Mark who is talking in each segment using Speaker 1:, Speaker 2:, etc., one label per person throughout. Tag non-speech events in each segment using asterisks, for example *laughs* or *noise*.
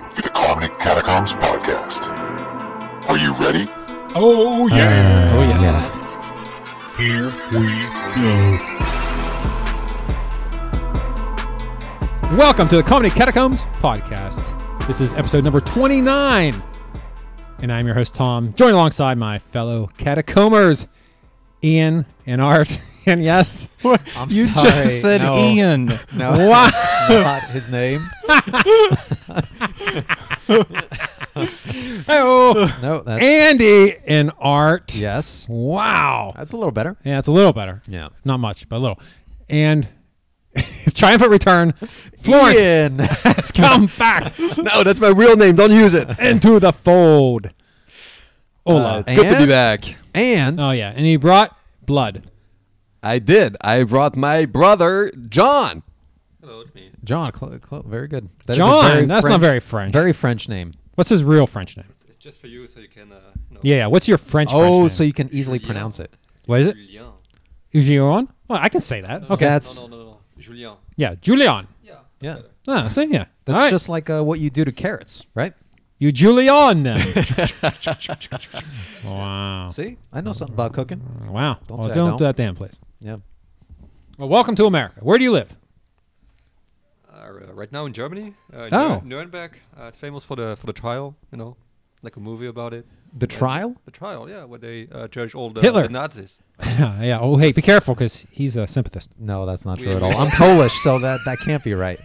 Speaker 1: the Catacombs Podcast. Are you ready?
Speaker 2: Oh
Speaker 3: Ah,
Speaker 2: yeah.
Speaker 4: Uh,
Speaker 5: Oh yeah. yeah.
Speaker 2: Here we
Speaker 5: Welcome to the Comedy Catacombs podcast. This is episode number 29. And I'm your host Tom, joined alongside my fellow catacombers, Ian and Art. *laughs* And yes,
Speaker 3: I'm
Speaker 5: you
Speaker 3: sorry.
Speaker 5: just said
Speaker 3: no,
Speaker 5: Ian.
Speaker 3: No,
Speaker 5: Wow.
Speaker 3: that's not his name.
Speaker 5: Hey-oh.
Speaker 3: No, that's
Speaker 5: Andy and Art.
Speaker 3: yes.
Speaker 5: Wow.
Speaker 3: That's a little better.
Speaker 5: Yeah, it's a little better.
Speaker 3: Yeah.
Speaker 5: Not much, but a little. And *laughs* his triumphant return, Florence
Speaker 3: Ian. *laughs*
Speaker 5: has come back
Speaker 4: No, that's my real name. Don't use it.
Speaker 5: into the fold. Ola.
Speaker 4: Uh, it's good to be
Speaker 3: and-
Speaker 4: back.
Speaker 3: and
Speaker 5: oh yeah, and he brought blood.
Speaker 4: I did. I brought my brother John.
Speaker 3: John. Cl- cl- very good. That is a
Speaker 5: John,
Speaker 3: very
Speaker 5: that's not very French.
Speaker 3: Very French name.
Speaker 5: What's his real French name?
Speaker 6: It's just for you, so you can. Uh, no.
Speaker 5: Yeah, yeah. What's your French?
Speaker 3: oh,
Speaker 5: French
Speaker 3: so
Speaker 5: name?
Speaker 3: you can easily pronounce it.
Speaker 5: what is it?
Speaker 6: Julien.
Speaker 5: Julian? Well, I can say that.
Speaker 6: No,
Speaker 5: okay,
Speaker 6: no,
Speaker 3: That's-
Speaker 6: No, no, no, no. Julien.
Speaker 5: yeah, Julian.
Speaker 6: Yeah. that's
Speaker 3: Yeah.
Speaker 6: better.
Speaker 5: Ah, see, yeah.
Speaker 3: That's
Speaker 5: All right.
Speaker 3: just like uh, what you do to carrots, right? *laughs*
Speaker 5: you, Julian. Then. wow.
Speaker 3: See, I know something about cooking.
Speaker 5: Wow. Don't, well,
Speaker 3: say I
Speaker 5: don't
Speaker 3: don't.
Speaker 5: do that damn place.
Speaker 3: Yeah.
Speaker 5: Well, welcome to America. Where do you live? *laughs*
Speaker 6: Uh, right now in Germany, uh,
Speaker 5: Oh.
Speaker 6: Nurem- Nuremberg. Uh, it's famous for the for the trial. You know, like a movie about it.
Speaker 3: The trial.
Speaker 6: The trial, yeah, where they uh, judge all the,
Speaker 5: Hitler.
Speaker 6: the Nazis.
Speaker 5: yeah. Oh, hey, be careful because he's a sympathist.
Speaker 3: No, that's not
Speaker 6: We-
Speaker 3: true at
Speaker 6: we-
Speaker 3: all. I'm Polish, so that that can't be right.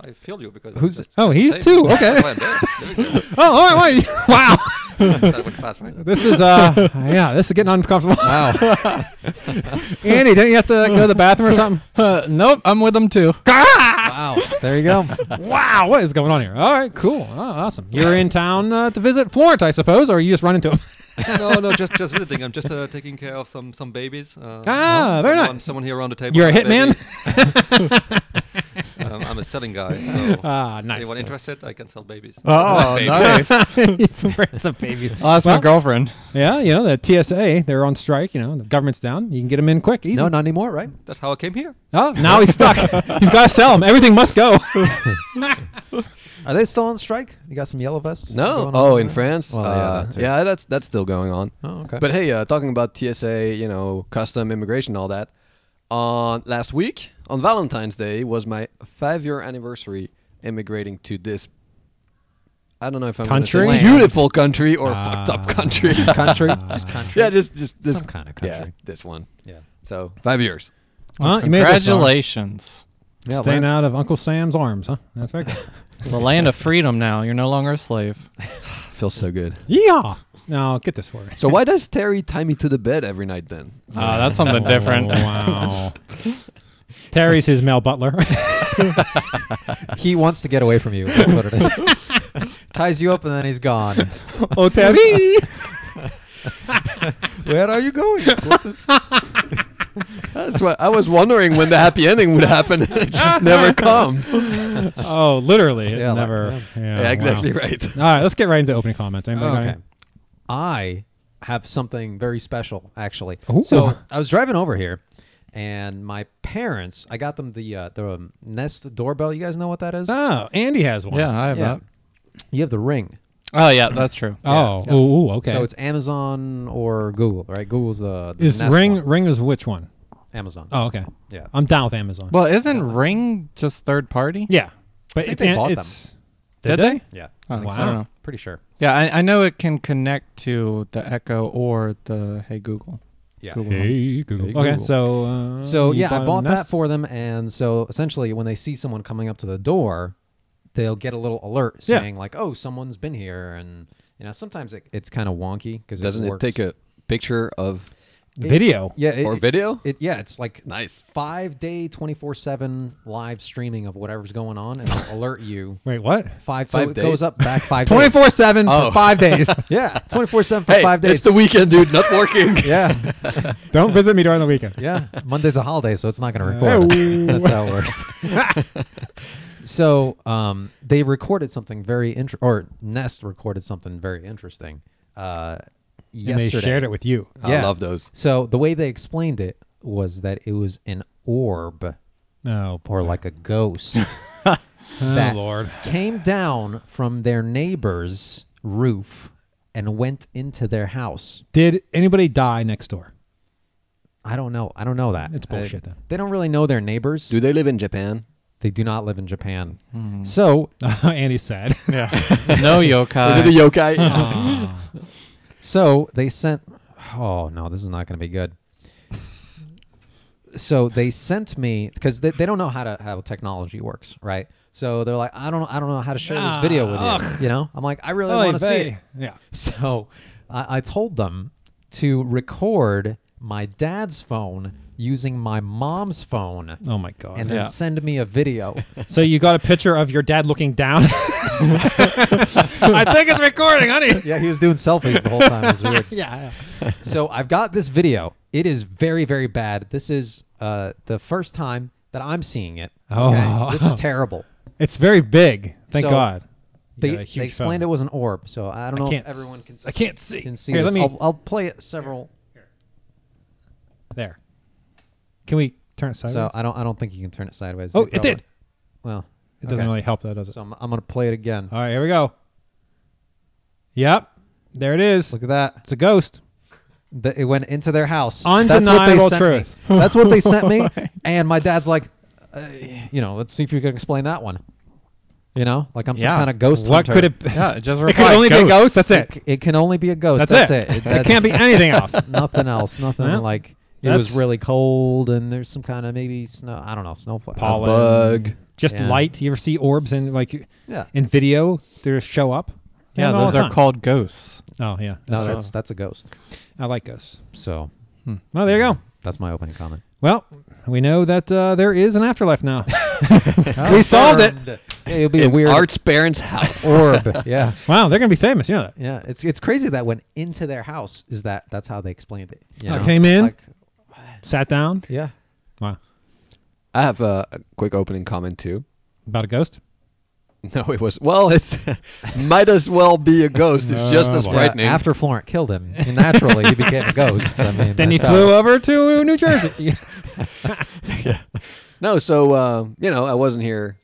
Speaker 6: I feel you because
Speaker 3: Who's-
Speaker 6: that's,
Speaker 5: oh,
Speaker 6: that's the
Speaker 5: he's
Speaker 6: same.
Speaker 5: too, okay.
Speaker 6: *laughs* That's why I'm there. There we go.
Speaker 5: *laughs* Oh, all right. wait. *laughs* wow.
Speaker 6: *laughs* that went fast, right?
Speaker 5: This is uh, *laughs* yeah. This is getting uncomfortable. *laughs*
Speaker 4: Wow.
Speaker 3: *laughs*
Speaker 5: Andy, don't you have to go to the bathroom or something?
Speaker 4: nope, I'm with him *laughs* too.
Speaker 3: Wow. There you go.
Speaker 5: *laughs* Wow, what is going on here? All right, cool. Oh, awesome. You're in town uh, to visit Florence, I suppose, or you just run into him?
Speaker 6: *laughs*
Speaker 5: *laughs*
Speaker 6: no, no, just just visiting. I'm just uh, taking care of some some babies. Uh,
Speaker 5: Ah,
Speaker 6: someone,
Speaker 5: very nice.
Speaker 6: Someone here around the table.
Speaker 5: You're a
Speaker 6: had
Speaker 5: hitman?
Speaker 6: babies. um, I'm a selling
Speaker 5: *laughs*
Speaker 6: guy. So
Speaker 5: *laughs* Ah, nice.
Speaker 6: Anyone interested? I can sell *laughs* babies.
Speaker 4: Oh, nice.
Speaker 3: *laughs*
Speaker 5: Florence, a baby.
Speaker 4: Oh, that's my girlfriend.
Speaker 5: Yeah, you know, the TSA, they're on strike. You know, the government's down. You can get them in quick. Easy.
Speaker 3: No, not anymore, right?
Speaker 6: That's how I came here.
Speaker 5: Oh, now he's stuck. he's got to sell them. Everything must go.
Speaker 3: Are they still on strike? You got some yellow vests?
Speaker 4: No.
Speaker 3: going on
Speaker 4: Oh,
Speaker 3: over
Speaker 4: in
Speaker 3: there?
Speaker 4: France.
Speaker 3: Well, yeah,
Speaker 4: Uh,
Speaker 3: that too.
Speaker 4: yeah, that's that's still going on.
Speaker 3: Oh, okay.
Speaker 4: But hey, uh, talking about TSA, you know, custom immigration, all that. On last week, on Valentine's Day, was my five-year anniversary immigrating to this. I don't know if I'm gonna say
Speaker 5: Country?
Speaker 4: beautiful country, or
Speaker 5: Ah.
Speaker 4: fucked up country.
Speaker 3: *laughs* country, just country.
Speaker 4: yeah, just just this
Speaker 3: Some kind of
Speaker 4: Yeah,
Speaker 3: country.
Speaker 4: this one.
Speaker 3: Yeah.
Speaker 4: So five years.
Speaker 5: well, you made it this far.
Speaker 7: Congratulations.
Speaker 3: Yeah,
Speaker 5: Staying
Speaker 3: right.
Speaker 5: out of Uncle Sam's arms, huh? That's very good.
Speaker 7: the land of freedom now. You're no longer a slave.
Speaker 4: Feels so good.
Speaker 5: yeah. Now, get this for me.
Speaker 4: So why does Terry tie me to the bed every night
Speaker 7: *laughs*
Speaker 4: then?
Speaker 7: Ah, that's something different.
Speaker 5: Oh, wow. *laughs* Terry's his male butler.
Speaker 3: He wants to get away from you. That's what it is.
Speaker 5: *laughs*
Speaker 3: Ties you up and then he's gone.
Speaker 5: oh, Terry.
Speaker 3: Where are you going?
Speaker 4: That's why I was wondering when the happy ending would happen. *laughs* it just
Speaker 7: *laughs*
Speaker 4: never comes.
Speaker 5: *laughs* oh, literally. It
Speaker 3: Yeah, like-
Speaker 5: never.
Speaker 3: yeah.
Speaker 5: yeah,
Speaker 4: yeah, exactly
Speaker 5: wow.
Speaker 4: right.
Speaker 5: All right, let's get right into opening comments. Anybody got
Speaker 3: okay.
Speaker 5: any?
Speaker 3: I have something very special, actually.
Speaker 5: Ooh.
Speaker 3: So I was driving over here, and my parents. I got them the uh, the um, Nest doorbell. You guys know what that is?
Speaker 5: Oh, Andy has one.
Speaker 7: Yeah, I have
Speaker 3: Yeah.
Speaker 7: that.
Speaker 3: You have the ring.
Speaker 7: Oh, yeah, that's true.
Speaker 5: Oh,
Speaker 3: Yeah.
Speaker 5: ooh, ooh, okay.
Speaker 3: So it's Amazon or Google, right? Google's the, the
Speaker 5: is
Speaker 3: Nest
Speaker 5: Ring
Speaker 3: one.
Speaker 5: Ring is which one?
Speaker 3: Amazon.
Speaker 5: Oh, okay.
Speaker 3: Yeah.
Speaker 5: I'm down with Amazon.
Speaker 7: Well, isn't Ring just third party?
Speaker 5: yeah, but
Speaker 3: think
Speaker 5: it's,
Speaker 3: they
Speaker 5: an-
Speaker 3: bought
Speaker 5: it's
Speaker 7: Did they?
Speaker 3: yeah.
Speaker 7: I think so.
Speaker 5: Wow.
Speaker 7: I don't know.
Speaker 3: Pretty sure.
Speaker 7: Yeah, I, I know it can connect to the Echo or the Hey Google.
Speaker 3: Yeah.
Speaker 7: Google.
Speaker 5: Hey Google.
Speaker 7: Hey,
Speaker 5: Okay,
Speaker 7: Google.
Speaker 5: so uh,
Speaker 3: So
Speaker 5: you
Speaker 3: yeah, I bought
Speaker 5: a
Speaker 3: that
Speaker 5: Nest?
Speaker 3: for them, and so essentially, when they see someone coming up to the door, they'll get a little alert
Speaker 5: Yeah.
Speaker 3: saying like, "Oh, someone's been here," and you know, sometimes it, it's kind of wonky because
Speaker 4: Doesn't it
Speaker 3: works.
Speaker 4: take a picture of
Speaker 5: video.
Speaker 3: yeah it,
Speaker 4: or video?
Speaker 3: It, yeah, it's like
Speaker 4: nice.
Speaker 3: five day, twenty four seven live streaming of whatever's going on, and it'll alert you
Speaker 5: Wait, what?
Speaker 3: five.
Speaker 4: Five
Speaker 3: so it goes
Speaker 4: days?
Speaker 3: up back
Speaker 4: *laughs*
Speaker 3: five.
Speaker 5: Twenty four seven for
Speaker 4: Oh.
Speaker 3: *laughs*
Speaker 5: five days.
Speaker 3: days. Yeah, twenty four seven for
Speaker 4: Hey,
Speaker 3: five days.
Speaker 4: it's the weekend,
Speaker 3: *laughs*
Speaker 4: dude. Not working.
Speaker 3: yeah,
Speaker 5: Don't visit me during the weekend.
Speaker 3: yeah. Monday's a holiday, so it's not going to record.
Speaker 5: Oh.
Speaker 3: That's how it works. *laughs* so um, they recorded something very interesting, or Nest recorded something very interesting uh,
Speaker 5: and
Speaker 3: yesterday.
Speaker 5: they shared it with you.
Speaker 3: Yeah.
Speaker 4: I love those.
Speaker 3: So the way they explained it was that it was an orb
Speaker 5: No, *laughs*
Speaker 3: or like a ghost
Speaker 5: Oh,
Speaker 3: that
Speaker 5: Lord.
Speaker 3: came down from their neighbor's roof and went into their house.
Speaker 5: Did anybody die next door? *laughs*
Speaker 3: I don't know. I don't know that.
Speaker 5: It's
Speaker 3: I-
Speaker 5: bullshit, though.
Speaker 3: they don't really know their neighbors.
Speaker 4: Do they live in Japan?
Speaker 3: They do not live in Japan.
Speaker 5: Hmm.
Speaker 3: So,
Speaker 5: Andy's sad. *laughs*
Speaker 7: Yeah. no yokai.
Speaker 4: Is it a yokai?
Speaker 3: so they sent. Oh no, this is not going to be good. So they sent me because they, they don't know how to how technology works, right? So they're like, I don't I don't know how to share this video with you.
Speaker 5: Ah,
Speaker 3: You know, I'm like, I really
Speaker 5: Oy
Speaker 3: want to see
Speaker 5: vey.
Speaker 3: it.
Speaker 5: Yeah.
Speaker 3: So I, I told them to record my dad's phone using my mom's phone
Speaker 5: Oh my god.
Speaker 3: and then
Speaker 7: Yeah.
Speaker 3: send me a
Speaker 5: *laughs*
Speaker 3: video.
Speaker 5: so you got a picture of your dad looking *laughs* down. I think it's recording, honey.
Speaker 3: yeah, he was doing selfies the whole time. It was weird.
Speaker 5: Yeah.
Speaker 3: so I've got this video. It is very, very bad. This is uh, the first time that I'm seeing it.
Speaker 5: Oh.
Speaker 3: This is terrible.
Speaker 5: It's very big. Thank
Speaker 3: So,
Speaker 5: God. *laughs* You
Speaker 3: They,
Speaker 5: got a
Speaker 3: they
Speaker 5: huge
Speaker 3: explained
Speaker 5: phone.
Speaker 3: it was an orb, so I don't
Speaker 5: I
Speaker 3: know if
Speaker 5: can't
Speaker 3: everyone can.
Speaker 5: I can't see.
Speaker 3: Can see
Speaker 5: Here,
Speaker 3: this.
Speaker 5: let me-
Speaker 3: I'll, I'll play it several.
Speaker 5: There. Can we turn it sideways?
Speaker 3: So I don't. I don't think you can turn it sideways.
Speaker 5: oh,
Speaker 3: They
Speaker 5: it
Speaker 3: probably-
Speaker 5: did.
Speaker 3: Well,
Speaker 5: It doesn't
Speaker 3: okay.
Speaker 5: really help though, does it?
Speaker 3: So I'm, I'm gonna play it again.
Speaker 5: All right, here we go. Yep. There it is.
Speaker 3: Look at that.
Speaker 5: It's a ghost.
Speaker 3: Th- it went into their house.
Speaker 5: Undeniable
Speaker 3: That's what they sent
Speaker 5: truth.
Speaker 3: Me. *laughs* That's what they sent
Speaker 5: *laughs*
Speaker 3: me. And my dad's like, uh, you know, let's see if you can explain that one. You know, like I'm some kind of ghost
Speaker 5: What
Speaker 3: hunter.
Speaker 5: could
Speaker 3: *laughs*
Speaker 5: it be?
Speaker 7: yeah, just
Speaker 5: It could
Speaker 7: reply,
Speaker 5: only be a ghost.
Speaker 7: ghosts.
Speaker 5: That's it.
Speaker 3: C- It can only be a ghost.
Speaker 5: That's, it. *laughs* It,
Speaker 3: that's
Speaker 5: can't be anything else.
Speaker 3: nothing
Speaker 5: *laughs*
Speaker 3: else. Nothing
Speaker 5: Yeah.
Speaker 3: like it was
Speaker 5: That's-
Speaker 3: really cold and there's some kind of maybe snow. I don't know snowflake.
Speaker 4: A
Speaker 5: Pollen.
Speaker 4: bug.
Speaker 5: Just
Speaker 3: Yeah.
Speaker 5: light. You ever see orbs in like you-
Speaker 3: Yeah.
Speaker 5: in video? They just show up.
Speaker 3: *laughs*
Speaker 7: Yeah,
Speaker 5: Happen all
Speaker 7: those
Speaker 5: the
Speaker 7: are
Speaker 5: time.
Speaker 7: called ghosts.
Speaker 5: Oh yeah.
Speaker 3: No, that's that's a ghost.
Speaker 5: I like ghosts.
Speaker 3: So
Speaker 5: Well, there you go.
Speaker 3: that's my opening comment.
Speaker 5: Well, we know that uh, there is an afterlife now. we solved it.
Speaker 3: Yeah, it'll be a weird
Speaker 4: Art's parents' house.
Speaker 3: orb. *laughs* yeah.
Speaker 5: Wow, they're gonna be famous. You know that.
Speaker 3: Yeah, it's it's crazy that went into their house is that that's how they explained it. you
Speaker 5: I
Speaker 3: know?
Speaker 5: came in,
Speaker 3: Like,
Speaker 5: sat down.
Speaker 3: yeah.
Speaker 5: Wow,
Speaker 4: I have a, a quick opening comment too. *laughs*
Speaker 5: about a ghost.
Speaker 4: No, it was well. It's *laughs* might as well be a ghost. It's just as
Speaker 5: boy.
Speaker 3: Yeah,
Speaker 4: frightening.
Speaker 3: after Florent killed him, naturally he became a ghost. I mean,
Speaker 5: Then he
Speaker 3: that's how-
Speaker 5: flew over to New Jersey.
Speaker 4: No, so uh, you know, I wasn't here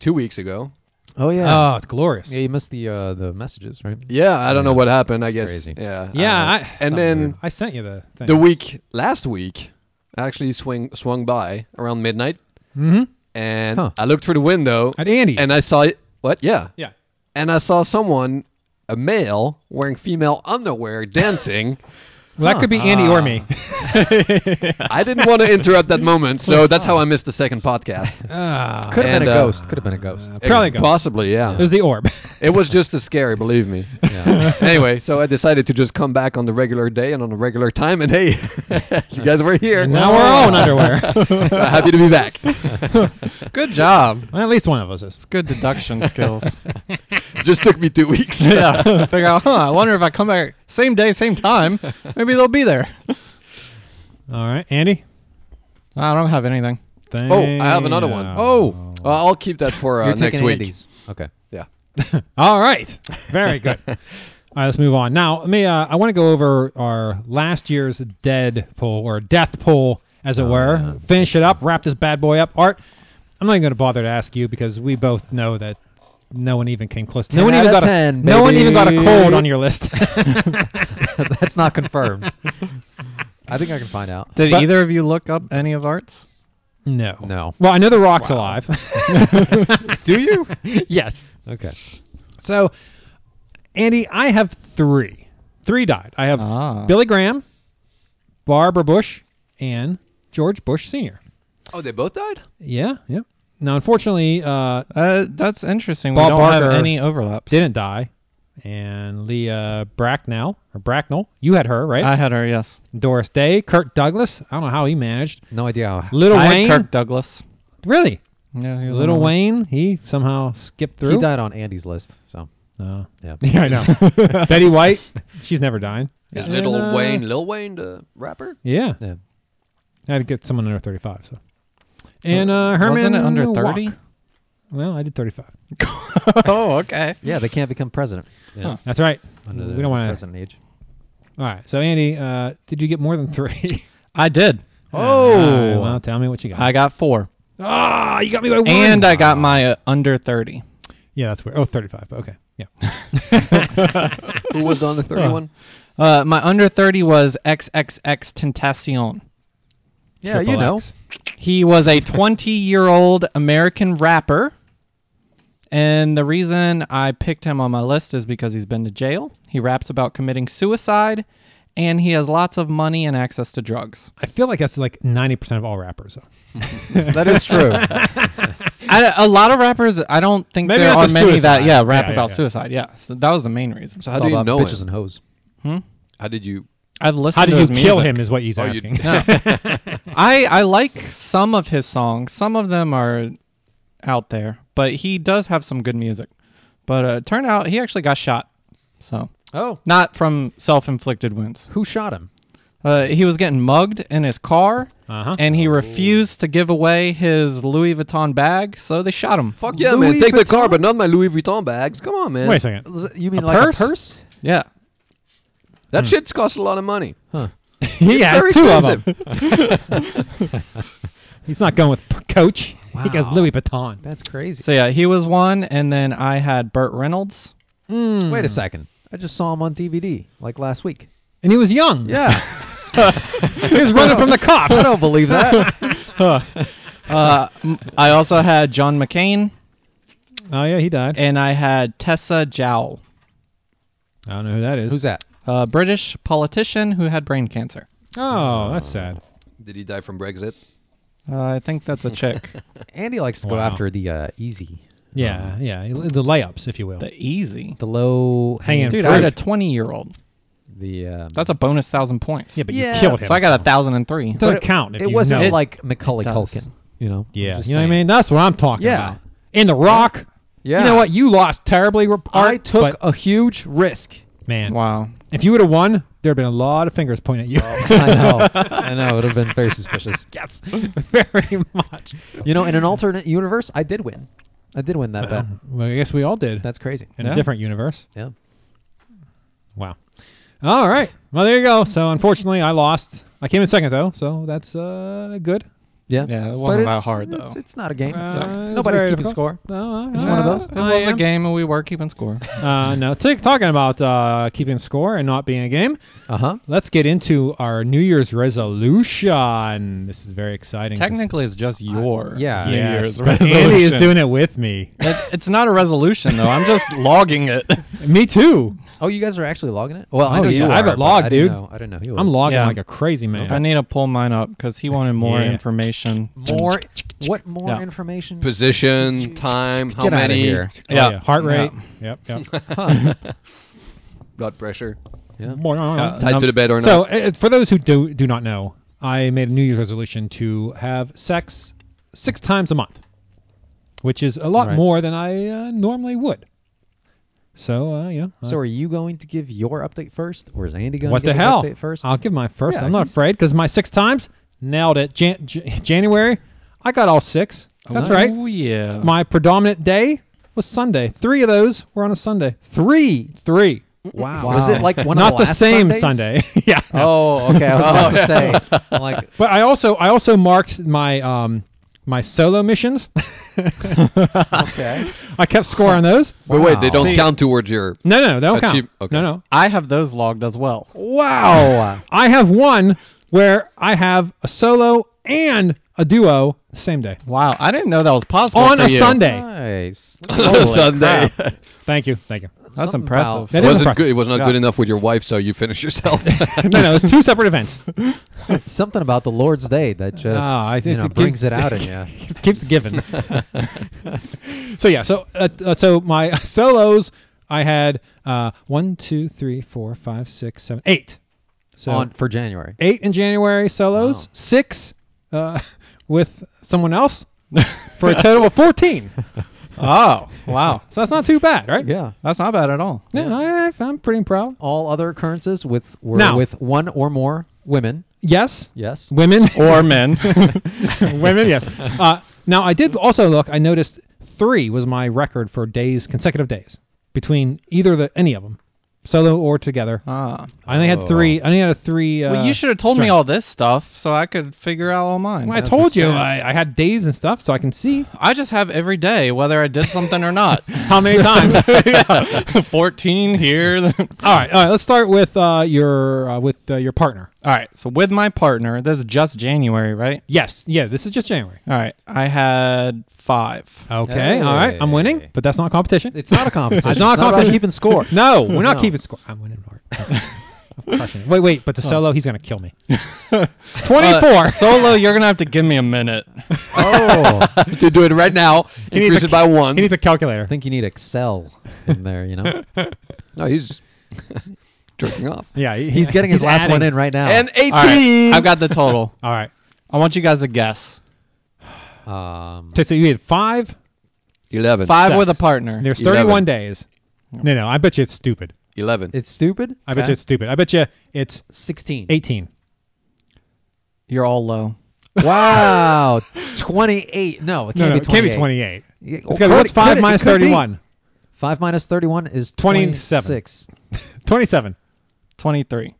Speaker 4: two weeks ago.
Speaker 3: Oh yeah.
Speaker 5: oh, it's glorious.
Speaker 3: yeah, you missed the uh, the messages, right?
Speaker 4: Yeah, I don't know what happened. I guess.
Speaker 3: crazy.
Speaker 5: Yeah,
Speaker 4: Yeah. I don't know.
Speaker 5: I-
Speaker 4: Uh, and
Speaker 5: something
Speaker 4: then
Speaker 5: I sent you the thing.
Speaker 4: the week last week, I actually swing swung by around midnight, and
Speaker 3: Huh.
Speaker 4: I looked through the window
Speaker 5: Mm-hmm. At Andy's.
Speaker 4: and I saw it. What? Yeah.
Speaker 5: yeah.
Speaker 4: And I saw someone, a male, wearing female underwear dancing.
Speaker 5: Well, that could be Andy or me.
Speaker 4: I didn't want to interrupt that moment, so that's how I missed the second
Speaker 3: *laughs*
Speaker 4: podcast.
Speaker 5: Ah,
Speaker 3: Could have been
Speaker 4: And,
Speaker 3: a
Speaker 4: uh,
Speaker 3: ghost. Could have been a ghost.
Speaker 5: Probably a ghost.
Speaker 4: possibly,
Speaker 5: *laughs*
Speaker 4: yeah.
Speaker 5: it was the orb.
Speaker 4: It was just as scary,
Speaker 3: *laughs*
Speaker 4: believe me. *laughs* anyway, so I decided to just come back on the regular day and on the regular time, and hey, *laughs* you guys were here.
Speaker 5: now we're
Speaker 4: *laughs*
Speaker 5: all in underwear.
Speaker 4: so happy to
Speaker 3: *laughs*
Speaker 4: be back.
Speaker 7: Good job.
Speaker 5: Well, at least one of us is.
Speaker 7: It's good deduction skills. *laughs*
Speaker 4: just took me
Speaker 3: *laughs*
Speaker 4: two weeks.
Speaker 7: yeah. Figure out, huh? I wonder if I come back same day, same time, maybe they'll be there.
Speaker 5: All right, Andy.
Speaker 7: I don't have anything.
Speaker 4: Oh, I have another one.
Speaker 5: Oh.
Speaker 4: Well, I'll keep that for uh,
Speaker 3: You're
Speaker 4: next
Speaker 3: taking
Speaker 4: week.
Speaker 3: Andy's. Okay.
Speaker 4: Yeah.
Speaker 5: All right. Very
Speaker 4: *laughs*
Speaker 5: good. All right, let's move on. Now, let me. Uh, I want to go over our last year's dead poll or death poll, as it
Speaker 3: Oh,
Speaker 5: were. Finish it up. Wrap this bad boy up. Art, I'm not even going to bother to ask you because we both know that no one even came close. No
Speaker 3: 10
Speaker 5: one
Speaker 3: out
Speaker 5: even
Speaker 3: of
Speaker 5: got
Speaker 3: 10,
Speaker 5: a. No one even got a
Speaker 3: baby.
Speaker 5: cold on your list.
Speaker 3: *laughs*
Speaker 5: *laughs*
Speaker 3: That's not confirmed. I think I can find out.
Speaker 7: Did
Speaker 5: But-
Speaker 7: either of you look up any of Art's?
Speaker 5: no.
Speaker 3: No.
Speaker 5: Well, I know the rock's alive.
Speaker 3: *laughs* *laughs* Do you?
Speaker 5: yes.
Speaker 3: Okay.
Speaker 5: So, Andy, I have three. Three died. I have
Speaker 7: Ah.
Speaker 5: Billy Graham, Barbara Bush, and George Bush Sr.
Speaker 4: Oh, they both died?
Speaker 5: Yeah, yeah. Now, unfortunately, uh,
Speaker 7: Uh, that's interesting.
Speaker 5: Bob
Speaker 7: we don't
Speaker 5: Barker
Speaker 7: have any overlaps.
Speaker 5: didn't die. And Leah Bracknell, or Bracknell, you had her, right?
Speaker 7: I had her? Yes.
Speaker 5: Doris Day, Kirk Douglas. I don't know how he managed.
Speaker 3: No idea. How.
Speaker 5: Little
Speaker 7: I had
Speaker 5: Wayne.
Speaker 7: Kirk Douglas.
Speaker 5: Really?
Speaker 7: Yeah, he was
Speaker 5: Little
Speaker 7: on the list.
Speaker 5: Wayne, he somehow skipped
Speaker 3: *laughs*
Speaker 5: through.
Speaker 3: He died on Andy's list, so
Speaker 5: Oh.
Speaker 3: yeah.
Speaker 5: *laughs* yeah, I know. Betty White, she's never dying.
Speaker 4: Is
Speaker 5: And,
Speaker 4: Little
Speaker 5: uh,
Speaker 4: Wayne, Lil Wayne, the rapper?
Speaker 5: Yeah.
Speaker 3: Yeah.
Speaker 5: I had to get someone under 35, so. And uh, Herman.
Speaker 7: Wasn't it under
Speaker 5: Walk.
Speaker 7: 30?
Speaker 5: Well, I did 35.
Speaker 7: *laughs* oh, okay.
Speaker 3: Yeah, they can't become president. Yeah.
Speaker 5: That's right.
Speaker 3: Under the
Speaker 5: we don't want to.
Speaker 3: president age.
Speaker 5: All right. So, Andy, uh, did you get more than three?
Speaker 7: I did.
Speaker 5: Oh, well, tell me what you got.
Speaker 7: I got four.
Speaker 5: Ah, you got me by one.
Speaker 7: And I got my uh, under 30.
Speaker 5: yeah, that's weird. Oh, 35. but Okay, yeah.
Speaker 4: Who
Speaker 3: *laughs*
Speaker 4: was on the 31?
Speaker 7: Uh, my under 30 was XXX Tentacion.
Speaker 3: Yeah,
Speaker 5: Triple
Speaker 3: you know.
Speaker 5: X.
Speaker 7: He was a 20 year old American rapper. And the reason I picked him on my list is because he's been to jail. He raps about committing suicide and he has lots of money and access to drugs.
Speaker 5: I feel like that's like 90% of all rappers. Though.
Speaker 3: that is true.
Speaker 7: I, a lot of rappers, I don't think
Speaker 5: Maybe
Speaker 7: there
Speaker 5: not
Speaker 7: are
Speaker 5: the
Speaker 7: many that,
Speaker 5: suicide.
Speaker 7: yeah, rap
Speaker 5: Yeah, yeah,
Speaker 7: about
Speaker 5: yeah.
Speaker 7: suicide. Yeah. So that was the main reason.
Speaker 4: *laughs* So
Speaker 7: So
Speaker 4: how
Speaker 3: It's
Speaker 4: do
Speaker 3: all
Speaker 4: you
Speaker 3: about
Speaker 4: know
Speaker 3: bitches
Speaker 4: him?
Speaker 3: and hoes.
Speaker 4: How did you?
Speaker 7: I've listened
Speaker 5: How
Speaker 7: to
Speaker 5: did you
Speaker 7: his
Speaker 5: kill
Speaker 7: music.
Speaker 5: him is what he's
Speaker 4: Oh, you- *laughs*
Speaker 5: asking.
Speaker 7: No. I I like some of his songs. Some of them are out there, but he does have some good music. But uh, turned out he actually got shot, so
Speaker 3: Oh,
Speaker 7: not from self-inflicted wounds.
Speaker 3: who shot him?
Speaker 7: Uh, he was getting mugged in his car,
Speaker 5: Uh-huh.
Speaker 7: and he refused to give away his Louis Vuitton bag, so they shot him.
Speaker 4: Fuck yeah,
Speaker 3: Louis
Speaker 4: man! Take the
Speaker 3: Vuitton?
Speaker 4: car, but not my Louis Vuitton bags. Come on, man.
Speaker 5: Wait a second.
Speaker 3: You mean
Speaker 7: A
Speaker 3: like
Speaker 7: purse?
Speaker 3: a purse?
Speaker 7: Yeah,
Speaker 4: That shit's cost a lot of money.
Speaker 5: He has
Speaker 4: Very
Speaker 5: two of them.
Speaker 4: expensive.
Speaker 5: He's not going with p- Coach. He goes
Speaker 3: Wow.
Speaker 5: Louis Vuitton.
Speaker 3: That's crazy.
Speaker 7: so yeah, he was one, and then I had Burt Reynolds.
Speaker 5: Hmm.
Speaker 3: Wait a second. I just saw him on DVD like last week.
Speaker 5: And he was young.
Speaker 3: Yeah,
Speaker 5: *laughs* He was running from the
Speaker 3: *laughs*
Speaker 5: cops.
Speaker 3: I don't believe
Speaker 5: *laughs*
Speaker 3: that.
Speaker 7: Uh, m- I also had John McCain,
Speaker 5: Oh, yeah, he died.
Speaker 7: and I had Tessa Jowell.
Speaker 5: I don't know who that is.
Speaker 3: Who's that?
Speaker 7: a British politician who had brain cancer.
Speaker 5: Oh, that's sad.
Speaker 4: *laughs* Did he die from Brexit?
Speaker 7: Uh, I think that's a chick.
Speaker 3: Andy likes to go
Speaker 5: Wow.
Speaker 3: after the uh, easy,
Speaker 5: Yeah, yeah. The layups, if you will.
Speaker 7: the easy.
Speaker 3: Oh. the low
Speaker 5: Hanging
Speaker 7: Dude,
Speaker 5: fruit.
Speaker 7: I had a 20 year old.
Speaker 3: The um,
Speaker 7: That's a bonus thousand points.
Speaker 5: yeah, but
Speaker 3: Yeah.
Speaker 5: you killed him.
Speaker 7: so I got a thousand and three.
Speaker 5: doesn't
Speaker 3: it-
Speaker 5: count if
Speaker 3: it
Speaker 5: you
Speaker 3: wasn't
Speaker 5: know.
Speaker 3: like Macaulay
Speaker 7: It does.
Speaker 3: Culkin. You know.
Speaker 5: Yeah, you
Speaker 3: Just
Speaker 5: know what I
Speaker 3: saying.
Speaker 5: mean. That's what I'm talking
Speaker 3: Yeah.
Speaker 5: about. In the Rock.
Speaker 3: Yeah.
Speaker 5: You know what? You lost terribly. Art,
Speaker 3: I took
Speaker 5: but-
Speaker 3: a huge
Speaker 5: *laughs*
Speaker 3: risk.
Speaker 5: man.
Speaker 7: Wow.
Speaker 5: If you would have won, there'd have been a lot of fingers pointing at you.
Speaker 3: I know. I know. It would have been very suspicious. Yes.
Speaker 5: *laughs* Very much.
Speaker 3: You know, in an alternate universe, I did win. I did win
Speaker 5: *clears throat*
Speaker 3: that bet.
Speaker 5: Well, I guess we all did.
Speaker 3: That's crazy.
Speaker 5: in a
Speaker 7: Yeah.
Speaker 5: different universe.
Speaker 3: Yeah.
Speaker 5: Wow. All right. Well, there you go. So unfortunately, I lost. I came in second though, so that's uh, good.
Speaker 3: Yeah.
Speaker 7: Yeah, it
Speaker 3: But
Speaker 7: wasn't that
Speaker 3: it's-
Speaker 7: hard,
Speaker 3: It's,
Speaker 7: though.
Speaker 3: it's not a game.
Speaker 5: Uh,
Speaker 3: So
Speaker 5: it's
Speaker 3: Nobody's
Speaker 5: very
Speaker 3: keeping score.
Speaker 5: difficult. No,
Speaker 3: It's
Speaker 5: Uh, I-
Speaker 3: one of those.
Speaker 7: It
Speaker 5: I
Speaker 7: was a
Speaker 5: am.
Speaker 7: game and we were keeping score.
Speaker 5: Uh, no, t- talking about uh, keeping score and not being a game.
Speaker 3: Uh huh.
Speaker 5: Let's get into our New Year's resolution. This is very exciting. 'cause-
Speaker 7: *laughs* Technically, it's just your
Speaker 3: yeah.
Speaker 7: New
Speaker 5: Yes,
Speaker 7: Year's
Speaker 5: but
Speaker 7: resolution.
Speaker 5: *laughs* Andy is doing it with me.
Speaker 7: *laughs* It- it's not a resolution though. I'm *laughs* just logging it.
Speaker 5: me too.
Speaker 3: Oh, you guys are actually logging it? Well, I
Speaker 5: Oh,
Speaker 3: know
Speaker 5: yeah,
Speaker 3: you
Speaker 5: I have
Speaker 3: are,
Speaker 5: it
Speaker 3: but
Speaker 5: logged,
Speaker 3: I didn't
Speaker 5: dude.
Speaker 3: Know, I didn't know he was.
Speaker 5: I'm logging
Speaker 7: Yeah.
Speaker 5: like a crazy man.
Speaker 7: I need to pull mine up because he wanted more
Speaker 5: Yeah.
Speaker 7: information.
Speaker 3: More. What more
Speaker 7: Yeah.
Speaker 3: information?
Speaker 4: Position, time, how
Speaker 3: Get out of
Speaker 4: many,
Speaker 3: here.
Speaker 5: Oh,
Speaker 7: Yeah.
Speaker 5: Heart rate.
Speaker 7: *laughs*
Speaker 5: Yep. Yep.
Speaker 4: blood pressure,
Speaker 5: Uh,
Speaker 4: tied
Speaker 7: Num-
Speaker 4: to the bed or
Speaker 5: So,
Speaker 4: not.
Speaker 5: uh, for those who do do not know, I made a New Year's resolution to have sex six times a month, which is a lot
Speaker 3: Right.
Speaker 5: more than I uh, normally would. So, uh, you know, uh,
Speaker 3: So are you going to give your update first, or is Andy going
Speaker 5: what
Speaker 3: to give
Speaker 5: the
Speaker 3: his
Speaker 5: hell?
Speaker 3: update first?
Speaker 5: I'll give my first.
Speaker 3: Yeah,
Speaker 5: I'm not
Speaker 3: he's-
Speaker 5: afraid because my six times nailed it. Jan- J- *laughs* January, I got all six. That's right.
Speaker 7: Oh yeah.
Speaker 5: My predominant day was Sunday. Three of those were on a Sunday. Three, three.
Speaker 3: wow. Was it like one
Speaker 5: not
Speaker 3: of
Speaker 5: the,
Speaker 3: the, last
Speaker 5: same
Speaker 3: Sundays?
Speaker 5: Sunday. *laughs* yeah.
Speaker 3: Oh, okay. I was about to say, *laughs* I'm like,
Speaker 5: But I also I also marked my um my solo missions. *laughs*
Speaker 3: okay,
Speaker 5: I kept score on those.
Speaker 4: but wait, they don't
Speaker 7: See-
Speaker 4: count towards your. *laughs*
Speaker 5: No, no, they don't
Speaker 4: A
Speaker 5: count.
Speaker 4: cheap- okay.
Speaker 5: No, no.
Speaker 7: I have those logged as well.
Speaker 3: wow.
Speaker 5: I have one where I have a solo and a duo the same day
Speaker 7: Wow, I didn't know that was possible
Speaker 5: on
Speaker 7: for
Speaker 5: a
Speaker 7: you.
Speaker 5: Sunday.
Speaker 3: nice.
Speaker 5: *laughs*
Speaker 4: Sunday.
Speaker 5: Thank you, thank you.
Speaker 7: That's
Speaker 3: Something
Speaker 7: impressive.
Speaker 3: about-
Speaker 5: That
Speaker 4: It
Speaker 5: is
Speaker 4: wasn't
Speaker 5: impressive.
Speaker 4: good. It was not
Speaker 7: Yeah.
Speaker 4: good enough with your wife, so you finish yourself. *laughs*
Speaker 5: no, no, it's two separate events.
Speaker 3: Something about the Lord's Day that just
Speaker 5: Ah, I
Speaker 3: you
Speaker 5: think
Speaker 3: know,
Speaker 5: it
Speaker 3: brings
Speaker 5: gives-
Speaker 3: it
Speaker 5: *laughs*
Speaker 3: out in you.
Speaker 5: It keeps giving. *laughs* so yeah, so uh, uh, so my *laughs* solos I had uh one, two, three, four, five, six, seven, eight. So
Speaker 3: on for January.
Speaker 5: eight in January solos,
Speaker 3: Wow.
Speaker 5: six uh, *laughs* with someone else, for a total of
Speaker 3: *laughs*
Speaker 5: fourteen.
Speaker 7: Oh, wow.
Speaker 5: So that's not too bad, right?
Speaker 3: Yeah.
Speaker 7: That's not bad at all.
Speaker 5: Yeah, I, I- I'm pretty proud.
Speaker 3: All other occurrences with were
Speaker 5: Now-
Speaker 3: with one or more women.
Speaker 5: Yes,
Speaker 3: Yes.
Speaker 5: women,
Speaker 7: Or men.
Speaker 5: *laughs* women. Yes. Uh, now I did also look. I noticed three was my record for days, consecutive days between either the any of them. solo or together.
Speaker 7: Ah.
Speaker 5: I only had three. I only had a three. Uh,
Speaker 7: well, you should have told me all this stuff so I could figure out all mine.
Speaker 5: Well, I
Speaker 7: That's
Speaker 5: told you
Speaker 7: the stats.
Speaker 5: I, I had days and stuff, so I can see
Speaker 7: I just have every day whether I did something or *laughs*
Speaker 5: *laughs*
Speaker 7: not.
Speaker 5: how many times. all
Speaker 7: 14 here. *laughs* then-
Speaker 5: right, *laughs* all right. Let's start with uh, your uh, with uh, your partner.
Speaker 7: all right. So with my partner, this is just January, right?
Speaker 5: Yes, yeah. This is just January.
Speaker 7: All right. I had 5.
Speaker 5: Okay, all right. I'm winning, but that's not competition.
Speaker 3: It's
Speaker 5: *laughs*
Speaker 3: not a competition.
Speaker 5: It's not a
Speaker 3: about
Speaker 5: competition.
Speaker 3: keeping score.
Speaker 5: *laughs* No, we're not
Speaker 3: No.
Speaker 5: keeping score. I'm winning. Mark. *laughs* I'm crushing it. Wait, wait, but the solo, he's
Speaker 3: *laughs*
Speaker 5: gonna kill me.
Speaker 3: Uh,
Speaker 5: Twenty-four.
Speaker 7: Uh, solo, you're going to have to give me a minute.
Speaker 3: Oh, I
Speaker 4: to do it right now,
Speaker 5: needs
Speaker 4: increase
Speaker 5: a-
Speaker 4: it by one.
Speaker 5: he needs a calculator.
Speaker 3: think you need Excel in there. You
Speaker 5: *laughs*
Speaker 3: know,
Speaker 4: no, he's *laughs* jerking off.
Speaker 5: Yeah, he-
Speaker 3: he's getting his last one
Speaker 5: adding.
Speaker 3: in Oh. right now.
Speaker 4: And 18.
Speaker 7: All right. I've got the total.
Speaker 5: All right.
Speaker 7: I want you guys to guess.
Speaker 3: um,
Speaker 5: So, so you had five.
Speaker 4: 11.
Speaker 7: 5
Speaker 5: Sex.
Speaker 7: with a partner.
Speaker 5: There's
Speaker 4: 11.
Speaker 5: 31 days. No, no. I bet you it's stupid.
Speaker 4: 11.
Speaker 3: it's stupid.
Speaker 5: I bet you
Speaker 7: Okay.
Speaker 5: it's stupid. I bet you it's
Speaker 3: Sixteen.
Speaker 5: 18.
Speaker 7: You're all low.
Speaker 3: *laughs*
Speaker 5: *laughs*
Speaker 3: Wow, twenty-eight. No, it
Speaker 5: No,
Speaker 3: can't
Speaker 5: no,
Speaker 3: be
Speaker 5: it can't
Speaker 3: 28.
Speaker 5: be 28.
Speaker 3: Yeah,
Speaker 5: It's
Speaker 3: well,
Speaker 5: gotta be-
Speaker 3: could
Speaker 5: what's
Speaker 3: it-
Speaker 5: 5
Speaker 3: could it- it
Speaker 5: minus
Speaker 3: could be.
Speaker 5: 31?
Speaker 3: Five minus thirty-one is
Speaker 5: 27.
Speaker 3: twenty-six.
Speaker 5: 27.
Speaker 7: 23.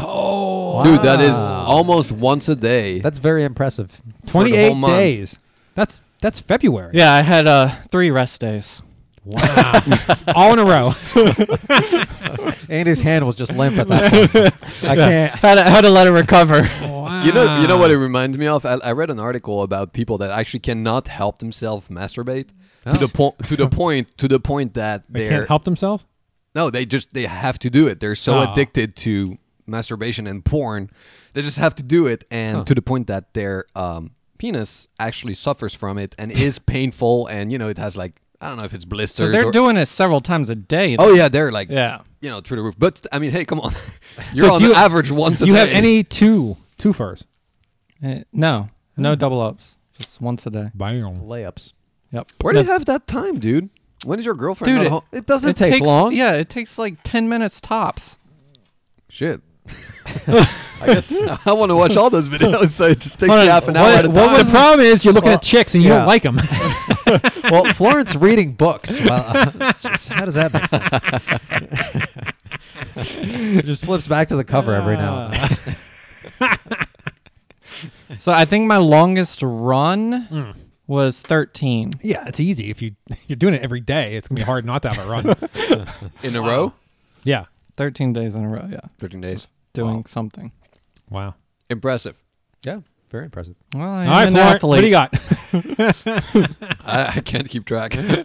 Speaker 4: Dude, that is almost once a day.
Speaker 3: That's very impressive.
Speaker 5: 28
Speaker 4: month.
Speaker 5: days. That's that's February.
Speaker 7: Yeah, I had uh 3 rest days.
Speaker 5: Wow.
Speaker 3: *laughs*
Speaker 5: All in a row.
Speaker 3: Andy's hand was just limp at that.
Speaker 5: *laughs*
Speaker 3: point. I can't.
Speaker 7: Had to, had to let it recover.
Speaker 5: wow.
Speaker 4: you know, you know
Speaker 5: Ah.
Speaker 4: what it reminds me of. I, I read an article about people that actually cannot help themselves masturbate to the point
Speaker 5: *laughs*
Speaker 4: to the point to the point that
Speaker 5: They
Speaker 4: are
Speaker 5: can't help themselves?
Speaker 4: No, they just they have to do it. They're so
Speaker 5: Ah.
Speaker 4: addicted to masturbation and porn, they just have to do it, and to the point that their um, penis actually suffers from it
Speaker 5: *laughs*
Speaker 4: and is painful, and you know it has like I don't know if it's blisters.
Speaker 7: So they're
Speaker 4: or-
Speaker 7: doing it several times a day.
Speaker 4: Oh yeah, they're like
Speaker 7: Yeah.
Speaker 4: you know through the roof. But I mean, hey, come on, *laughs* you're
Speaker 5: So
Speaker 4: on
Speaker 5: do you-
Speaker 4: average once.
Speaker 5: Do you
Speaker 4: a
Speaker 5: have
Speaker 4: day.
Speaker 5: any two two furs?
Speaker 7: Uh, no, no double ups. Just once a day.
Speaker 5: Bam.
Speaker 3: Layups.
Speaker 7: Yep.
Speaker 4: Where do you have that time, dude? When is your girlfriend?
Speaker 7: Dude,
Speaker 4: not
Speaker 7: it-
Speaker 4: home?
Speaker 3: It doesn't
Speaker 7: It
Speaker 3: take
Speaker 7: takes-
Speaker 3: long.
Speaker 7: Yeah, it takes like 10 minutes tops.
Speaker 5: *laughs*
Speaker 4: Shit. I guess *laughs* I want to watch all those videos, so it just takes me
Speaker 5: Hold on,
Speaker 4: half an hour at a
Speaker 5: what
Speaker 4: time.
Speaker 5: the problem is you're looking at chicks and you
Speaker 3: yeah.
Speaker 5: don't like them.
Speaker 3: well, Florence reading books. Well, *laughs* uh, just- how does that make sense? *laughs* just flips back to the cover every now
Speaker 5: Uh.
Speaker 3: and then.
Speaker 7: So I think my longest run was 13.
Speaker 5: *laughs* yeah, it's easy if you you're doing it every day. It's going to be hard not to have a run.
Speaker 4: in a row,
Speaker 5: yeah.
Speaker 7: 13 days in a row, yeah.
Speaker 4: thirteen days.
Speaker 7: Doing something.
Speaker 5: Wow.
Speaker 4: Impressive.
Speaker 3: Yeah, very impressive.
Speaker 7: Well,
Speaker 5: All right,
Speaker 7: I'm an
Speaker 5: Florent,
Speaker 7: athlete.
Speaker 5: what do you got?
Speaker 4: I, I can't
Speaker 5: *laughs*
Speaker 4: keep track. *laughs* I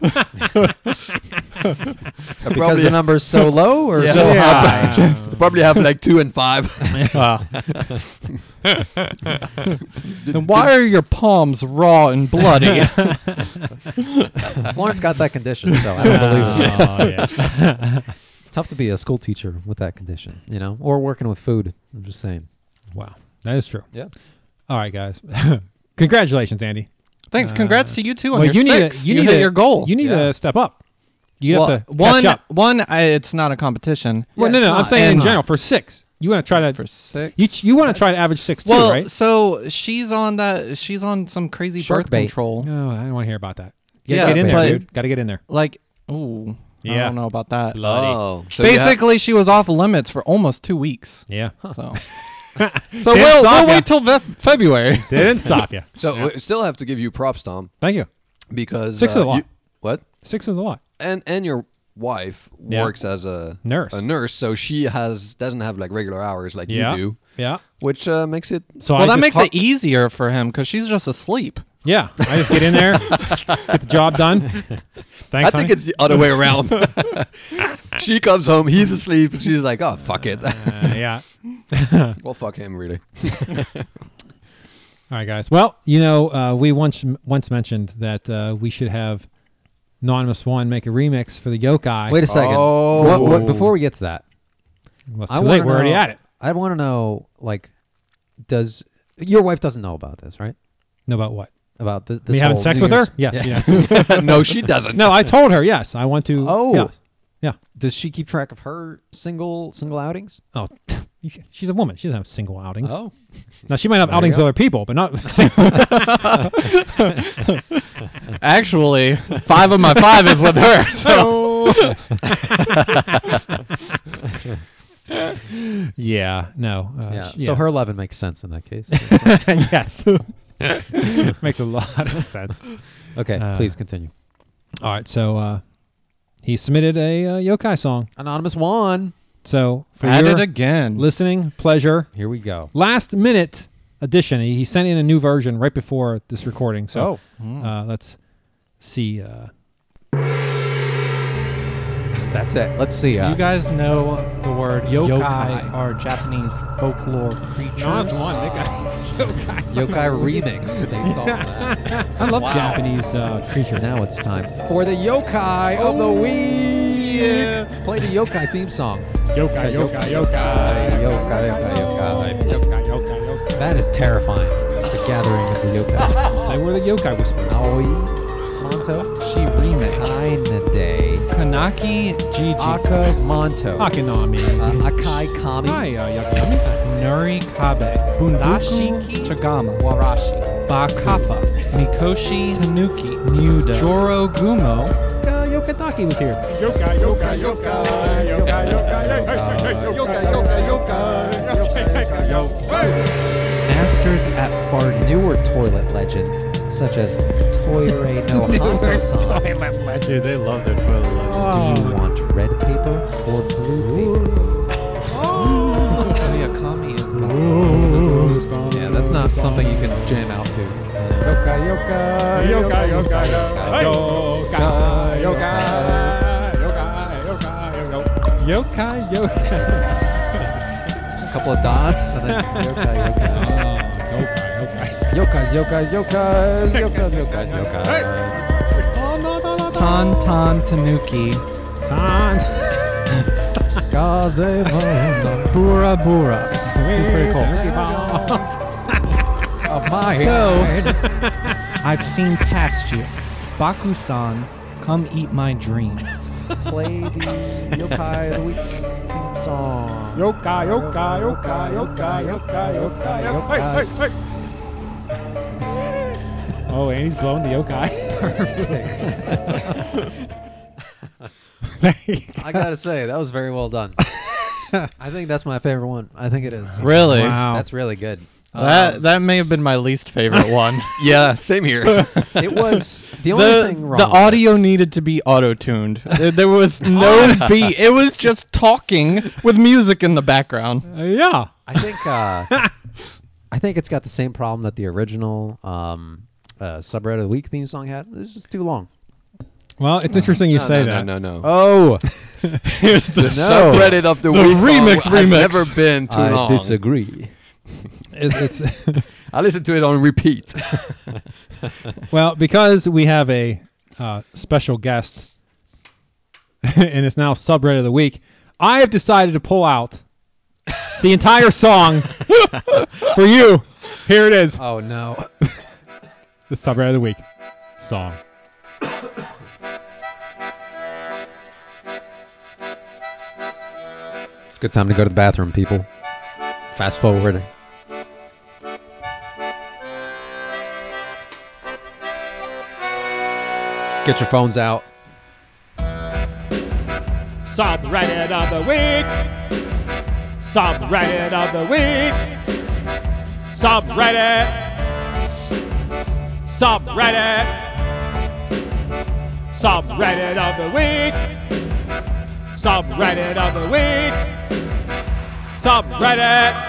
Speaker 3: Because
Speaker 4: probably,
Speaker 3: the number's so low or
Speaker 4: Yeah.
Speaker 3: so *laughs* high.
Speaker 4: probably have like two and
Speaker 5: *laughs*
Speaker 4: five.
Speaker 7: Then why are your palms raw and *laughs* bloody?
Speaker 3: Florence got that condition, so I don't believe it.
Speaker 5: Oh,
Speaker 3: Tough to be a school teacher with that condition, you know, or working with food. I'm just saying.
Speaker 5: Wow, that is true.
Speaker 3: Yeah.
Speaker 5: All right, guys. *laughs* Congratulations, Andy.
Speaker 7: Thanks. Congrats to you two on
Speaker 5: Well,
Speaker 7: your
Speaker 5: you need to-
Speaker 7: six.
Speaker 5: you need
Speaker 7: hit
Speaker 5: to-
Speaker 7: your goal.
Speaker 5: You need to step up. You
Speaker 7: well,
Speaker 5: have to catch
Speaker 7: one,
Speaker 5: up.
Speaker 7: one. I, it's not a competition.
Speaker 5: Well, no,
Speaker 3: it's
Speaker 5: no. I'm
Speaker 3: not-
Speaker 5: saying
Speaker 3: it's
Speaker 5: in
Speaker 3: not.
Speaker 5: general for six, you want to try to
Speaker 7: For six.
Speaker 5: you you want to try to average six
Speaker 7: well,
Speaker 5: too, right?
Speaker 7: so she's on that. She's on some crazy
Speaker 3: Shark
Speaker 7: birth
Speaker 3: bait.
Speaker 7: control.
Speaker 5: No, I don't want to hear about that.
Speaker 7: Yeah,
Speaker 5: Gotta get in
Speaker 7: but-
Speaker 5: there, dude. Got to get in there.
Speaker 7: Like, ooh, I
Speaker 5: Yeah.
Speaker 7: don't know about that.
Speaker 4: Oh, so you have-
Speaker 7: Basically, she was off limits for almost two
Speaker 5: *laughs*
Speaker 7: weeks.
Speaker 5: Yeah,
Speaker 7: *laughs* So, so
Speaker 5: Didn't
Speaker 7: we'll,
Speaker 5: stop
Speaker 7: we'll
Speaker 5: ya.
Speaker 7: wait till Fe- *laughs* February.
Speaker 5: they didn't stop you.
Speaker 4: so we still have to give you props, Tom,
Speaker 5: Thank you.
Speaker 4: because
Speaker 5: Six
Speaker 4: uh,
Speaker 5: is a lot.
Speaker 4: you- what?
Speaker 5: Six is a lot.
Speaker 4: And and your wife
Speaker 5: Yeah.
Speaker 4: works as a
Speaker 5: Nurse.
Speaker 4: a nurse, so she has doesn't have like regular hours like
Speaker 5: Yeah.
Speaker 4: you do,
Speaker 5: Yeah.
Speaker 4: which uh, makes it.
Speaker 5: So
Speaker 7: well,
Speaker 5: I
Speaker 7: that
Speaker 5: just
Speaker 7: makes
Speaker 5: har-
Speaker 7: it easier for him because she's just asleep.
Speaker 5: Yeah, I just get in
Speaker 7: *laughs*
Speaker 5: there, get the job done. Thanks,
Speaker 4: I think
Speaker 5: honey.
Speaker 4: it's the other way around. she comes home, he's asleep, and she's like, "Oh fuck it."
Speaker 5: Uh, yeah.
Speaker 4: *laughs* well, fuck him, really.
Speaker 5: All right, guys. Well, you know, uh, we once once mentioned that uh, we should have Anonymous One make a remix for the Yokai.
Speaker 3: Wait a second.
Speaker 4: Oh.
Speaker 3: What, what, before we get to that,
Speaker 5: Well, it's
Speaker 3: I
Speaker 5: too
Speaker 3: wanna
Speaker 5: late. We're already
Speaker 3: know-
Speaker 5: at it.
Speaker 3: I want to know, like, does your wife doesn't know about this, right?
Speaker 5: No, about what?
Speaker 3: About this. this
Speaker 5: Me having
Speaker 3: whole
Speaker 5: sex
Speaker 3: New
Speaker 5: with her?
Speaker 3: Year's-
Speaker 5: Yes.
Speaker 3: Yeah.
Speaker 5: yes.
Speaker 4: no, she doesn't.
Speaker 5: no, I told her. Yes, I want to.
Speaker 3: *laughs* Oh.
Speaker 5: yeah. yeah.
Speaker 3: Does she keep track of her single single outings?
Speaker 5: Oh, *laughs* you sh- she's a woman. She doesn't have single outings.
Speaker 3: Oh,
Speaker 5: Now she might have outings with other people, but not.
Speaker 3: *laughs*
Speaker 5: *laughs* single.
Speaker 4: *laughs*
Speaker 7: Actually, five of my five is with her. So
Speaker 5: yeah, no. Uh,
Speaker 3: yeah.
Speaker 5: sh-
Speaker 3: So her 11 makes sense in that case.
Speaker 5: *laughs* yes. *laughs*
Speaker 3: *laughs*
Speaker 5: Makes a lot of sense.
Speaker 3: okay,
Speaker 5: Uh,
Speaker 3: please continue.
Speaker 5: All right, so uh, he submitted a uh, yokai song.
Speaker 3: Anonymous one.
Speaker 5: So for
Speaker 7: At
Speaker 5: your
Speaker 7: it again.
Speaker 5: listening pleasure,
Speaker 3: Here we go.
Speaker 5: last minute edition. He, he sent in a new version right before this recording.
Speaker 3: Oh,
Speaker 5: So
Speaker 3: hmm.
Speaker 5: uh, let's see. Uh,
Speaker 3: That's it. Let's see.
Speaker 7: Do
Speaker 3: Uh,
Speaker 7: you guys know the word yokai,
Speaker 3: Yokai.
Speaker 7: or Japanese folklore creatures?
Speaker 5: *laughs*
Speaker 3: yokai remix based off of
Speaker 7: *laughs*
Speaker 3: that.
Speaker 5: I love Japanese uh, creatures.
Speaker 3: Now it's time for the yokai of the week. Play the yokai theme song.
Speaker 5: Yokai, yokai, yokai,
Speaker 3: Yokai, yokai, yokai, yokai.
Speaker 5: yokai, yokai, yokai.
Speaker 3: That is terrifying. The gathering of the yokai.
Speaker 5: Say we're the yokai whisperers.
Speaker 3: Aoi Monto. She remixed. Day.
Speaker 7: Kanaki Gigi.
Speaker 3: Aka Monto.
Speaker 5: Akinami.
Speaker 3: Uh, Akai Kami.
Speaker 5: Hi, uh, Yokai.
Speaker 7: Nuri Kabe, Bundashi Chagama, Warashi, Bakappa, Mikoshi, Tanuki, Muda, Joro Gumo,
Speaker 5: Uh, Yokataki was here.
Speaker 7: Masters at Farting.
Speaker 3: Newer toilet legend, such as Toire no Honto-san. Do
Speaker 8: Dude, they love their toilet legends.
Speaker 3: you want red paper or blue paper?
Speaker 7: Koyakami is back.
Speaker 3: Yeah, that's not something you can jam out to. Yokai, yokai,
Speaker 5: Yokai, yokai.
Speaker 3: A couple of dots, and then yokai, yokai.
Speaker 5: Oh.
Speaker 3: Yokai, yokai, yokai, *laughs* yokai, yokai, yokai.
Speaker 7: Tan Tan Tanuki,
Speaker 3: Gazebo,
Speaker 7: Bura Bura.
Speaker 5: pretty cool.
Speaker 3: of my
Speaker 7: So-
Speaker 3: head.
Speaker 7: I've seen past you. Bakusan, come eat my dream.
Speaker 3: Play the yokai of the week theme song.
Speaker 2: Yokai, yokai, yokai, yokai, yokai, yokai, yokai. Hey, hey, hey.
Speaker 5: Oh, and he's blowing the yokai. *laughs*
Speaker 3: I gotta say, that was very well *laughs* done. I think that's my favorite one. I think it is.
Speaker 7: Really?
Speaker 5: Wow.
Speaker 3: That's really good. *laughs*
Speaker 7: That that may have been my least favorite one.
Speaker 4: yeah, same here.
Speaker 3: It was the only
Speaker 7: the,
Speaker 3: thing wrong.
Speaker 7: the audio needed to be auto-tuned. There,
Speaker 3: *laughs*
Speaker 7: there was no
Speaker 3: Oh.
Speaker 7: beat. It was just talking with music in
Speaker 3: *laughs*
Speaker 7: the background.
Speaker 5: Uh, yeah.
Speaker 3: I think *laughs* uh, I think it's got the same problem that the original um, uh, subreddit of the week theme song had. It's just too long.
Speaker 5: Well, it's interesting you
Speaker 4: no,
Speaker 5: say
Speaker 4: no,
Speaker 5: that.
Speaker 4: No, no, no.
Speaker 3: Oh,
Speaker 7: Here's the
Speaker 3: No.
Speaker 4: Subreddit of the,
Speaker 7: The
Speaker 4: week
Speaker 7: remix
Speaker 4: song has
Speaker 7: remix.
Speaker 4: never been too
Speaker 3: I
Speaker 4: long.
Speaker 3: disagree.
Speaker 5: It's, *laughs* it's,
Speaker 4: I listened to it on repeat. *laughs*
Speaker 5: well, because we have a uh, special guest, *laughs* and it's now subreddit of the week. I have decided to pull out the entire song for you. Here it is,
Speaker 3: Oh no.
Speaker 5: the subreddit of the week song.
Speaker 3: It's a good time to go to the bathroom, people. Fast forward. Get your phones out.
Speaker 2: Subreddit of the week. Subreddit of the week. Subreddit. Subreddit. Subreddit of the week. Subreddit of the week. Subreddit.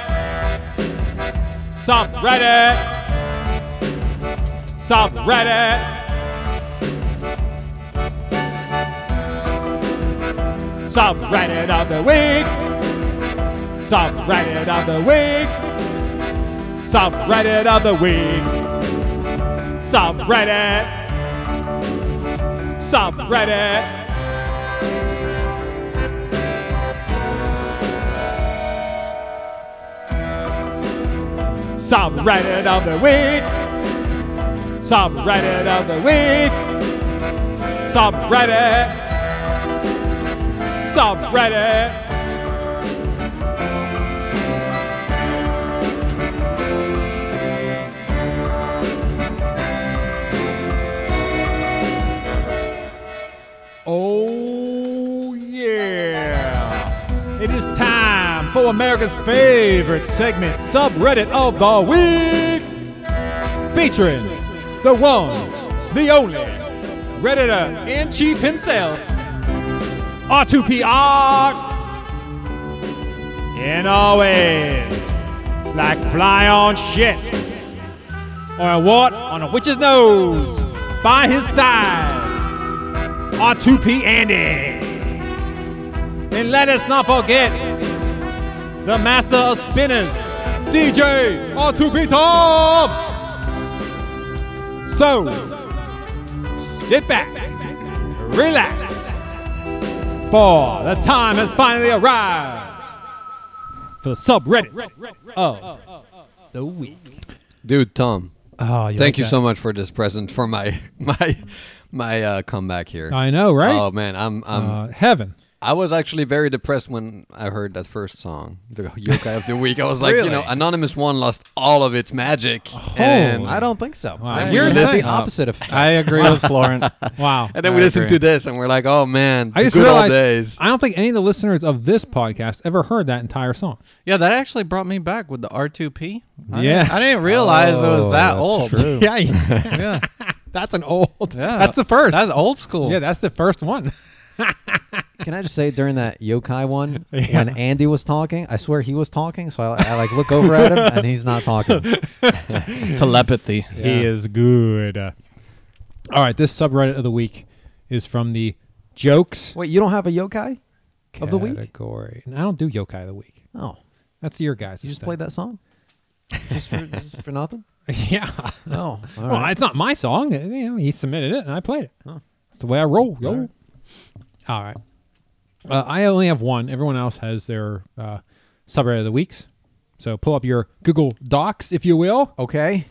Speaker 2: Subreddit. Subreddit. Subreddit of the week. Subreddit of the week. Subreddit of the week. Subreddit. Subreddit. Subreddit of the week. Subreddit of the week. Subreddit subreddit.
Speaker 5: Oh America's favorite segment, subreddit of the week, featuring the one, the only redditor in chief himself, R2PR, and always like fly on shit or a wart on a witch's nose by his side, R2P Andy. And let us not forget the master of spinners, DJ R2P Tom. So, sit back, relax, for the time has finally arrived for the subreddit of the week.
Speaker 4: Dude, Tom,
Speaker 7: Ah,
Speaker 5: Oh,
Speaker 4: thank you so much for this present for my *laughs* my my uh, comeback here.
Speaker 5: I know, right?
Speaker 4: Oh man, I'm I'm
Speaker 5: uh, heaven.
Speaker 4: I was actually very depressed when I heard that first song, the Yokai of the Week. I was like, you know,
Speaker 5: Really? Oh,
Speaker 4: Anonymous One lost all of its magic. and
Speaker 3: I don't think so. I think
Speaker 5: you're
Speaker 3: that's the
Speaker 5: insane.
Speaker 3: opposite of
Speaker 7: I agree with
Speaker 4: *laughs*
Speaker 7: Florent.
Speaker 5: Wow.
Speaker 4: And then
Speaker 7: I
Speaker 4: we listened
Speaker 7: agree.
Speaker 4: to this, and we're like, oh man,
Speaker 5: I just
Speaker 4: good
Speaker 5: realized
Speaker 4: old days.
Speaker 5: I don't think any of the listeners of this podcast ever heard that entire song.
Speaker 7: yeah, that actually brought me back with the R2P. I
Speaker 5: Yeah.
Speaker 7: didn't, I didn't realize it was that
Speaker 3: Oh, that's
Speaker 7: old.
Speaker 3: true.
Speaker 5: *laughs* Yeah,
Speaker 4: *laughs*
Speaker 7: Yeah.
Speaker 5: that's an old.
Speaker 7: Yeah.
Speaker 5: That's the first.
Speaker 7: *laughs* That's old school.
Speaker 5: yeah, that's the first one.
Speaker 3: Can I just say during that yokai
Speaker 7: *laughs*
Speaker 3: one when Andy was talking, I swear he was talking, so I, I like look over at him and he's not talking.
Speaker 7: *laughs* It's telepathy.
Speaker 5: Mm-hmm. He is good. All right, this subreddit of the week is from the jokes
Speaker 3: Wait, you don't have a yokai? Of the week?
Speaker 5: category. And I don't do yokai of the week.
Speaker 3: Oh,
Speaker 5: That's your guys.
Speaker 3: you just played that song just
Speaker 7: *laughs*
Speaker 3: for, just for nothing?
Speaker 5: *laughs* yeah.
Speaker 3: Oh, all right.
Speaker 5: Well, it's not my song. Uh, You know, he submitted it, and I played it. That's the way I roll. Yo. All right. Uh, I only have one. Everyone else has their uh, subreddit of the weeks. So pull up your Google Docs, if you will,
Speaker 3: okay.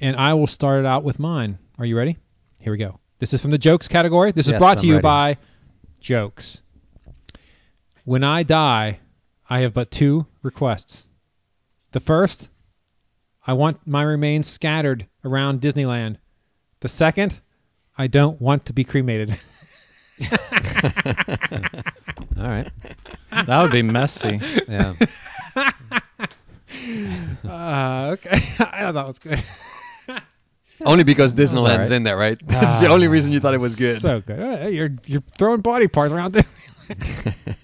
Speaker 5: and I will start it out with mine. Are you ready? Here we go. This is from the jokes category. This is
Speaker 3: Yes,
Speaker 5: brought to
Speaker 3: I'm
Speaker 5: you
Speaker 3: ready.
Speaker 5: by Jokes. When I die, I have but two requests. The first, I want my remains scattered around Disneyland. The second, I don't want to be cremated. *laughs*
Speaker 3: All right.
Speaker 7: *laughs* That would be messy.
Speaker 3: Yeah.
Speaker 5: uh, okay. *laughs* I thought that was good.
Speaker 4: Only because Disneyland's
Speaker 3: alright.
Speaker 4: in there, right? *laughs* That's the only reason you thought it was good.
Speaker 5: Ah, So good. Uh, You're you're throwing body parts around Disneyland.
Speaker 3: *laughs*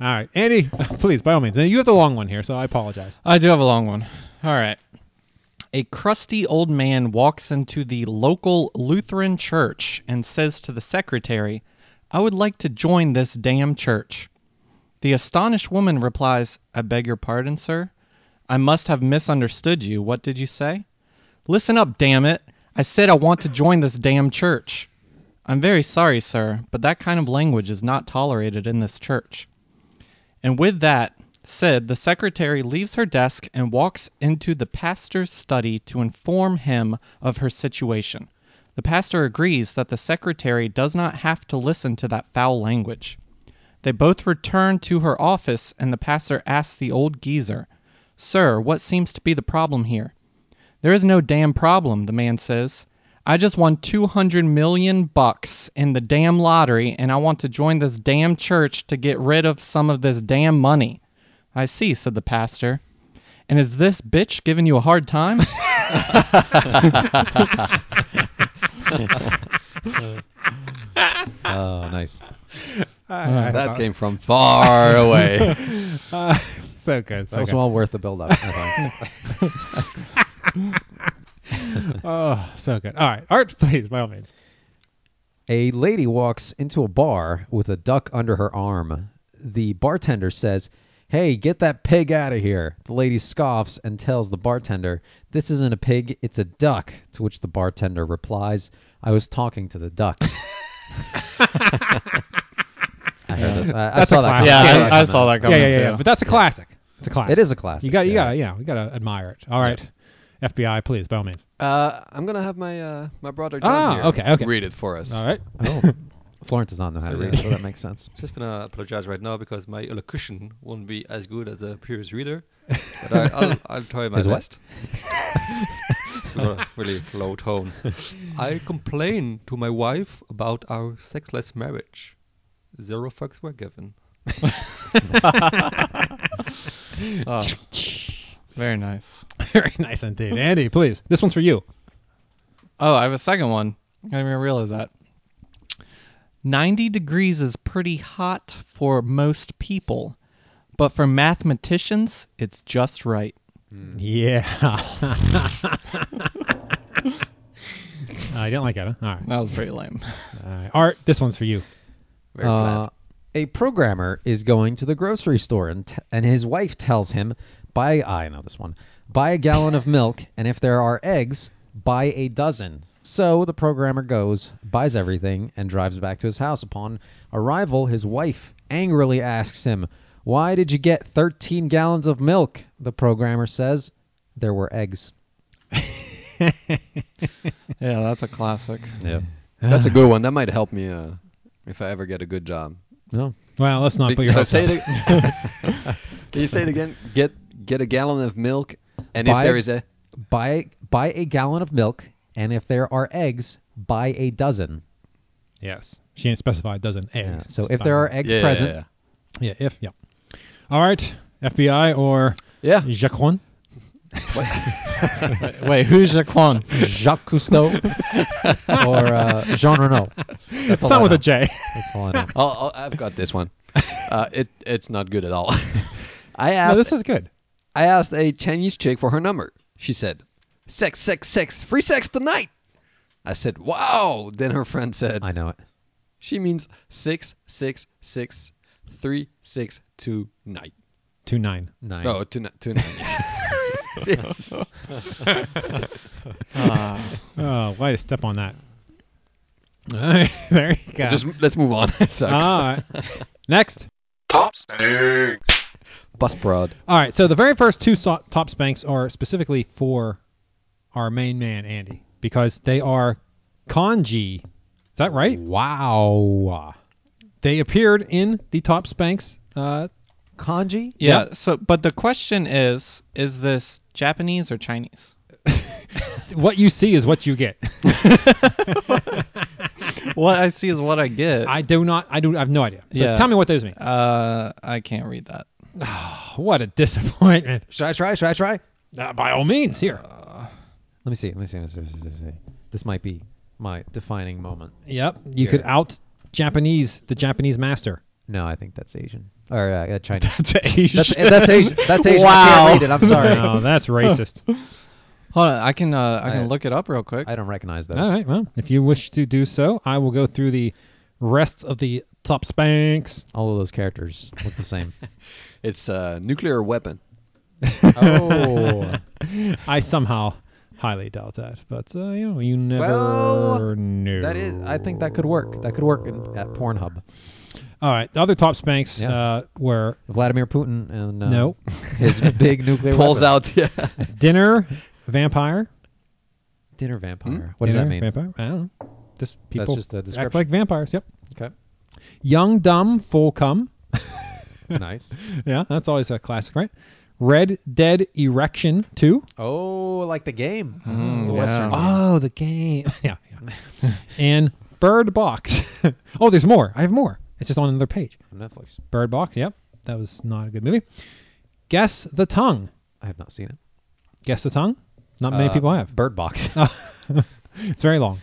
Speaker 5: all right, Andy, *laughs* please, by all means. Now, You have the long one here, so I apologize.
Speaker 7: I do have a long one. All right. A crusty old man walks into the local Lutheran church and says to the secretary, I would like to join this damn church. The astonished woman replies, I beg your pardon, sir. I must have misunderstood you. What did you say? Listen up, damn it. I said I want to join this damn church. I'm very sorry, sir, but that kind of language is not tolerated in this church. And with that said, the secretary leaves her desk and walks into the pastor's study to inform him of her situation. The pastor agrees that the secretary does not have to listen to that foul language. They both return to her office, and the pastor asks the old geezer, Sir, what seems to be the problem here? There is no damn problem, the man says. I just won 200 million bucks in the damn lottery and I want to join this damn church to get rid of some of this damn money. I see, said the pastor. And is this bitch giving you a hard time? *laughs*
Speaker 3: Oh, nice.
Speaker 4: That came
Speaker 5: *laughs*
Speaker 4: from far away.
Speaker 5: So good. So
Speaker 3: That was
Speaker 5: good.
Speaker 3: well worth the build up. I thought.
Speaker 5: Oh, so good. All right, Art, *laughs* please, by all means.
Speaker 3: a lady walks into a bar with a duck under her arm. The bartender says, Hey, get that pig out of here. The lady scoffs and tells the bartender, This isn't a pig, it's a duck. To which the bartender replies, I was talking to the duck. *laughs* I, heard it. I- I
Speaker 5: That's a
Speaker 3: saw that.
Speaker 5: classic.
Speaker 3: comment.
Speaker 5: Yeah,
Speaker 3: I saw that comment.
Speaker 7: that
Speaker 5: yeah, yeah, yeah, But that's a classic. It's a classic.
Speaker 3: It is a classic.
Speaker 5: You got, you
Speaker 3: yeah.
Speaker 5: got, to you know, you got to admire it. All right, FBI, please, by all means.
Speaker 4: uh, I'm gonna have my uh, my brother John
Speaker 5: Ah,
Speaker 4: here
Speaker 5: okay, okay.
Speaker 4: read it for
Speaker 3: *laughs*
Speaker 4: us.
Speaker 5: All right.
Speaker 3: Oh, Florence does not know how to read, so that makes sense.
Speaker 6: *laughs* Just gonna apologize right now because my elocution won't be as good as a previous reader, but I,
Speaker 3: *laughs*
Speaker 6: I'll, I'll try my
Speaker 3: As what?
Speaker 6: best. *laughs* Got a really low tone. I complain to my wife about our sexless marriage. Zero fucks were given.
Speaker 7: Oh. Very nice.
Speaker 5: Very nice indeed. Andy, please. This one's for you.
Speaker 7: Oh, I have a second one. I didn't even realize that. 90 degrees is pretty hot for most people, but for mathematicians, it's just right.
Speaker 3: *laughs*
Speaker 5: Yeah. I didn't like it. Huh? All right.
Speaker 7: That was pretty lame. *laughs*
Speaker 5: All right. Art, this one's for you.
Speaker 4: Very
Speaker 3: Uh, A programmer is going to the grocery store and, t- and his wife tells him, buy, I know this one, buy a gallon of milk, and if there are eggs, buy a dozen. So the programmer goes, buys everything, and drives back to his house. Upon arrival, his wife angrily asks him, Why did you get 13 gallons of milk? The programmer says, There were
Speaker 7: *laughs*
Speaker 3: eggs.
Speaker 7: Yeah, that's a classic.
Speaker 3: Yeah.
Speaker 4: flat. That's a good one. That might help me uh, if I ever get a good job.
Speaker 3: No.
Speaker 5: Well, let's not
Speaker 4: Be-
Speaker 5: put your
Speaker 4: so
Speaker 5: hopes
Speaker 4: say
Speaker 5: up.
Speaker 4: it
Speaker 5: *laughs*
Speaker 4: ag- Can you say it again? Get get a gallon of milk, and if
Speaker 3: Buy-
Speaker 4: there is a
Speaker 3: Buy, buy a gallon of milk, and if there are eggs, buy a dozen.
Speaker 5: Yes. She ain't specified, doesn't.
Speaker 3: Yeah.
Speaker 5: Eggs.
Speaker 3: So if there are eggs
Speaker 4: yeah,
Speaker 3: present,
Speaker 4: yeah,
Speaker 5: Yeah, if. Yeah. All right. FBI or
Speaker 4: yeah. Yeah.
Speaker 3: *laughs*
Speaker 5: Jacques Juan?
Speaker 7: Wait, who's Jaquan?
Speaker 3: Jacques Cousteau or uh, Jean Renault. That's all
Speaker 5: It's not
Speaker 3: I
Speaker 5: with
Speaker 3: know.
Speaker 5: a J.
Speaker 3: That's all I know.
Speaker 4: I'll, I'll, I've got
Speaker 5: *laughs*
Speaker 4: this one. Uh, it it's not good at all. *laughs* I
Speaker 5: no,
Speaker 4: asked
Speaker 5: this is good.
Speaker 4: I asked a Chinese chick for her number. She said, "Sex, sex, sex, free sex tonight." I said, "Wow." Then her friend said,
Speaker 3: I know it.
Speaker 4: "She means six, six, six, three, six, two, night."
Speaker 5: Two nine.
Speaker 3: Nine.
Speaker 4: No, two, ni-
Speaker 5: *laughs*
Speaker 4: two, nine. *laughs* yes.
Speaker 5: Oh, why to step on that? *laughs* All right, there you go.
Speaker 4: Just let's move on. *laughs* it sucks.
Speaker 5: All right. Next.
Speaker 1: Top stinks.
Speaker 4: Bus prod.
Speaker 5: All right. So the very first two so- top spanks are specifically for our main man Andy because they are kanji. Is that right?
Speaker 3: Wow.
Speaker 5: They appeared in the top spanks. Uh,
Speaker 3: Kanji?
Speaker 7: Yeah. So, but the question is, is this Japanese or Chinese?
Speaker 5: what you see is what you *laughs* get.
Speaker 7: what I see is what I get. I,
Speaker 5: I do not. I do. I have no idea. So
Speaker 7: Yeah.
Speaker 5: tell me what those mean.
Speaker 7: uh, I can't read that.
Speaker 5: what a *laughs* disappointment.
Speaker 3: Should I try? Should I try? Let
Speaker 5: Uh, by all means, here.
Speaker 3: me see. Let me see. Let me see. Let me see. This might be my defining moment.
Speaker 5: Yep. You could out Japanese the Japanese *laughs* master.
Speaker 3: No, I think that's Asian. Or uh, uh, Chinese.
Speaker 5: That's Asian.
Speaker 3: that's, that's Asian. That's Asian. I
Speaker 7: Wow.
Speaker 3: can't read it. I'm sorry.
Speaker 5: *laughs* No, that's *laughs* racist.
Speaker 7: Hold on, I can uh, I can
Speaker 3: I-
Speaker 7: look it up real quick.
Speaker 3: I don't recognize those.
Speaker 5: All right. Well, if you wish to do so, I will go through the rest of the top spanks.
Speaker 3: All of those characters look the same.
Speaker 4: It's a nuclear weapon.
Speaker 3: oh.
Speaker 5: I somehow highly doubt that, but uh, you know, you never
Speaker 3: Well,
Speaker 5: knew.
Speaker 3: That is, I think that could work. That could work in, at Pornhub.
Speaker 5: All right. The other top spanks
Speaker 3: Yeah.
Speaker 5: uh, were
Speaker 3: Vladimir Putin and uh,
Speaker 5: No.
Speaker 3: his big nuclear
Speaker 4: Pulls
Speaker 3: weapon.
Speaker 4: out. *laughs* Yeah.
Speaker 5: dinner, vampire.
Speaker 3: dinner vampire. What does
Speaker 5: Dinner,
Speaker 3: that mean?
Speaker 5: Vampire. I don't know. Just people
Speaker 3: just the
Speaker 5: act
Speaker 3: description.
Speaker 5: like vampires. Yep.
Speaker 3: Okay,
Speaker 5: Young, dumb, full cum.
Speaker 3: nice.
Speaker 5: Yeah, that's always a classic, right? Red Dead Erection 2.
Speaker 3: Oh, like the game, Ah, the
Speaker 7: yeah.
Speaker 3: Western. game.
Speaker 5: Oh, the game. *laughs* yeah, yeah. and Bird Box. *laughs* oh, there's more. I have more. It's just on another page.
Speaker 3: On Netflix.
Speaker 5: Bird Box. Yep, that was not a good movie. Guess the tongue.
Speaker 3: I have not seen it.
Speaker 5: Guess the tongue. Not many people have. Oh.
Speaker 3: Bird
Speaker 5: *laughs*
Speaker 3: Box.
Speaker 5: It's very long.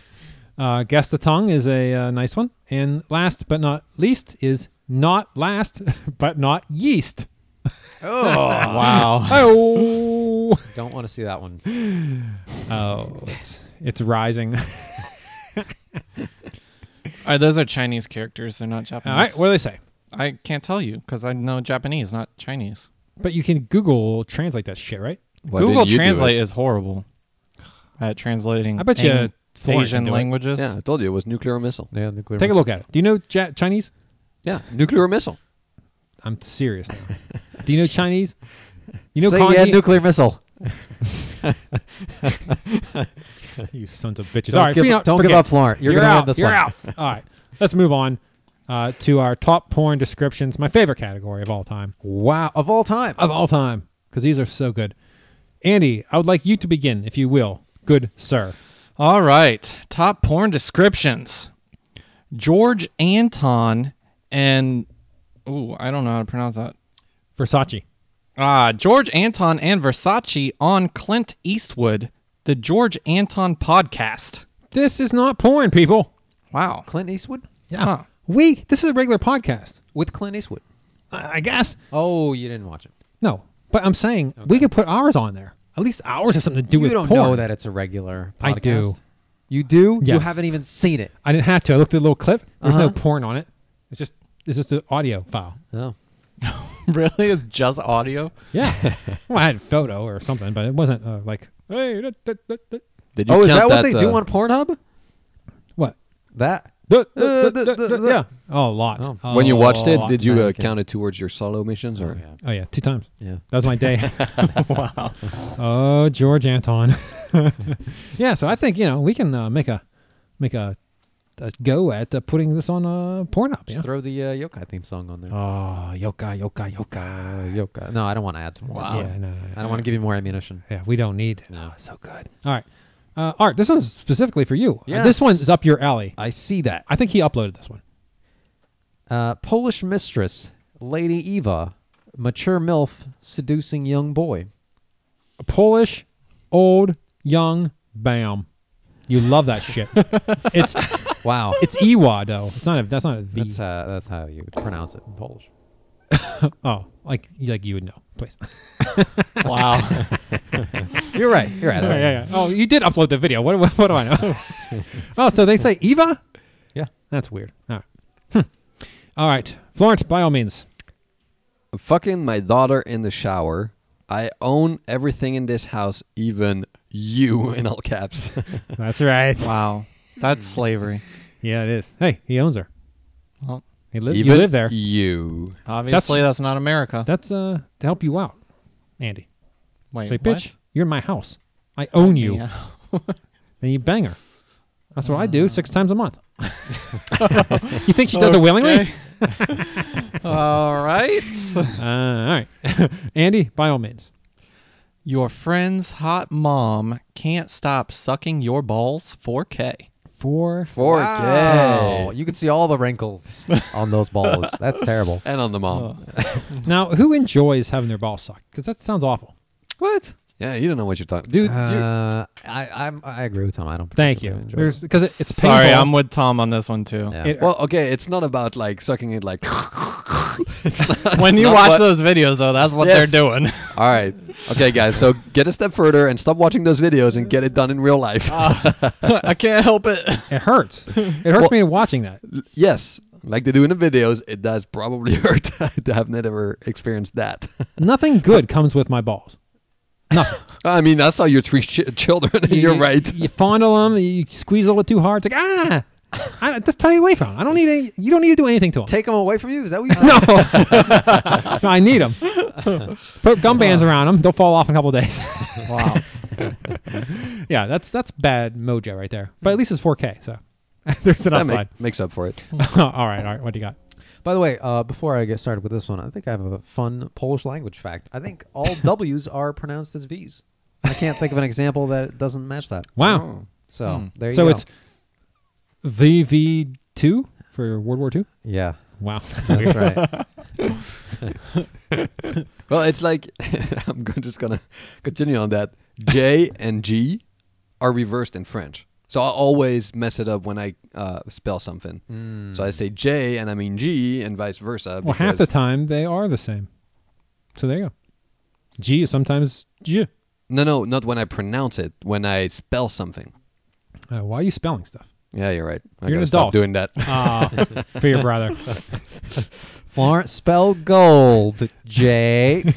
Speaker 5: Uh, Guess the tongue is a uh, nice one. And last but not least is not last *laughs* but not yeast. *laughs*
Speaker 7: wow.
Speaker 5: Oh,
Speaker 3: Don't want to see that one.
Speaker 5: oh, it's it's rising.
Speaker 7: All right, those are Chinese characters. They're not
Speaker 5: All
Speaker 7: Japanese.
Speaker 5: right, what do they say?
Speaker 7: I can't tell you because I know Japanese, not Chinese.
Speaker 5: But you can Google translate that shit, right?
Speaker 4: Why
Speaker 7: Google
Speaker 4: didn't you do it?
Speaker 7: Translate is horrible at translating.
Speaker 5: I bet you
Speaker 7: ang-
Speaker 5: Florent can
Speaker 7: Asian
Speaker 5: do it.
Speaker 7: languages.
Speaker 4: Yeah, I told you it was nuclear missile.
Speaker 3: *laughs* Yeah, nuclear.
Speaker 5: Take a look at it. Do you know ja- Chinese?
Speaker 4: Yeah, nuclear missile.
Speaker 5: I'm serious now. Do you
Speaker 3: *laughs*
Speaker 5: know Chinese? You know
Speaker 3: Say
Speaker 5: kanji?
Speaker 3: yeah, nuclear missile.
Speaker 5: you sons of bitches.
Speaker 3: Don't
Speaker 5: All right,
Speaker 3: give,
Speaker 5: you know-
Speaker 3: don't give
Speaker 5: forget
Speaker 3: up,
Speaker 5: it.
Speaker 3: Florent. You're,
Speaker 5: You're,
Speaker 3: gonna win
Speaker 5: out.
Speaker 3: this
Speaker 5: you're
Speaker 3: one.
Speaker 5: out. All right, let's move on uh, to our top porn descriptions. My favorite category of all time.
Speaker 3: Wow, of all time.
Speaker 5: Of all time, because these are so good. Andy, I would like you to begin, if you will. Good sir.
Speaker 7: All right. Top porn descriptions. George Anton and ooh, I don't know how to pronounce that.
Speaker 5: Versace.
Speaker 7: Ah, George Anton and Versace on Clint Eastwood, the George Anton podcast.
Speaker 5: This is not porn, people.
Speaker 7: Wow.
Speaker 3: Clint Eastwood?
Speaker 5: Yeah. We, this is a regular podcast,
Speaker 3: With Clint Eastwood.
Speaker 5: I, I guess.
Speaker 3: Oh, you didn't watch it.
Speaker 5: No, but I'm saying we could put ours on there. At least ours has something to do
Speaker 3: you
Speaker 5: with
Speaker 3: don't
Speaker 5: porn.
Speaker 3: know that it's a regular podcast.
Speaker 5: I do.
Speaker 3: You do? You
Speaker 5: Yes.
Speaker 3: haven't even seen it.
Speaker 5: I didn't have to. I looked at the little clip. There's no
Speaker 3: Uh-huh.
Speaker 5: porn on it. It's just it's just an audio
Speaker 3: *laughs*
Speaker 5: file.
Speaker 3: No.
Speaker 7: *laughs* really? It's just audio?
Speaker 5: Yeah. well, I had a photo or something, but it wasn't uh, like hey. da- da- da- da-
Speaker 4: Did
Speaker 3: Oh, is that
Speaker 4: count
Speaker 3: what they do
Speaker 4: uh,
Speaker 3: on Pornhub?
Speaker 5: What?
Speaker 3: That?
Speaker 5: Da- da-
Speaker 3: Uh,
Speaker 5: da-
Speaker 3: da-
Speaker 5: da-
Speaker 3: da-
Speaker 5: da- Yeah. Oh, a lot.
Speaker 3: Oh.
Speaker 5: A
Speaker 4: when you watched it,
Speaker 5: lot.
Speaker 4: did you uh,
Speaker 3: Okay.
Speaker 4: count it towards your solo missions or?
Speaker 5: Oh yeah, two times.
Speaker 3: Yeah.
Speaker 5: That was
Speaker 3: *laughs*
Speaker 5: my day. *laughs* wow. Oh, George Anton. *laughs* yeah, so I think you know we can uh, make a make a, a go at uh, putting this on uh, Pornhub.
Speaker 3: Just
Speaker 5: Yeah.
Speaker 3: throw the uh, yokai theme song on there.
Speaker 5: Oh, yokai, yokai, yokai.
Speaker 3: Uh, yokai. No, I don't want to add to more.
Speaker 5: Yeah, no, no, no.
Speaker 3: I don't want to give you more ammunition.
Speaker 5: Yeah, we don't need. Oh, so good. All right, uh, Art. This one's specifically for you. Uh, this
Speaker 3: Yes.
Speaker 5: one's up your alley.
Speaker 3: I see that.
Speaker 5: I think he uploaded this one.
Speaker 3: Uh, Polish mistress, Lady Eva, mature MILF seducing young boy.
Speaker 5: A Polish, old, young, bam. You love
Speaker 3: *laughs*
Speaker 5: that shit. It's
Speaker 3: Wow.
Speaker 5: it's Iwa though. It's not a. That's not a V.
Speaker 3: that's, uh, that's how you would pronounce it in Polish.
Speaker 5: oh, like like you would know. *laughs* Please. *laughs*
Speaker 7: Wow.
Speaker 3: You're right. You're right.
Speaker 5: yeah, yeah, yeah. Oh, you did upload the video. What, what, what do I *laughs* know? oh, so they say Eva?
Speaker 3: Yeah.
Speaker 5: That's weird. All right. Hmm. All right. Florence, by all means.
Speaker 4: Fucking my daughter in the shower. I own everything in this house, even you *laughs* in all caps.
Speaker 5: That's right.
Speaker 7: wow. That's slavery.
Speaker 5: Yeah, it is. Hey, he owns her.
Speaker 7: Well,
Speaker 5: he li-
Speaker 4: even
Speaker 5: you live there.
Speaker 4: You.
Speaker 7: Obviously, that's, not America.
Speaker 5: That's uh to help you out, Andy.
Speaker 7: Wait,
Speaker 5: Say,
Speaker 7: what?
Speaker 5: bitch, you're in my house. I own you.
Speaker 7: Yeah. Uh.
Speaker 5: Then you bang her. That's what I do six times a
Speaker 7: *laughs*
Speaker 5: month. *laughs* you think she does it willingly?
Speaker 7: All right. *laughs*
Speaker 5: Uh, all right. *laughs* Andy, by all means.
Speaker 7: Your friend's hot mom can't stop sucking your balls 4K.
Speaker 5: Four.
Speaker 4: 4K.
Speaker 3: Wow. You can see all the *laughs* wrinkles on those balls. That's terrible.
Speaker 4: And on the mom.
Speaker 5: Now, who enjoys having their balls sucked? Because that sounds awful.
Speaker 4: What? Yeah, you don't know what you're talking. Dude, you-
Speaker 3: Uh, I I'm, I agree with Tom. I don't.
Speaker 5: Thank you.
Speaker 3: particularly enjoy it.
Speaker 5: Because it, it's painful.
Speaker 7: Sorry, I'm with Tom on this one too.
Speaker 3: Yeah.
Speaker 5: It-
Speaker 4: well, okay, it's not about like sucking it like. It's not-
Speaker 7: *laughs* When
Speaker 4: it's
Speaker 7: you
Speaker 4: not
Speaker 7: watch
Speaker 4: what-
Speaker 7: those videos, though, that's what
Speaker 4: Yes.
Speaker 7: they're doing. *laughs*
Speaker 4: All right. Okay, guys. So get a step further and stop watching those videos and get it done in real life.
Speaker 7: I can't help it.
Speaker 5: It hurts. It hurts me watching that.
Speaker 4: *laughs* yes, like they do in the videos, it does probably *laughs* hurt. I've never experienced that. *laughs*
Speaker 5: Nothing good comes with my balls. Nothing.
Speaker 4: I mean, I saw your three ch- children. *laughs* and You're
Speaker 5: you,
Speaker 4: right.
Speaker 5: You fondle them. You squeeze a little too hard. It's like ah. I, just tell you away from 'em. I don't need any. You don't need to do anything to them. *laughs*
Speaker 3: Take them away from Oh, you. Is that what you said?
Speaker 5: no. No, I need them. Put gum bands around them. They'll fall off in a couple days. *laughs*
Speaker 7: Wow.
Speaker 5: yeah, that's that's bad mojo right there. But at least it's 4K, so *laughs* there's an
Speaker 4: That
Speaker 5: upside.
Speaker 4: make, makes up for it.
Speaker 5: *laughs* all right, all right. What do you got?
Speaker 3: By the way, uh, before I get started with this one, I think I have a fun Polish language fact. I think
Speaker 5: *laughs*
Speaker 3: all W's are pronounced as V's. I can't think of an example that doesn't match that.
Speaker 5: Wow.
Speaker 3: Oh. So there you
Speaker 5: so
Speaker 3: go.
Speaker 5: it's VV2 for World War Two.
Speaker 3: yeah, *laughs*
Speaker 5: Wow.
Speaker 3: that's right.
Speaker 4: Well, it's like *laughs* I'm go- just gonna continue on that. J and G are reversed in French, so I always mess it up when I uh, spell something. So I say J and I mean G, and vice versa.
Speaker 5: *laughs* Well, half the
Speaker 4: because-
Speaker 5: time they are the same. So there you go. G is sometimes G.
Speaker 4: No, no, not when I pronounce it. When I spell something.
Speaker 5: Uh, why are you spelling stuff?
Speaker 4: Yeah, you're right. I
Speaker 5: You're an
Speaker 4: gotta stop
Speaker 5: adult.
Speaker 4: doing that.
Speaker 5: *laughs* Ah, for your
Speaker 3: *laughs*
Speaker 5: brother.
Speaker 3: Florence spell gold. J.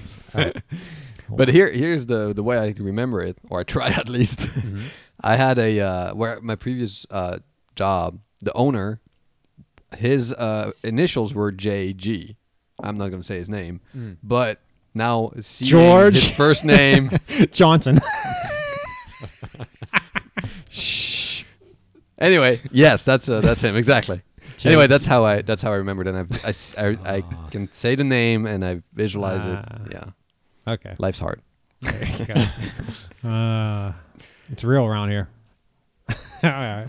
Speaker 4: But here, here's the the way I remember it, or I try at least.
Speaker 5: Mm-hmm.
Speaker 4: *laughs* I had a uh, where my previous uh, job, the owner, his uh, initials were JG. I'm not gonna say his name, but now seeing
Speaker 5: Mm. George.
Speaker 4: his
Speaker 5: *laughs*
Speaker 4: first name.
Speaker 3: *laughs*
Speaker 5: Johnson.
Speaker 4: anyway, yes, that's uh, that's him exactly. Anyway, that's how I that's how I remembered, and I've, I s- I, I can say the name and I visualize
Speaker 5: Ah.
Speaker 4: it. Yeah,
Speaker 5: okay.
Speaker 4: life's hard.
Speaker 5: There you go. *laughs* uh, it's real around here. *laughs* All right.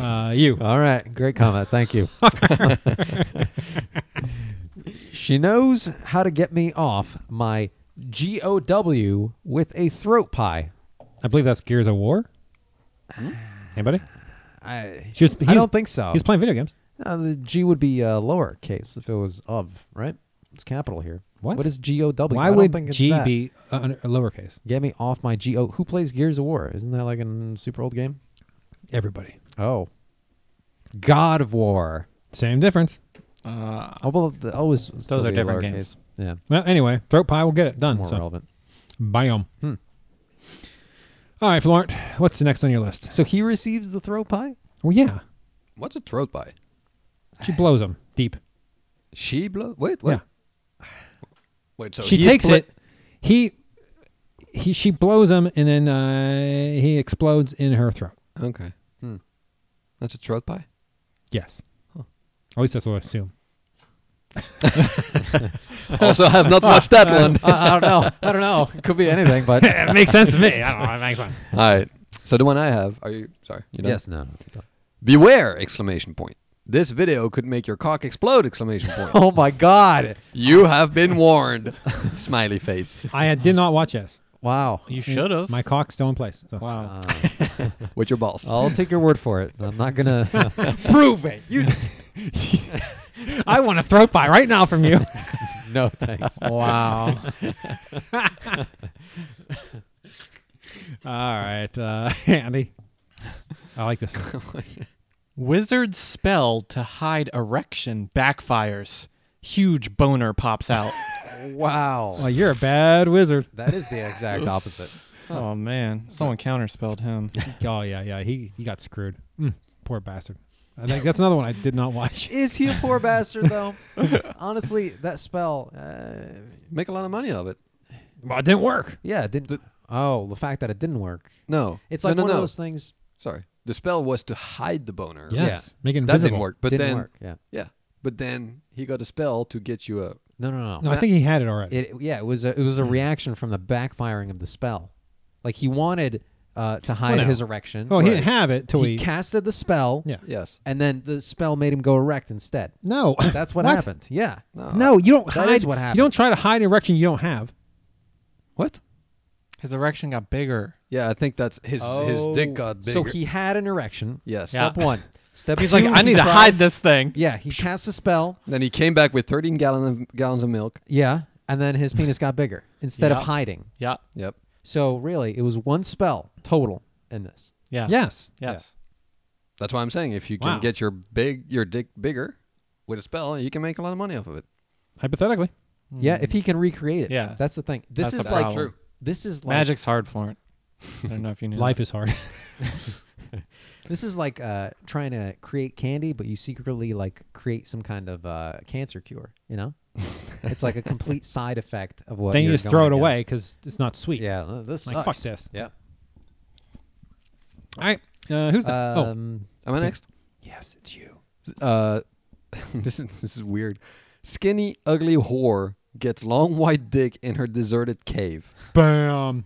Speaker 5: Uh, you.
Speaker 3: All right, great comment. Thank
Speaker 5: *laughs*
Speaker 3: you. *laughs* she knows how to get me off my G O W with a throat pie.
Speaker 5: I believe that's Gears of War. Anybody?
Speaker 3: Hmm? I,
Speaker 5: She was,
Speaker 3: I
Speaker 5: he's-
Speaker 3: don't think so.
Speaker 5: He's playing video games.
Speaker 3: Uh, the G would be uh, lowercase if it was of, right? It's capital here.
Speaker 5: What?
Speaker 3: What is G O W? I
Speaker 5: Why
Speaker 3: don't
Speaker 5: would
Speaker 3: think it's
Speaker 5: G
Speaker 3: that.
Speaker 5: be uh, under- lowercase?
Speaker 3: Get me off my G O. Who plays Gears of War? Isn't that like a super old game?
Speaker 5: Everybody.
Speaker 3: Oh, God of War.
Speaker 5: Same difference.
Speaker 7: Uh,
Speaker 3: Oh, well, the O is those
Speaker 7: are different games. *laughs*
Speaker 3: Yeah,
Speaker 5: Well, anyway, throat pie. We'll get it done.
Speaker 3: more
Speaker 5: so,
Speaker 3: relevant.
Speaker 5: Bam.
Speaker 3: Hmm.
Speaker 5: All right, Florent. What's the next on your list?
Speaker 3: So he receives the throat pie.
Speaker 5: Well, yeah,
Speaker 4: What's a throat pie?
Speaker 5: she blows him deep.
Speaker 4: She blow. Wait, what?
Speaker 5: Yeah.
Speaker 4: Wait, so
Speaker 5: she
Speaker 4: he is
Speaker 5: takes
Speaker 4: pla-
Speaker 5: it. He, he, she blows him, and then uh, he explodes in her throat.
Speaker 4: Okay.
Speaker 3: Hmm.
Speaker 4: That's a throat pie.
Speaker 5: Yes. At least that's what I assume.
Speaker 4: *laughs* also, I have not watched that one.
Speaker 3: *laughs* I, I don't know. I don't
Speaker 4: *laughs*
Speaker 3: know. It could be anything, but
Speaker 5: it makes sense to me. *laughs* I don't know. It makes sense.
Speaker 4: All right. So the one I have. Are you sorry? You done?
Speaker 3: yes, no. no, no.
Speaker 4: Beware! Exclamation point. This video could make your cock explode! Exclamation point.
Speaker 3: *laughs* Oh my God!
Speaker 4: you have been warned. *laughs* Smiley face.
Speaker 5: I had- did not watch this.
Speaker 3: Wow.
Speaker 7: you should have.
Speaker 5: My cock's still in place. So.
Speaker 7: Wow.
Speaker 4: With your balls.
Speaker 3: I'll take your word for it. I'm not gonna.
Speaker 5: Prove it. You. Uh, I want a throat pie right now from you.
Speaker 3: *laughs* no
Speaker 5: *laughs*
Speaker 3: thanks.
Speaker 5: Wow. All right, uh, *laughs* Andy. I like this. one.
Speaker 7: Wizard's spell to hide erection backfires. Huge boner pops *laughs* out.
Speaker 3: *laughs* Wow.
Speaker 5: Well, you're a bad wizard.
Speaker 3: That is the
Speaker 7: *laughs*
Speaker 3: exact opposite.
Speaker 7: oh man, someone counterspelled *laughs* him.
Speaker 5: Oh yeah, yeah. He he got screwed. Mm, poor bastard. I think that's another one I did not watch. *laughs*
Speaker 3: Is he a poor bastard
Speaker 7: *laughs*
Speaker 3: though? Honestly, that spell. Uh,
Speaker 4: Make a lot of money of it.
Speaker 5: Well, it didn't work.
Speaker 3: yeah, it didn't. oh, the fact that it didn't work.
Speaker 4: No.
Speaker 3: It's like
Speaker 4: no, no,
Speaker 3: one
Speaker 4: no.
Speaker 3: of those things.
Speaker 4: Sorry. The spell was to hide the boner.
Speaker 5: Yes. Make it
Speaker 4: That
Speaker 5: invisible.
Speaker 4: didn't work. But
Speaker 3: didn't
Speaker 4: then,
Speaker 3: work. Yeah.
Speaker 4: yeah. But then he got a spell to get you a.
Speaker 3: No, no, no.
Speaker 5: No, I think he had it already.
Speaker 3: It, yeah, it was a, it was
Speaker 7: Hmm.
Speaker 3: a reaction from the backfiring of the spell. Like he wanted uh, to hide
Speaker 5: no.
Speaker 3: his erection.
Speaker 5: oh, he
Speaker 4: Right.
Speaker 5: didn't have it till
Speaker 3: he
Speaker 5: he.
Speaker 3: casted the spell.
Speaker 5: Yeah.
Speaker 4: Yes.
Speaker 3: And then the spell made him go erect instead.
Speaker 5: no. *laughs*
Speaker 3: That's
Speaker 7: *laughs*
Speaker 3: what, happened. Yeah.
Speaker 5: No, you don't
Speaker 3: That
Speaker 5: hide.
Speaker 3: is what happened.
Speaker 5: You don't try to hide an erection you don't have.
Speaker 4: What?
Speaker 7: His erection got bigger.
Speaker 4: Yeah, I think that's his.
Speaker 3: Oh.
Speaker 4: His dick got bigger.
Speaker 3: So he had an erection.
Speaker 4: Yes.
Speaker 3: Step
Speaker 7: *laughs*
Speaker 3: one. Step
Speaker 7: He's
Speaker 3: two,
Speaker 7: like, I
Speaker 3: he
Speaker 7: need to
Speaker 3: tries-
Speaker 7: hide this thing.
Speaker 3: Yeah, he casts a spell.
Speaker 4: Then he came back with 13 gallon of, gallons of milk.
Speaker 3: Yeah, and then his penis got bigger instead
Speaker 7: Yeah.
Speaker 3: of hiding.
Speaker 7: Yeah.
Speaker 4: Yep.
Speaker 3: So really, it was one spell total in this.
Speaker 7: Yeah.
Speaker 5: Yes.
Speaker 7: Yes.
Speaker 4: That's why I'm saying if you can
Speaker 5: Wow.
Speaker 4: get your big your dick bigger with a spell, you can make a lot of money off of it.
Speaker 5: Hypothetically.
Speaker 3: Yeah,
Speaker 5: Hmm.
Speaker 3: if he can recreate it.
Speaker 7: Yeah.
Speaker 3: that's the thing. This
Speaker 7: That's
Speaker 3: is
Speaker 7: the
Speaker 3: like
Speaker 7: problem.
Speaker 3: this is like
Speaker 7: Magic's hard for it. I don't know if you knew.
Speaker 5: Life is hard. *laughs*
Speaker 3: This is like uh, trying to create candy, but you secretly like create some kind of uh, cancer cure. You
Speaker 5: *laughs*
Speaker 3: know, it's like a complete side effect of what.
Speaker 5: then you
Speaker 3: you're
Speaker 5: just throw it
Speaker 3: going
Speaker 5: away
Speaker 3: against.
Speaker 5: because it's not sweet.
Speaker 3: Yeah, uh, this
Speaker 5: Like,
Speaker 3: sucks.
Speaker 5: fuck this.
Speaker 3: Yeah.
Speaker 5: All right. Uh, who's next? oh.
Speaker 3: Um,
Speaker 4: Am I next?
Speaker 5: Yes, it's you.
Speaker 4: Uh, *laughs* this is this is weird. Skinny ugly whore gets long white dick in her deserted cave.
Speaker 5: *laughs* Bam.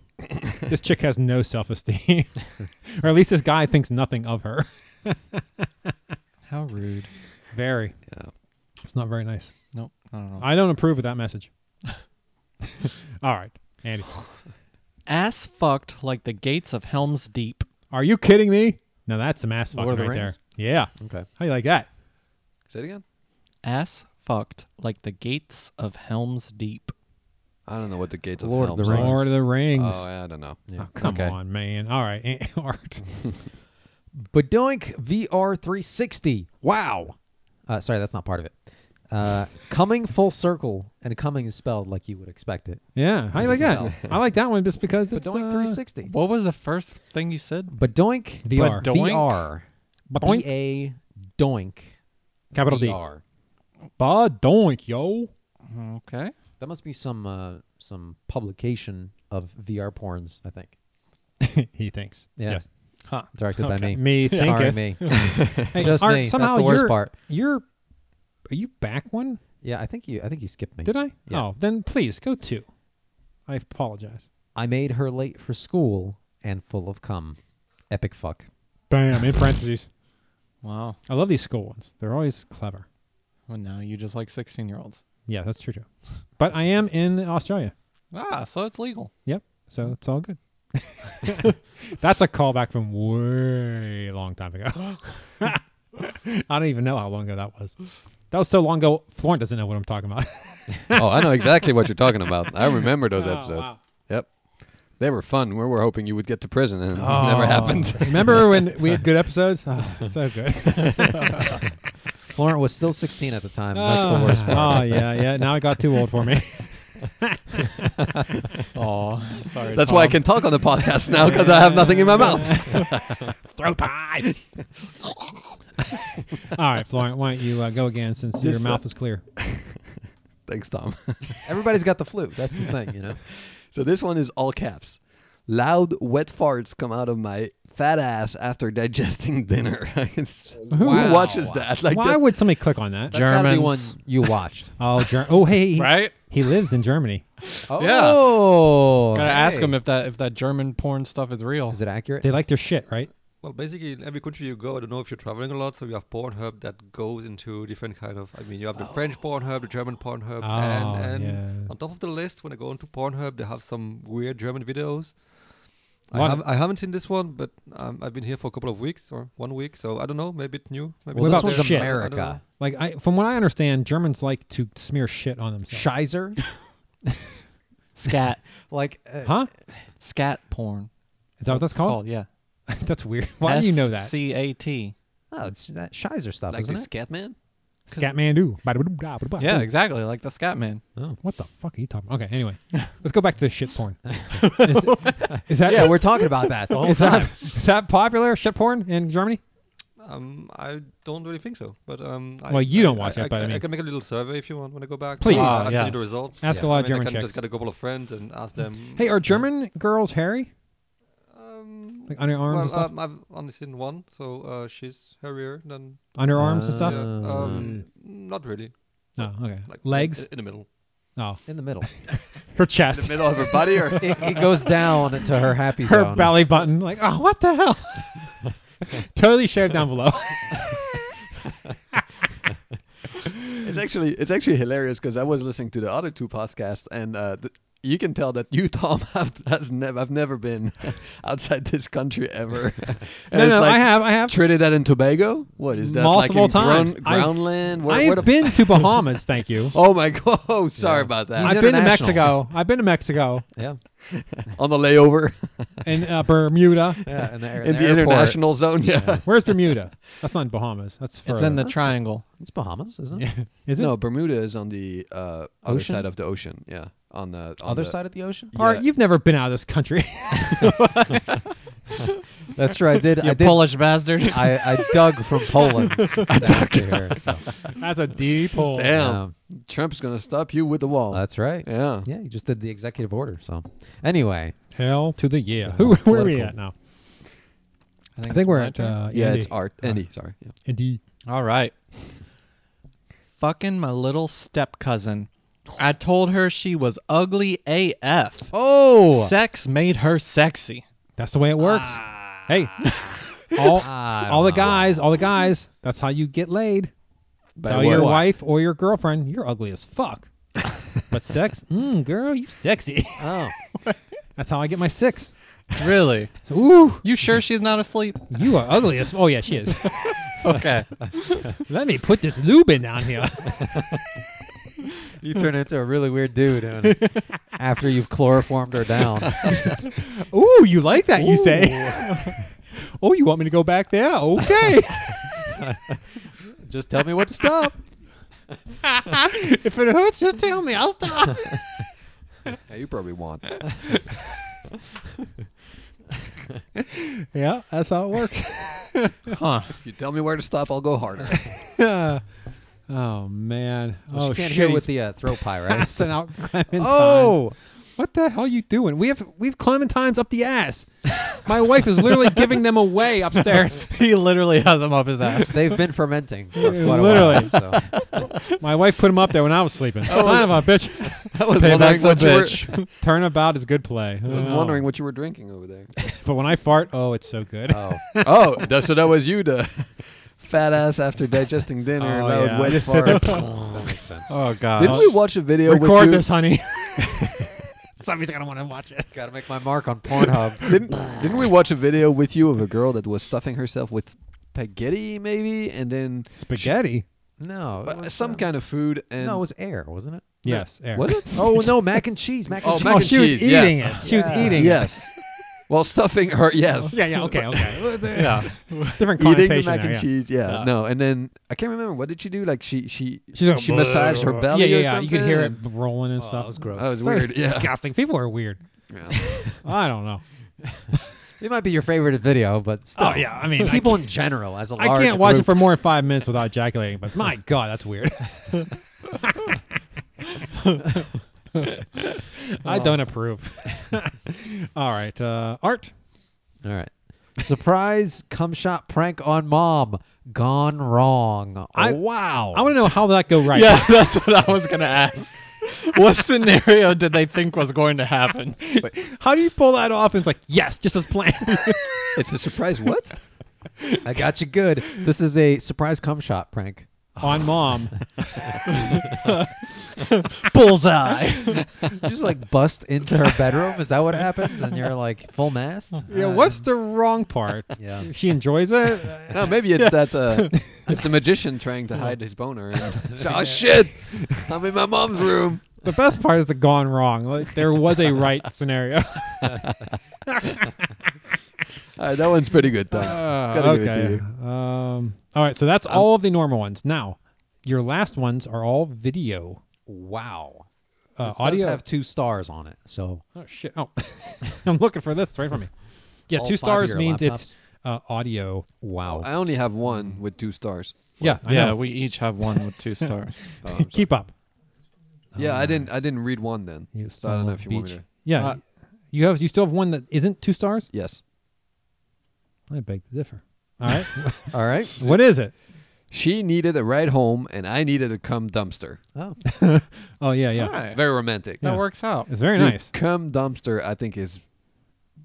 Speaker 5: this chick has no self esteem. *laughs* or at least this guy thinks nothing of her. *laughs*
Speaker 7: How rude.
Speaker 5: Very.
Speaker 4: Yeah.
Speaker 5: It's not very nice.
Speaker 7: Nope. I don't know.
Speaker 5: I don't approve of that message. *laughs* All right, Andy.
Speaker 7: Ass fucked like the gates of Helm's Deep.
Speaker 5: Are you kidding me? No, that's some ass fucking
Speaker 3: Lord of the
Speaker 5: right
Speaker 3: Rings?
Speaker 5: there. Yeah.
Speaker 3: Okay.
Speaker 5: How you like that?
Speaker 4: Say it again.
Speaker 7: Ass fucked like the gates of Helm's Deep.
Speaker 4: I don't know what the gates
Speaker 3: Lord
Speaker 4: of
Speaker 3: of
Speaker 4: Helm's
Speaker 3: the
Speaker 4: are.
Speaker 3: Rings.
Speaker 5: Lord of the Rings.
Speaker 4: Oh, yeah, I don't know.
Speaker 5: Oh, come
Speaker 4: Okay.
Speaker 5: on, man. All right, *laughs* Aunt Art.
Speaker 3: Badoink VR 360. Wow. Uh, sorry, that's not part of it.
Speaker 5: *laughs*
Speaker 3: Uh, coming full circle, and coming is spelled like you would expect it.
Speaker 5: yeah. How you
Speaker 3: *laughs*
Speaker 5: like that? I like that one just because it's
Speaker 3: Badoink
Speaker 5: uh,
Speaker 3: 360.
Speaker 7: What was the first thing you said?
Speaker 3: Badoink
Speaker 5: VR.
Speaker 7: Badoink?
Speaker 3: VR.
Speaker 5: Badoink.
Speaker 3: B A doink. E
Speaker 5: Capital D.
Speaker 3: VR.
Speaker 5: Badoink, yo. *laughs*
Speaker 7: Okay.
Speaker 3: That must be some uh, some publication of VR porns. I think
Speaker 5: he thinks.
Speaker 3: Yeah.
Speaker 5: Yes.
Speaker 7: Huh.
Speaker 3: directed by me.
Speaker 5: Me
Speaker 3: Sorry,
Speaker 5: thinketh.
Speaker 3: me.
Speaker 5: *laughs* Hey,
Speaker 3: Just
Speaker 5: Art,
Speaker 3: me. That's
Speaker 5: Somehow
Speaker 3: the worst
Speaker 5: you're,
Speaker 3: part.
Speaker 5: You're. Are you back one?
Speaker 3: Yeah, I think you. I think you skipped me.
Speaker 5: Did I?
Speaker 3: Yeah.
Speaker 5: Oh, then please go two. I apologize.
Speaker 3: I made her late for school and full of cum. Epic fuck.
Speaker 5: Bam. In parentheses.
Speaker 7: Wow.
Speaker 5: I love these school ones. They're always clever.
Speaker 7: Well, now you just like 16 year olds.
Speaker 5: Yeah, that's true too. But I am in Australia.
Speaker 7: Ah, so it's legal.
Speaker 5: Yep. So it's all good. *laughs* That's a callback from way long time ago. *laughs* I don't even know how long ago that was. That was so long ago. Florent doesn't know what I'm talking about.
Speaker 4: oh, I know exactly what you're talking about. *laughs* I remember those
Speaker 5: Oh,
Speaker 4: episodes.
Speaker 5: wow.
Speaker 4: Yep. They were fun. We were hoping you would get to prison, and *laughs* it never happened.
Speaker 5: Remember when we had good episodes? *laughs* Oh, so good.
Speaker 3: Florent was still 16 at the time. and That's the worst part.
Speaker 5: Oh yeah, yeah. Now it got too old for me.
Speaker 7: Oh,
Speaker 4: *laughs*
Speaker 7: sorry.
Speaker 4: That's why I can talk on the podcast now because I have nothing in my mouth. *laughs*
Speaker 5: Throat pipe. Ah. *laughs* all right, Florent. Why don't you uh, go again since your mouth is clear?
Speaker 4: Thanks, Tom. *laughs*
Speaker 3: Everybody's got the flu. That's the thing, you know.
Speaker 4: So this one is all caps. Loud, wet farts come out of my fat ass after digesting dinner. *laughs* It's- Who
Speaker 5: Wow.
Speaker 4: watches that? Like
Speaker 5: Why
Speaker 4: that-
Speaker 5: would somebody click on that?
Speaker 3: That's gotta be one
Speaker 7: Germans.
Speaker 3: you watched.
Speaker 5: Oh, Ger- oh, hey, he-
Speaker 7: Right?
Speaker 5: He lives in Germany.
Speaker 3: Oh,
Speaker 7: Gotta ask
Speaker 3: hey.
Speaker 7: him if that if that German porn stuff is real.
Speaker 3: Is it accurate?
Speaker 5: They like their shit, right?
Speaker 6: Well, basically, in every country you go, I don't know if you're traveling a lot, so you have Pornhub that goes into different kind of. I mean, you have the French Pornhub, the German Pornhub,
Speaker 5: Oh,
Speaker 6: and, and
Speaker 5: yeah.
Speaker 6: on top of the list, when I go into Pornhub, they have some weird German videos. I,
Speaker 5: What-
Speaker 6: have, I haven't seen this one, but um, I've been here for a couple of weeks or one week, so I don't know. Maybe it's new. Maybe
Speaker 5: *laughs* What
Speaker 6: it's
Speaker 5: about
Speaker 6: not
Speaker 5: the
Speaker 6: there, I don't
Speaker 3: America?
Speaker 6: know.
Speaker 5: Like, I, from what I understand, Germans like to smear shit on themselves.
Speaker 3: Shizer?
Speaker 7: Scat.
Speaker 3: like, uh,
Speaker 5: Huh?
Speaker 7: Scat porn.
Speaker 5: Is that what that's
Speaker 7: Called,
Speaker 5: called? *laughs*
Speaker 7: yeah.
Speaker 5: that's weird. Why do you know that?
Speaker 7: C A T.
Speaker 3: oh, it's that Shizer stuff,
Speaker 4: *laughs* like the *laughs*
Speaker 3: isn't it?
Speaker 7: *laughs*
Speaker 4: Scatman?
Speaker 5: Scatman do. Ba-da-ba-da-ba-da-ba-da.
Speaker 7: Yeah, exactly. Like the Scat man.
Speaker 3: Oh.
Speaker 5: What the fuck are you talking about?
Speaker 3: *laughs*
Speaker 5: Okay, anyway. Let's go back to the shit porn. Is, is that
Speaker 3: Yeah, we're talking about that the whole
Speaker 5: is
Speaker 3: time.
Speaker 5: that, is that popular shit porn in Germany?
Speaker 6: Um, I don't really think so, but um,
Speaker 5: Well,
Speaker 6: I,
Speaker 5: you don't watch
Speaker 6: I,
Speaker 5: it, but I mean-
Speaker 6: can make a little survey if you want when I go back.
Speaker 5: Please.
Speaker 6: I'll
Speaker 7: Ah,
Speaker 6: send
Speaker 7: yes.
Speaker 6: you the results.
Speaker 5: Ask a lot
Speaker 6: I
Speaker 5: of
Speaker 6: mean, I
Speaker 5: German
Speaker 6: can
Speaker 5: chicks.
Speaker 6: Just get a couple of friends and ask them.
Speaker 5: Hey, are German girls hairy?
Speaker 6: Um,
Speaker 5: Like on your arms and
Speaker 6: well,
Speaker 5: stuff?
Speaker 6: um, I've only seen one, so uh, she's hairier than.
Speaker 5: on your arms and
Speaker 3: uh,
Speaker 5: stuff?
Speaker 6: yeah,
Speaker 3: Um,
Speaker 6: um, not really.
Speaker 5: No, okay.
Speaker 6: Like
Speaker 5: Legs?
Speaker 6: in, in the middle.
Speaker 5: oh.
Speaker 3: In the middle.
Speaker 5: *laughs* Her chest.
Speaker 4: Middle of her body, or
Speaker 3: it, it goes down to her happy
Speaker 5: her
Speaker 3: zone.
Speaker 5: belly button. Like, oh, what the hell?
Speaker 3: *laughs*
Speaker 5: totally shared down below.
Speaker 4: it's actually it's actually hilarious because I was listening to the other two podcasts, and uh, th- you can tell that *laughs* you, Tom, have, has never I've never been *laughs* outside this country
Speaker 5: *laughs*
Speaker 4: ever. And
Speaker 5: no,
Speaker 4: it's
Speaker 5: no,
Speaker 4: like,
Speaker 5: I have, I have.
Speaker 4: Trinidad and Tobago. What is that?
Speaker 5: Multiple
Speaker 4: like in ground-
Speaker 5: times. I've-
Speaker 4: ground land. Where,
Speaker 5: I
Speaker 4: where the
Speaker 5: have been
Speaker 3: *laughs*
Speaker 5: to Bahamas. Thank you.
Speaker 4: Oh my *laughs* god! Oh, sorry about that.
Speaker 5: I've been to
Speaker 3: international.
Speaker 5: Mexico. I've been to Mexico
Speaker 3: Yeah.
Speaker 4: On
Speaker 5: *laughs*
Speaker 4: the layover
Speaker 5: and uh, Bermuda.
Speaker 3: Yeah. And
Speaker 5: *laughs*
Speaker 3: the,
Speaker 4: in the, international zone. Yeah.
Speaker 5: Where's
Speaker 3: *laughs*
Speaker 5: Bermuda? That's not in Bahamas. That's
Speaker 7: It's
Speaker 5: further.
Speaker 7: in the triangle.
Speaker 3: It's Bahamas, isn't it?
Speaker 5: Is it?
Speaker 4: No, Bermuda is on the uh, other
Speaker 3: Ocean?
Speaker 4: side of the ocean. Yeah. On the on
Speaker 3: Other
Speaker 4: the-
Speaker 3: side of the ocean?
Speaker 4: Yeah.
Speaker 5: All right, you've never been out of this country.
Speaker 3: That's true. I did. I
Speaker 7: You
Speaker 3: did.
Speaker 7: Polish *laughs* bastard.
Speaker 3: I, I dug *laughs* from Poland. I dug here. So,
Speaker 5: *laughs* That's a *laughs* deep hole.
Speaker 4: Damn.
Speaker 3: um,
Speaker 4: Trump's gonna stop you with the wall.
Speaker 3: that's right.
Speaker 4: yeah.
Speaker 3: Yeah, you just did the executive order. So, anyway,
Speaker 5: Hell to the yeah. Who? Where are we
Speaker 3: Political.
Speaker 5: at now? I
Speaker 7: it's
Speaker 5: think we're
Speaker 7: my
Speaker 5: at
Speaker 7: turn.
Speaker 5: uh,
Speaker 4: Yeah.
Speaker 5: Andy.
Speaker 4: It's art. Andy. Sorry. Yeah.
Speaker 5: Andy.
Speaker 7: All right. Fucking my little step cousin. I told her she was ugly AF.
Speaker 3: oh,
Speaker 7: Sex made her sexy.
Speaker 5: That's the way it works. hey, *laughs* all
Speaker 3: I
Speaker 5: all the
Speaker 3: don't know.
Speaker 5: guys, all the guys. That's how you get laid.
Speaker 4: By
Speaker 5: Tell
Speaker 4: what?
Speaker 5: your wife or your girlfriend you're ugly as fuck. but sex, mm, girl, you sexy.
Speaker 3: oh,
Speaker 5: *laughs* That's how I get my six.
Speaker 7: Really?
Speaker 5: So, ooh,
Speaker 7: You sure she's
Speaker 3: *laughs*
Speaker 7: not asleep? *laughs*
Speaker 5: you are ugly as. Oh yeah, she is.
Speaker 7: Okay.
Speaker 5: *laughs* Let me put this lube in down here.
Speaker 3: you turn into a really weird dude and *laughs* after you've chloroformed her down.
Speaker 5: Ooh, you like that? You say. *laughs* oh, you want me to go back there? Okay.
Speaker 3: *laughs*
Speaker 5: *laughs*
Speaker 3: just tell me what to stop.
Speaker 5: if it hurts, just tell me. I'll stop.
Speaker 4: Yeah, you probably want.
Speaker 5: *laughs* yeah, that's how it works.
Speaker 7: Huh.
Speaker 4: if you tell me where to stop, I'll go harder.
Speaker 5: *laughs* oh man. oh
Speaker 3: she can't
Speaker 5: shit.
Speaker 3: hear
Speaker 5: *laughs*
Speaker 3: with the uh, throat pie, *laughs* right?
Speaker 5: ass and out Clementines.
Speaker 3: Oh!
Speaker 5: What the hell you doing? We have we've Clementines up the ass. My wife is *laughs* literally giving them away upstairs.
Speaker 7: He literally has him up his ass.
Speaker 3: They've been fermenting for quite a
Speaker 5: Literally.
Speaker 3: while. So.
Speaker 5: *laughs* My wife put them up there when I was sleeping. Son of a bitch.
Speaker 4: I was wondering
Speaker 5: Payback's a
Speaker 4: what you were.
Speaker 5: bitch. *laughs* Turnabout is good play.
Speaker 4: I was wondering what you were drinking over there.
Speaker 5: But when I fart, oh, it's so good.
Speaker 3: Oh,
Speaker 4: *laughs* oh, that, so that was you, the *laughs* fat ass after digesting dinner,
Speaker 5: Oh,
Speaker 4: loud
Speaker 5: yeah.
Speaker 4: wet
Speaker 5: Just sit there. *laughs*
Speaker 4: farts.
Speaker 3: that makes sense.
Speaker 7: Oh, God.
Speaker 4: *laughs* Didn't we watch a video with
Speaker 5: Record
Speaker 4: you?
Speaker 5: this, honey. Somebody's gonna want to watch it.
Speaker 3: Gotta make my mark on Pornhub.
Speaker 4: didn't, didn't we watch a video with you of a girl that was stuffing herself with spaghetti, maybe, and then
Speaker 5: Spaghetti.
Speaker 3: no, it
Speaker 4: uh,
Speaker 3: was,
Speaker 4: some
Speaker 3: uh,
Speaker 4: kind of food? And
Speaker 3: No, it was air, wasn't it?
Speaker 5: Yes. Eric.
Speaker 4: was it?
Speaker 3: *laughs*
Speaker 4: *laughs*
Speaker 3: Oh no, mac and cheese. Mac and
Speaker 4: Oh,
Speaker 3: cheese.
Speaker 4: mac
Speaker 5: oh,
Speaker 4: and
Speaker 5: she was
Speaker 4: cheese,
Speaker 5: eating
Speaker 4: yes.
Speaker 5: it. She was eating
Speaker 4: yes. While stuffing her, yes.
Speaker 5: it. Yeah. Yeah. Okay.
Speaker 4: *laughs*
Speaker 5: Okay. yeah. Different
Speaker 4: Eating the
Speaker 5: connotation.
Speaker 4: mac
Speaker 5: there,
Speaker 4: and
Speaker 5: yeah.
Speaker 4: cheese, yeah.
Speaker 5: Uh,
Speaker 4: no, and then I can't remember what did she do. Like she she
Speaker 5: She's like,
Speaker 4: she massaged her belly.
Speaker 5: Yeah. Yeah.
Speaker 4: or
Speaker 5: yeah. You could hear it
Speaker 4: something?
Speaker 5: rolling and stuff.
Speaker 2: that was
Speaker 4: *laughs*
Speaker 2: gross.
Speaker 4: That was
Speaker 5: So
Speaker 4: weird.
Speaker 5: *laughs*
Speaker 4: Yeah.
Speaker 5: Disgusting. People are weird.
Speaker 4: Yeah.
Speaker 5: *laughs* I don't know.
Speaker 3: It might be your favorite video, but
Speaker 4: Oh,
Speaker 3: still.
Speaker 5: Oh, yeah, I mean, I
Speaker 3: people in general as a
Speaker 5: I
Speaker 3: large
Speaker 5: can't watch it
Speaker 3: group.
Speaker 5: for more than five minutes without ejaculating. But
Speaker 4: *laughs*
Speaker 5: my God, that's weird. *laughs* I don't approve. *laughs* All right, uh, Art.
Speaker 3: All right. Surprise cum shot prank on mom gone wrong.
Speaker 5: I-
Speaker 3: wow.
Speaker 5: I want to know how that go right.
Speaker 7: *laughs* Yeah, that's what I was gonna ask. What scenario did they think was going to happen?
Speaker 5: How do you pull that off? And it's like, yes, just as planned.
Speaker 4: It's a surprise.
Speaker 5: *laughs*
Speaker 4: What?
Speaker 3: I got you *laughs* good. *laughs* This is a surprise cum shot prank.
Speaker 5: On
Speaker 3: *laughs*
Speaker 5: mom.
Speaker 7: *laughs* Bullseye.
Speaker 3: You just like bust into her bedroom. Is that what happens? And you're like full mast.
Speaker 5: Yeah, what's the wrong part?
Speaker 3: Yeah.
Speaker 5: She enjoys it.
Speaker 4: No, maybe it's
Speaker 5: *laughs*
Speaker 4: that uh, it's the magician trying to hide his boner. And *laughs* so, oh shit! I'm in my mom's room.
Speaker 5: The best part is the gone wrong. Like there was a right scenario.
Speaker 4: All right, that one's pretty good, though. Gotta give it to
Speaker 5: Ah, Uh, okay.
Speaker 4: you.
Speaker 5: Um, all right, so that's all of the normal ones. Now, your last ones are all video.
Speaker 3: Wow.
Speaker 5: Uh,
Speaker 3: This
Speaker 5: audio.
Speaker 3: does have two stars on it. So
Speaker 5: oh shit! Oh, *laughs* I'm looking for this right from me. Yeah,
Speaker 3: All
Speaker 5: two
Speaker 3: five of
Speaker 5: stars
Speaker 3: your
Speaker 5: means
Speaker 3: laptops?
Speaker 5: it's uh, audio.
Speaker 3: wow.
Speaker 4: I only have one with two stars.
Speaker 5: Yeah, I
Speaker 7: yeah,
Speaker 5: know.
Speaker 7: we each have one with two *laughs* stars.
Speaker 4: Oh, I'm sorry.
Speaker 5: keep up.
Speaker 4: yeah, I
Speaker 5: Ah.
Speaker 4: didn't. I didn't read one then. so I don't know if you want me to.
Speaker 5: Yeah,
Speaker 4: Uh,
Speaker 5: you have. You still have one that isn't two stars.
Speaker 4: Yes.
Speaker 5: I beg to differ. All right,
Speaker 3: All right.
Speaker 5: what is it?
Speaker 4: She needed a ride home, and I needed a cum dumpster.
Speaker 3: Oh.
Speaker 5: *laughs* Oh yeah, yeah.
Speaker 4: Very romantic.
Speaker 7: That
Speaker 5: Yeah.
Speaker 7: works out.
Speaker 5: It's very
Speaker 4: Dude,
Speaker 5: nice.
Speaker 4: Cum dumpster. I think is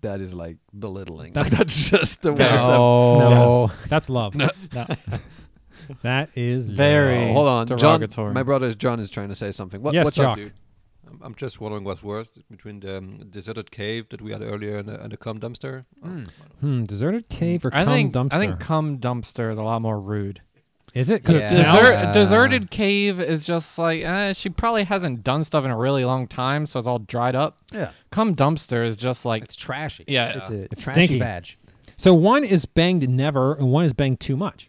Speaker 4: that is like belittling.
Speaker 5: That's-
Speaker 4: *laughs* That's, just the
Speaker 7: Oh,
Speaker 4: worst. of-
Speaker 3: No.
Speaker 5: that's love.
Speaker 7: No.
Speaker 5: That is love.
Speaker 7: Very-
Speaker 4: Oh, hold on,
Speaker 7: derogatory.
Speaker 4: John. My brother John is trying to say something. What,
Speaker 5: Yes,
Speaker 4: what's
Speaker 5: Jock.
Speaker 4: up, dude?
Speaker 6: I'm, I'm just wondering what's worse between the um, deserted cave that we had earlier and, the- and the cum dumpster.
Speaker 5: Hmm, deserted cave or
Speaker 7: I
Speaker 5: cum
Speaker 7: think
Speaker 5: dumpster?
Speaker 7: I think cum dumpster is a lot more rude.
Speaker 5: is it? 'Cause it
Speaker 3: Yeah.
Speaker 5: smells?
Speaker 7: Desert, deserted cave is just like eh, she probably hasn't done stuff in a really long time, so it's all dried up.
Speaker 3: Yeah.
Speaker 7: Cum dumpster is just like
Speaker 3: It's trashy.
Speaker 7: Yeah.
Speaker 3: It's a
Speaker 5: It's
Speaker 3: trashy
Speaker 5: stinky.
Speaker 3: badge.
Speaker 5: So one is banged never, and one is banged too much.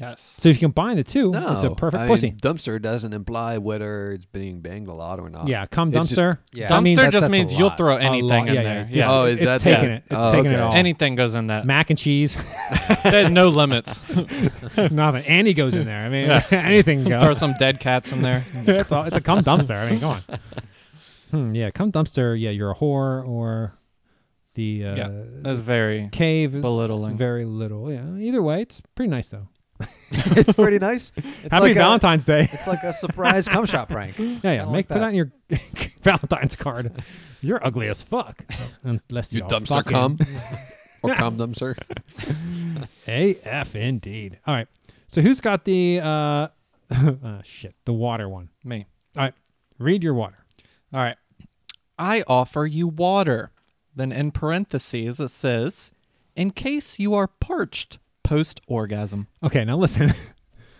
Speaker 7: yes.
Speaker 5: So if you combine the two,
Speaker 4: No,
Speaker 5: it's a perfect
Speaker 4: I mean,
Speaker 5: pussy.
Speaker 4: dumpster doesn't imply whether it's being banged a lot or not.
Speaker 5: yeah, cum
Speaker 4: uh, It's just-
Speaker 5: dumpster.
Speaker 3: Yeah.
Speaker 5: That means
Speaker 7: dumpster
Speaker 3: that-
Speaker 7: just
Speaker 3: that's a
Speaker 7: means you'll
Speaker 3: lot.
Speaker 7: throw
Speaker 5: a
Speaker 7: anything
Speaker 5: lot.
Speaker 7: in
Speaker 5: yeah,
Speaker 7: there.
Speaker 5: Yeah,
Speaker 4: Oh, is
Speaker 5: it's
Speaker 4: that
Speaker 5: taking
Speaker 4: that?
Speaker 5: it? It's
Speaker 4: Oh,
Speaker 5: taking it
Speaker 4: okay.
Speaker 5: all.
Speaker 7: Anything goes in that.
Speaker 5: Mac and cheese, *laughs*
Speaker 7: There's no *laughs* limits.
Speaker 5: nothing. Andy goes in there. I mean, *laughs* anything
Speaker 7: *laughs* Throw
Speaker 5: goes.
Speaker 7: some dead cats in there.
Speaker 5: it's, all, it's a cum dumpster. I mean, come on. Hmm, yeah, cum dumpster. Yeah, you're a whore or the uh,
Speaker 7: yeah, that's very.
Speaker 5: cave. Is
Speaker 7: Belittling.
Speaker 5: Very little. Yeah. Either way, it's pretty nice though.
Speaker 3: *laughs* it's pretty nice. It's
Speaker 5: Happy
Speaker 3: like a-
Speaker 5: Valentine's Day.
Speaker 3: It's like a surprise cum shot *laughs* prank.
Speaker 5: *laughs* Yeah, yeah.
Speaker 3: Kinda
Speaker 5: Make
Speaker 3: like
Speaker 5: put
Speaker 3: that.
Speaker 5: that on your *laughs* Valentine's card. You're ugly as fuck. Unless
Speaker 4: You
Speaker 5: y'all
Speaker 4: dumpster
Speaker 5: fucking- *laughs*
Speaker 4: cum or cum dumpster.
Speaker 5: AF indeed. All right. So who's got the uh, *laughs* uh shit, the water one.
Speaker 7: Me.
Speaker 5: All right. Read your water.
Speaker 7: All right. I offer you water. Then in parentheses it says, in case you are parched post orgasm.
Speaker 5: Okay, now listen.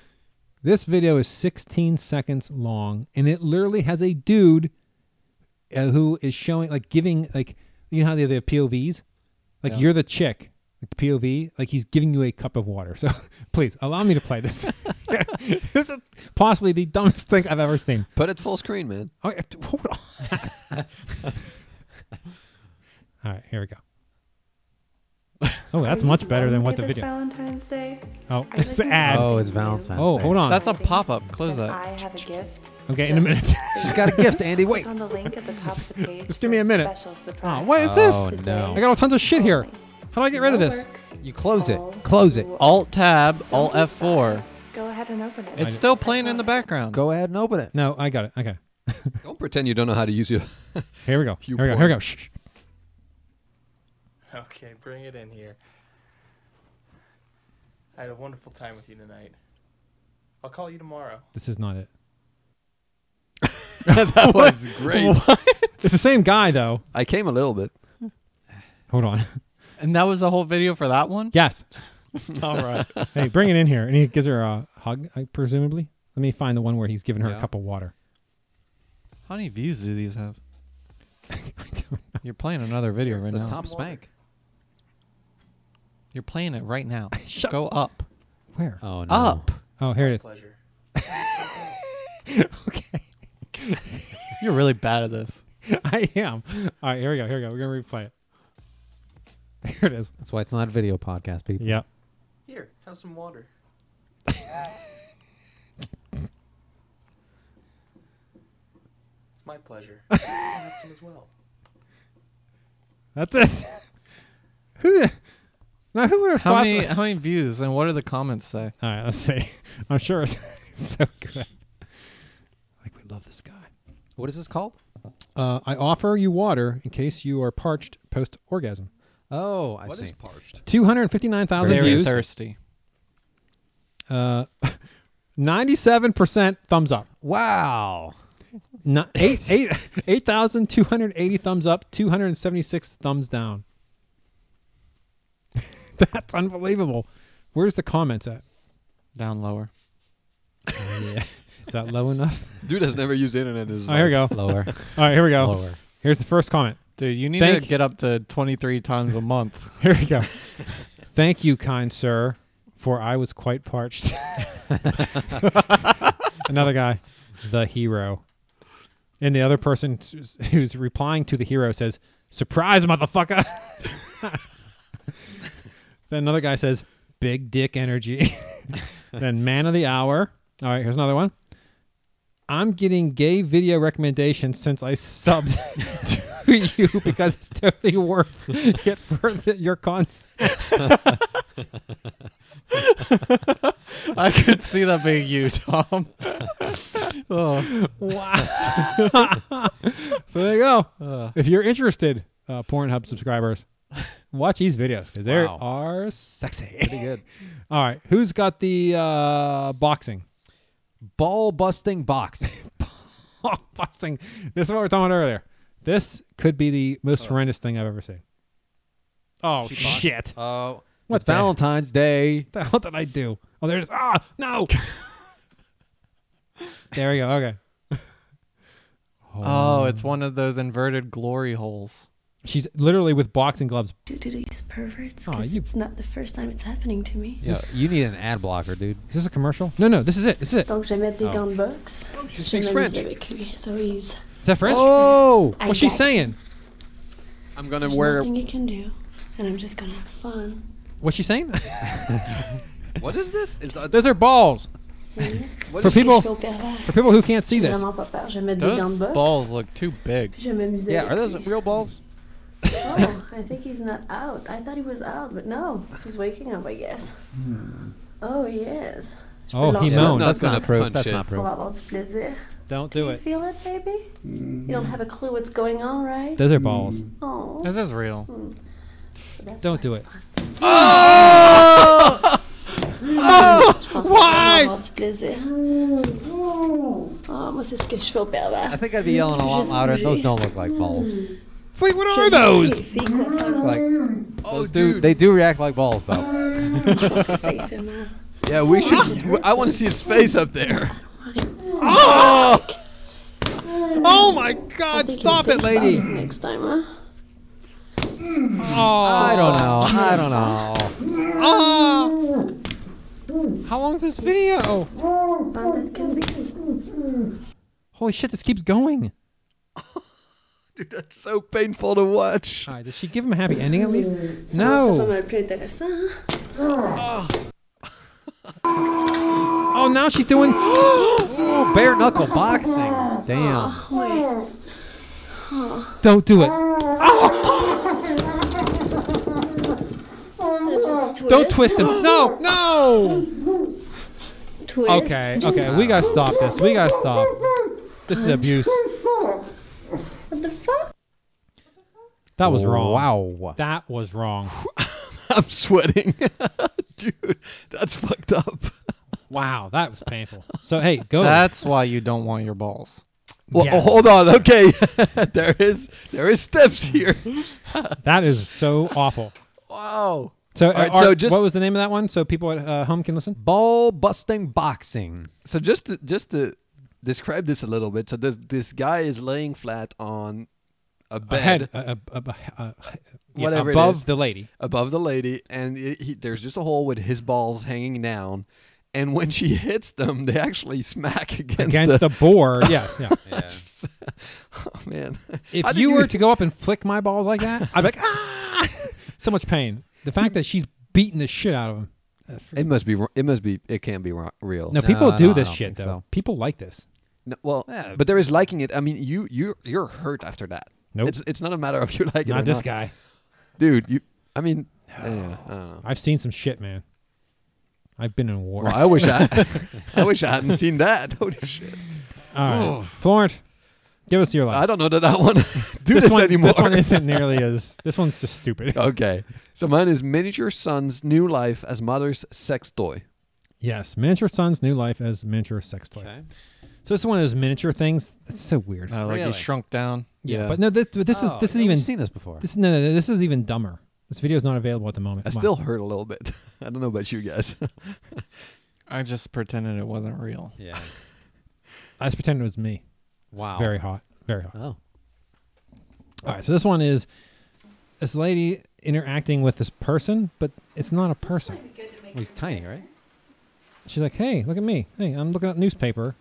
Speaker 5: *laughs* this video is 16 seconds long and it literally has a dude uh, who is showing like giving like you know how they have the POVs? Like you're the chick. Like the POV, like he's giving you a cup of water. So *laughs* please allow me to play this. *laughs* this is possibly the dumbest thing I've ever seen.
Speaker 4: Put it full screen, man.
Speaker 5: Oh, yeah, d- hold on. *laughs* All right, here we go. Oh, that's much better than what the
Speaker 9: this
Speaker 5: video.
Speaker 9: Valentine's Day.
Speaker 5: Oh,
Speaker 9: I
Speaker 5: it's
Speaker 9: would
Speaker 5: the
Speaker 9: like
Speaker 5: ad.
Speaker 9: to
Speaker 3: Oh,
Speaker 9: thank
Speaker 3: it's
Speaker 9: you.
Speaker 3: Valentine's
Speaker 5: Oh,
Speaker 3: Day.
Speaker 5: hold on.
Speaker 7: That's a
Speaker 9: I think
Speaker 7: pop-up. Close that.
Speaker 9: I have a gift.
Speaker 5: Okay, in a
Speaker 9: just
Speaker 5: minute.
Speaker 9: for
Speaker 3: She's
Speaker 9: you.
Speaker 3: got a gift, Andy. Wait.
Speaker 9: Click on the link at the top of the page.
Speaker 5: Just give me
Speaker 9: for
Speaker 5: a minute.
Speaker 9: Special
Speaker 5: Oh,
Speaker 9: surprise.
Speaker 5: what is
Speaker 3: Oh,
Speaker 5: this?
Speaker 3: no.
Speaker 5: I got all tons of shit here. How do I get rid of
Speaker 9: No
Speaker 5: this?
Speaker 9: work.
Speaker 3: You close it.
Speaker 9: All
Speaker 3: Close it.
Speaker 9: will-
Speaker 7: Alt tab, Alt
Speaker 9: Don't look
Speaker 7: F4.
Speaker 9: back. Go ahead and open it.
Speaker 7: It's still playing in the background.
Speaker 3: Go ahead and open it.
Speaker 5: No, I got it. Okay.
Speaker 4: Don't pretend you don't know how to
Speaker 5: *laughs*
Speaker 4: use *laughs* it.
Speaker 5: Here we go. Here we go.
Speaker 4: You porn.
Speaker 5: Here we go. Shh. shh.
Speaker 10: Okay, bring it in here. I had a wonderful time with you tonight. I'll call you tomorrow.
Speaker 5: This is not it.
Speaker 4: that was great.
Speaker 5: It's the same guy though.
Speaker 4: I came a little bit.
Speaker 5: Hold on. *laughs*
Speaker 7: And that was the whole video for that one?
Speaker 5: Yes.
Speaker 7: All right.
Speaker 5: Hey, bring it in here, and he gives her a hug, I- presumably. Let me find the one where he's giving her a
Speaker 4: Yeah.
Speaker 5: cup of water.
Speaker 7: How many views do these have? *laughs*
Speaker 5: I don't know.
Speaker 7: You're playing another video right
Speaker 3: the
Speaker 7: now.
Speaker 3: Tom Spank.
Speaker 7: You're playing it right now.
Speaker 5: Shut-
Speaker 7: Go up.
Speaker 5: Where? Oh,
Speaker 3: Oh no.
Speaker 9: Ah,
Speaker 7: Up.
Speaker 5: here it is.
Speaker 10: Pleasure.
Speaker 5: *laughs* Okay,
Speaker 7: *laughs* You're really bad at this.
Speaker 5: *laughs* I am. All right, here we go. Here we go. We're gonna replay it. Here it is.
Speaker 3: That's why it's not a video podcast, people.
Speaker 5: Yep.
Speaker 10: Here, have some water. it's my
Speaker 5: *laughs*
Speaker 10: pleasure. I'll have some as well.
Speaker 5: That's it. *laughs* who? Now, who would have
Speaker 7: How
Speaker 5: thought?
Speaker 7: many how many views and what do the comments say?
Speaker 5: *laughs* All right, let's see. *laughs* I'm sure it's so good. Like we love this guy.
Speaker 3: What is this called?
Speaker 5: Uh, I offer you water in case you are parched post orgasm.
Speaker 3: Oh, I
Speaker 4: What
Speaker 3: see.
Speaker 4: is parched?
Speaker 5: Two hundred fifty-nine thousand
Speaker 7: Very
Speaker 5: views.
Speaker 7: thirsty.
Speaker 5: Uh, Ninety-seven percent thumbs up.
Speaker 3: wow.
Speaker 5: Not eight eight eight thousand two hundred eighty thumbs up, two hundred and seventy-six thumbs down. *laughs* That's unbelievable. Where's the comments at?
Speaker 7: Down lower.
Speaker 5: *laughs* Is that
Speaker 3: *laughs*
Speaker 5: low enough?
Speaker 4: Dude has never used the internet. Is
Speaker 5: Oh, here we go. All
Speaker 3: Lower.
Speaker 5: right, here we go.
Speaker 3: Lower.
Speaker 5: Here's the first comment.
Speaker 7: Dude, you need
Speaker 5: Thank-
Speaker 7: to get up to 23 times a *laughs* month.
Speaker 5: *laughs* Here we go. Thank you, kind sir, for I was quite parched. *laughs* Another guy, the hero. And the other person s- who's replying to the hero says, Surprise, motherfucker. *laughs* then another guy says, Big dick energy. *laughs* then man of the hour. All right, here's another one. I'm getting gay video recommendations since I subbed *laughs* to you because it's totally worth it for the, your content.
Speaker 7: I could see that being
Speaker 5: *laughs*
Speaker 7: you, Tom. oh,
Speaker 5: Wow. *laughs* so there you go.
Speaker 7: Uh.
Speaker 5: if you're interested, uh, Pornhub subscribers, watch these videos because they
Speaker 3: Wow.
Speaker 5: are sexy. Pretty
Speaker 3: good.
Speaker 5: *laughs* All right. Who's got the uh, boxing?
Speaker 3: Ball busting
Speaker 5: *laughs*
Speaker 3: box.
Speaker 5: Oh, boxing. This is what we were talking about earlier. This could be the most horrendous thing I've ever seen. Oh, shit.
Speaker 3: Oh.
Speaker 5: What
Speaker 3: What's
Speaker 5: the-
Speaker 3: Valentine's Day?
Speaker 5: What the hell did I do? Oh, there it is. Ah, *laughs* no. there we go. Okay.
Speaker 7: oh, it's one of those inverted glory holes.
Speaker 5: She's literally with boxing gloves.
Speaker 9: Due to these perverts,
Speaker 5: Aw, 'cause you- it's
Speaker 9: not the first time it's happening to me.
Speaker 3: Yeah, you need an ad blocker, dude.
Speaker 5: Is this a commercial? No, no. This is it. This is it.
Speaker 9: Tant que je mette des gants de boxe,
Speaker 5: She
Speaker 9: je
Speaker 5: Oh. speaks
Speaker 9: m'amuse
Speaker 5: French.
Speaker 9: avec lui. So he's
Speaker 5: Is that French?
Speaker 3: Oh,
Speaker 9: I
Speaker 5: What's she
Speaker 9: got-
Speaker 5: saying?
Speaker 4: I'm gonna
Speaker 9: there's
Speaker 4: wear.
Speaker 9: nothing you can do, and I'm just gonna have fun.
Speaker 5: What's she saying? *laughs*
Speaker 4: What is this? Is that,
Speaker 5: Those are balls. For
Speaker 9: Parce que
Speaker 5: people,
Speaker 9: je suis au pervers.
Speaker 5: for people who can't see
Speaker 9: J'ai
Speaker 5: this.
Speaker 9: vraiment pas peur. Je mets des
Speaker 7: Those
Speaker 9: gants de boxe.
Speaker 7: balls look too big.
Speaker 9: puis Je m'amuse
Speaker 3: yeah.
Speaker 9: avec
Speaker 3: Are those
Speaker 9: lui.
Speaker 3: real balls?
Speaker 9: *laughs* Oh, I think he's not out. I thought he was out, but no, he's waking up, I guess. Oh, yes.
Speaker 5: Oh, he
Speaker 9: Yeah,
Speaker 5: moaned.
Speaker 4: that's not
Speaker 3: proof.
Speaker 4: punch
Speaker 3: That's
Speaker 4: it.
Speaker 3: not
Speaker 9: On
Speaker 3: proof.
Speaker 9: va avoir du plaisir.
Speaker 5: Don't do
Speaker 9: You
Speaker 5: it.
Speaker 9: feel it, baby? You don't have a clue what's going on, right?
Speaker 5: Those are balls.
Speaker 9: Oh,
Speaker 7: This is real.
Speaker 9: that's
Speaker 5: Don't
Speaker 9: why
Speaker 5: do it.
Speaker 9: it's
Speaker 5: Why?
Speaker 9: avoir du plaisir. Oh, moi, c'est ce que je fais au
Speaker 3: I
Speaker 9: pervers.
Speaker 3: think I'd be yelling a lot
Speaker 9: Just
Speaker 3: louder. Those
Speaker 9: bougie.
Speaker 3: don't look like balls.
Speaker 5: Wait, what are
Speaker 9: Je dis
Speaker 5: those?
Speaker 9: que les filles comprennent
Speaker 3: Like, those do, they do react like balls though.
Speaker 9: parce que ça lui fait mal.
Speaker 4: yeah, we should. s- w- I want to see his face up there.
Speaker 5: Oh my God!
Speaker 9: Think
Speaker 5: Stop
Speaker 9: you'll
Speaker 5: it, lady.
Speaker 9: think about Next time, hein?
Speaker 3: I
Speaker 5: Oh,
Speaker 3: don't know. I don't know.
Speaker 5: oh. How long's this video?
Speaker 9: Found it can be.
Speaker 5: Holy shit! This keeps going.
Speaker 4: Dude, that's so painful to watch.
Speaker 5: All right, did she give him a happy ending at least?
Speaker 9: C'est pas
Speaker 5: No.
Speaker 9: mal plus intéressant, hein?
Speaker 5: Oh, now she's doing. *gasps*
Speaker 3: Oh, bare knuckle boxing. Damn.
Speaker 9: Ouais.
Speaker 5: Don't do it.
Speaker 9: Just twist.
Speaker 5: Don't twist him. No, no.
Speaker 9: twist.
Speaker 5: Okay, okay. We gotta stop this. We gotta stop. This is abuse.
Speaker 9: What the fuck?
Speaker 5: That was wrong.
Speaker 3: Wow.
Speaker 5: That was wrong.
Speaker 4: *laughs* I'm sweating, *laughs* dude. That's fucked up. *laughs*
Speaker 5: Wow, that was painful. So hey, go.
Speaker 7: That's why you don't want your balls.
Speaker 4: Well,
Speaker 5: Yes.
Speaker 4: hold on. Okay, *laughs* there is there is steps here. *laughs*
Speaker 5: That is so awful.
Speaker 4: wow.
Speaker 5: So,
Speaker 4: All right,
Speaker 5: uh,
Speaker 4: so
Speaker 5: Art,
Speaker 4: just-
Speaker 5: what was the name of that one? So people at uh, home can listen.
Speaker 3: Ball busting boxing.
Speaker 4: So just to, just to describe this a little bit. So this this guy is laying flat on a
Speaker 5: A
Speaker 4: bed
Speaker 5: head, a, a, a, a, uh, yeah,
Speaker 4: Whatever it
Speaker 5: above
Speaker 4: is.
Speaker 5: the lady.
Speaker 4: above the lady, and it, he, there's just a hole with his balls hanging down. And when she *laughs* hits them, they actually smack against,
Speaker 5: against the,
Speaker 4: *laughs*
Speaker 5: board. yes, yeah.
Speaker 4: oh man! How
Speaker 5: If
Speaker 4: did e
Speaker 5: you were to go up and flick my balls like that, I'd be like, ah, *laughs* so much pain. The fact that she's beating the shit out of him.
Speaker 4: it must be. It must be. It can't be ro- real.
Speaker 5: No, people
Speaker 3: no,
Speaker 5: do
Speaker 3: I
Speaker 5: this
Speaker 3: don't
Speaker 5: shit
Speaker 3: think
Speaker 5: though.
Speaker 3: so.
Speaker 5: People like this.
Speaker 4: No, well, but there is liking it. I mean, you you you're hurt after that.
Speaker 5: Nope.
Speaker 4: It's it's not a matter of you *laughs* like it or
Speaker 5: not this
Speaker 4: not.
Speaker 5: guy.
Speaker 4: dude. You, I mean, yeah, I
Speaker 5: *sighs*
Speaker 4: don't know.
Speaker 5: I've seen some shit, man. I've been in war.
Speaker 4: Well, I
Speaker 5: *laughs*
Speaker 4: wish I, I wish I hadn't seen that. Holy shit!
Speaker 5: All right, Florent, give us your
Speaker 4: I
Speaker 5: life.
Speaker 4: don't know that
Speaker 5: *laughs*
Speaker 4: I want to do this,
Speaker 5: one,
Speaker 4: anymore. Oh,
Speaker 5: This one
Speaker 4: *laughs*
Speaker 5: isn't nearly as. This one's just stupid.
Speaker 4: okay, so mine is miniature son's new life as mother's sex toy.
Speaker 5: Yes, miniature son's new life as miniature sex toy. So this is one of those miniature things. That's so weird.
Speaker 7: Oh, like
Speaker 3: Really?
Speaker 7: you shrunk down.
Speaker 4: Yeah.
Speaker 5: but no, this, but this is
Speaker 3: Uh, Oh,
Speaker 5: this is
Speaker 3: we've
Speaker 5: even
Speaker 3: seen this before.
Speaker 5: This no, no, no, this is even dumber. This video is not available at the moment.
Speaker 4: I
Speaker 5: Come on.
Speaker 4: still hurt a little bit. *laughs* I don't know about you guys. *laughs*
Speaker 7: I just pretended it wasn't real.
Speaker 3: yeah.
Speaker 5: I just pretend it was me.
Speaker 3: Wow.
Speaker 5: Very hot. Very hot.
Speaker 3: Oh.
Speaker 5: All right, so this one is this lady interacting with this person, but it's not a person.
Speaker 3: Well, he's tiny, right?
Speaker 5: She's like, "Hey, look at me. Hey, I'm looking at newspaper."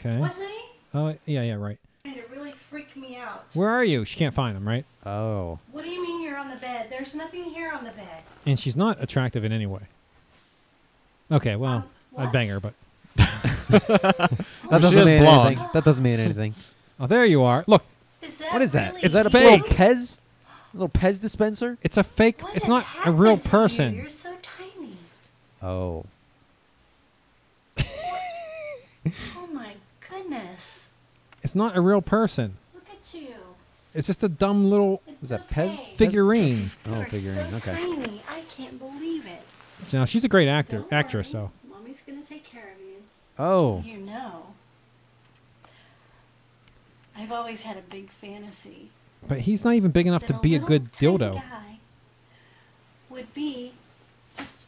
Speaker 5: Okay.
Speaker 11: What, honey?
Speaker 5: Oh, yeah, yeah, right.
Speaker 11: You really freak me out.
Speaker 5: Where are you? She can't find him, right?
Speaker 3: Oh.
Speaker 11: What do you mean you're on the bed? There's nothing here on the bed.
Speaker 5: And she's not attractive in any way. Okay,
Speaker 11: Um,
Speaker 5: well, I'd bang her, but
Speaker 3: That
Speaker 5: Well, she
Speaker 3: doesn't
Speaker 5: is
Speaker 3: mean
Speaker 5: blonde.
Speaker 3: anything. That doesn't mean anything.
Speaker 5: oh, there you are. Look,
Speaker 11: Is that
Speaker 3: what is that?
Speaker 11: really
Speaker 3: Is that a
Speaker 11: you?
Speaker 3: little Pez? A little Pez dispenser?
Speaker 5: it's a fake.
Speaker 11: What
Speaker 5: it's
Speaker 11: has
Speaker 5: not a
Speaker 11: happened
Speaker 5: real
Speaker 11: to you?
Speaker 5: person.
Speaker 11: You're so tiny.
Speaker 3: Oh.
Speaker 11: Oh my goodness.
Speaker 5: It's not a real person.
Speaker 11: Look at you.
Speaker 5: It's just a dumb little
Speaker 11: It's
Speaker 3: Was that
Speaker 11: okay.
Speaker 3: Pez?
Speaker 5: figurine.
Speaker 3: Oh,
Speaker 11: You're
Speaker 3: figurine.
Speaker 11: So
Speaker 3: Okay.
Speaker 11: tiny. I can't believe it.
Speaker 5: Now she's a great actor,
Speaker 11: Don't
Speaker 5: actress,
Speaker 11: worry.
Speaker 5: so
Speaker 11: Mommy's gonna take care of you.
Speaker 3: Oh.
Speaker 11: You know. I've always had a big fantasy.
Speaker 5: but he's not even big enough to
Speaker 11: that
Speaker 5: be a
Speaker 11: little
Speaker 5: good
Speaker 11: tiny
Speaker 5: dildo.
Speaker 11: guy would be just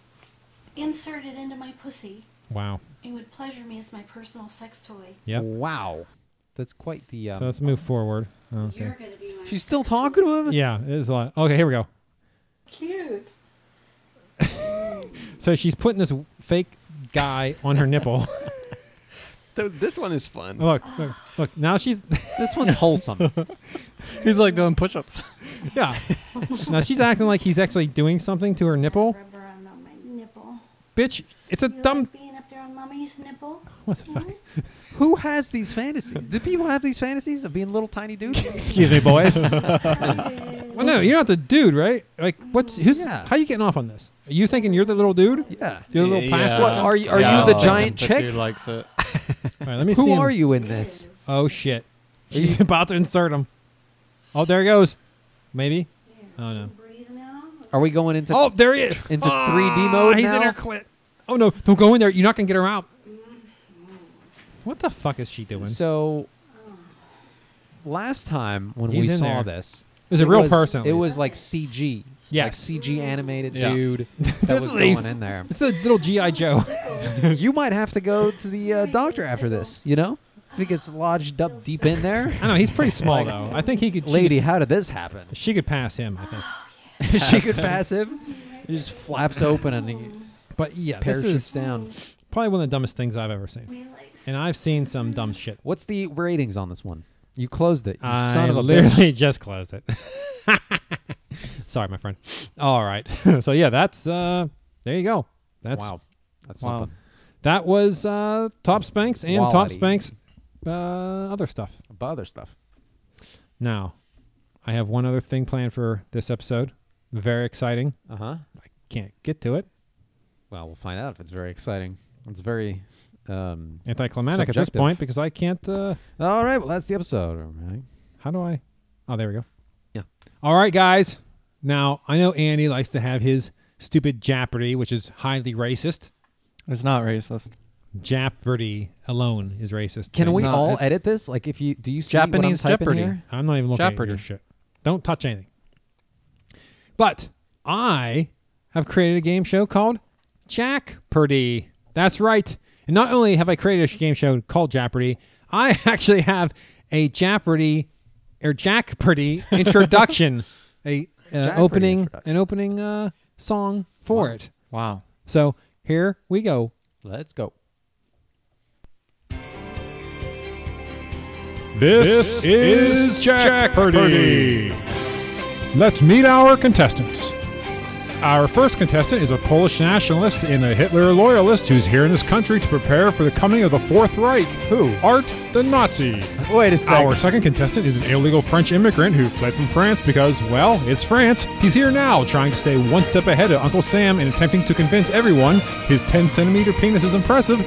Speaker 11: inserted into my pussy
Speaker 5: Wow.
Speaker 11: and would pleasure me as my personal sex toy.
Speaker 5: Yep.
Speaker 3: Oh, Wow. That's quite the. Um,
Speaker 5: So let's move forward. Okay.
Speaker 11: You're gonna be my
Speaker 3: she's still talking to him?
Speaker 5: *laughs* Yeah, it is a lot. Okay, here we go.
Speaker 11: cute.
Speaker 5: So she's putting this fake guy on her nipple. *laughs*
Speaker 4: Th- this one is fun.
Speaker 5: look, look, look. Now she's *laughs*
Speaker 3: This one's wholesome.
Speaker 7: He's like doing push *laughs* ups.
Speaker 5: yeah. now she's acting like he's actually doing something to her nipple.
Speaker 11: Rubber on my nipple.
Speaker 5: Bitch, it's a
Speaker 11: You
Speaker 5: dumb
Speaker 11: like being up there on mommy's nipple.
Speaker 5: what the fuck?
Speaker 3: Who has these fantasies? Do people have these fantasies of being little tiny dudes?
Speaker 5: Excuse me, boys. *laughs* well, no, you're not the dude, right? Like, what's who's?
Speaker 3: Mm, Yeah.
Speaker 5: How you getting off on this? Are you thinking you're the little dude?
Speaker 3: yeah.
Speaker 5: You're the little plastic.
Speaker 3: What, are you- are
Speaker 7: Yeah,
Speaker 3: you the
Speaker 7: I'll-
Speaker 3: giant chick?
Speaker 10: Dude likes it.
Speaker 5: All right, let me see.
Speaker 3: Who
Speaker 5: him.
Speaker 3: are you in this?
Speaker 5: Oh shit! She's *laughs* about to insert him. Oh, there he goes. Maybe. Oh no.
Speaker 11: Breathe now.
Speaker 3: Are we going into
Speaker 5: Oh, there he is.
Speaker 3: into
Speaker 5: Ah,
Speaker 3: 3D mode
Speaker 5: He's in
Speaker 3: now?
Speaker 5: her clit. Oh no! Don't go in there. You're not gonna get her out. What the fuck is she doing?
Speaker 3: So last time when
Speaker 5: He's
Speaker 3: we
Speaker 5: in
Speaker 3: saw
Speaker 5: there.
Speaker 3: this,
Speaker 5: it was a real
Speaker 3: was-
Speaker 5: person. at
Speaker 3: It
Speaker 5: least.
Speaker 3: was like CG. Like
Speaker 5: Yes.
Speaker 3: CG animated
Speaker 7: Yeah.
Speaker 5: *laughs*
Speaker 3: dude
Speaker 5: This
Speaker 3: that was
Speaker 5: is a-
Speaker 3: going in
Speaker 5: *laughs*
Speaker 3: there.
Speaker 5: It's a little
Speaker 3: *laughs*
Speaker 5: GI Joe.
Speaker 3: you might have to go to the uh, doctor after this, you know? If it gets lodged up deep in there.
Speaker 5: *laughs* I know he's pretty small
Speaker 3: Like,
Speaker 5: though. I think he could. she
Speaker 3: Lady, how did this
Speaker 5: *laughs*
Speaker 3: happen?
Speaker 5: could- she could pass him. I think.
Speaker 3: she could pass him. It just flaps open and he
Speaker 5: But yeah, this
Speaker 3: parachutes
Speaker 5: is
Speaker 3: down.
Speaker 5: probably one of the dumbest things I've ever seen. And I've seen some dumb shit.
Speaker 3: What's the ratings on this one? You closed it. You
Speaker 5: I
Speaker 3: son of a bitch.
Speaker 5: literally just closed it. Sorry, my friend. All right. *laughs* so yeah, that's uh there you go. *laughs* That's
Speaker 3: wow. That's
Speaker 5: wow.
Speaker 3: something.
Speaker 5: That was uh Top Spanks and Top
Speaker 3: Quality.
Speaker 5: Spanks uh other stuff.
Speaker 3: About other stuff.
Speaker 5: Now, I have one other thing planned for this episode. Very exciting.
Speaker 3: Uh huh.
Speaker 5: Can't get to it.
Speaker 3: Well, we'll find out if it's very exciting. It's very. Um,
Speaker 5: Anticlimactic at this
Speaker 3: Subjective.
Speaker 5: point because I can't uh
Speaker 3: all right. Well, that's the episode. All right.
Speaker 5: How do I? Oh, there we go.
Speaker 4: Yeah.
Speaker 5: All right, guys. Now I know Andy likes to have his stupid Jeopardy, which is highly racist.
Speaker 7: It's not racist.
Speaker 5: Jeopardy alone is racist.
Speaker 3: Can
Speaker 5: Thank
Speaker 3: we
Speaker 5: you.
Speaker 3: all edit this? Like, if you do you see
Speaker 7: Japanese
Speaker 3: what I'm typing
Speaker 7: Jeopardy.
Speaker 3: here?
Speaker 5: I'm not even looking at
Speaker 7: Jeopardy.
Speaker 5: your shit. Don't touch anything. But I have created a game show called Jack Purdy. That's right. And not only have I created a game show called Jeopardy, I *laughs* actually have a Jeopardy or Jack Purdy introduction, a uh,
Speaker 3: Jeopardy
Speaker 5: opening,
Speaker 3: introduction.
Speaker 5: an opening uh, song for it.
Speaker 7: Wow.
Speaker 5: So here we go.
Speaker 3: Let's go.
Speaker 2: This, is Jack Purdy. Let's meet our contestants. Our first contestant is a Polish nationalist and a Hitler loyalist who's here in this country to prepare for the coming of the Fourth Reich.
Speaker 3: Who?
Speaker 2: Art the Nazi.
Speaker 3: Wait a
Speaker 2: Our second contestant is an illegal French immigrant who fled from France because, well, it's France. He's here now, trying to stay one step ahead of Uncle Sam and attempting to convince everyone his 10 centimeter penis is impressive.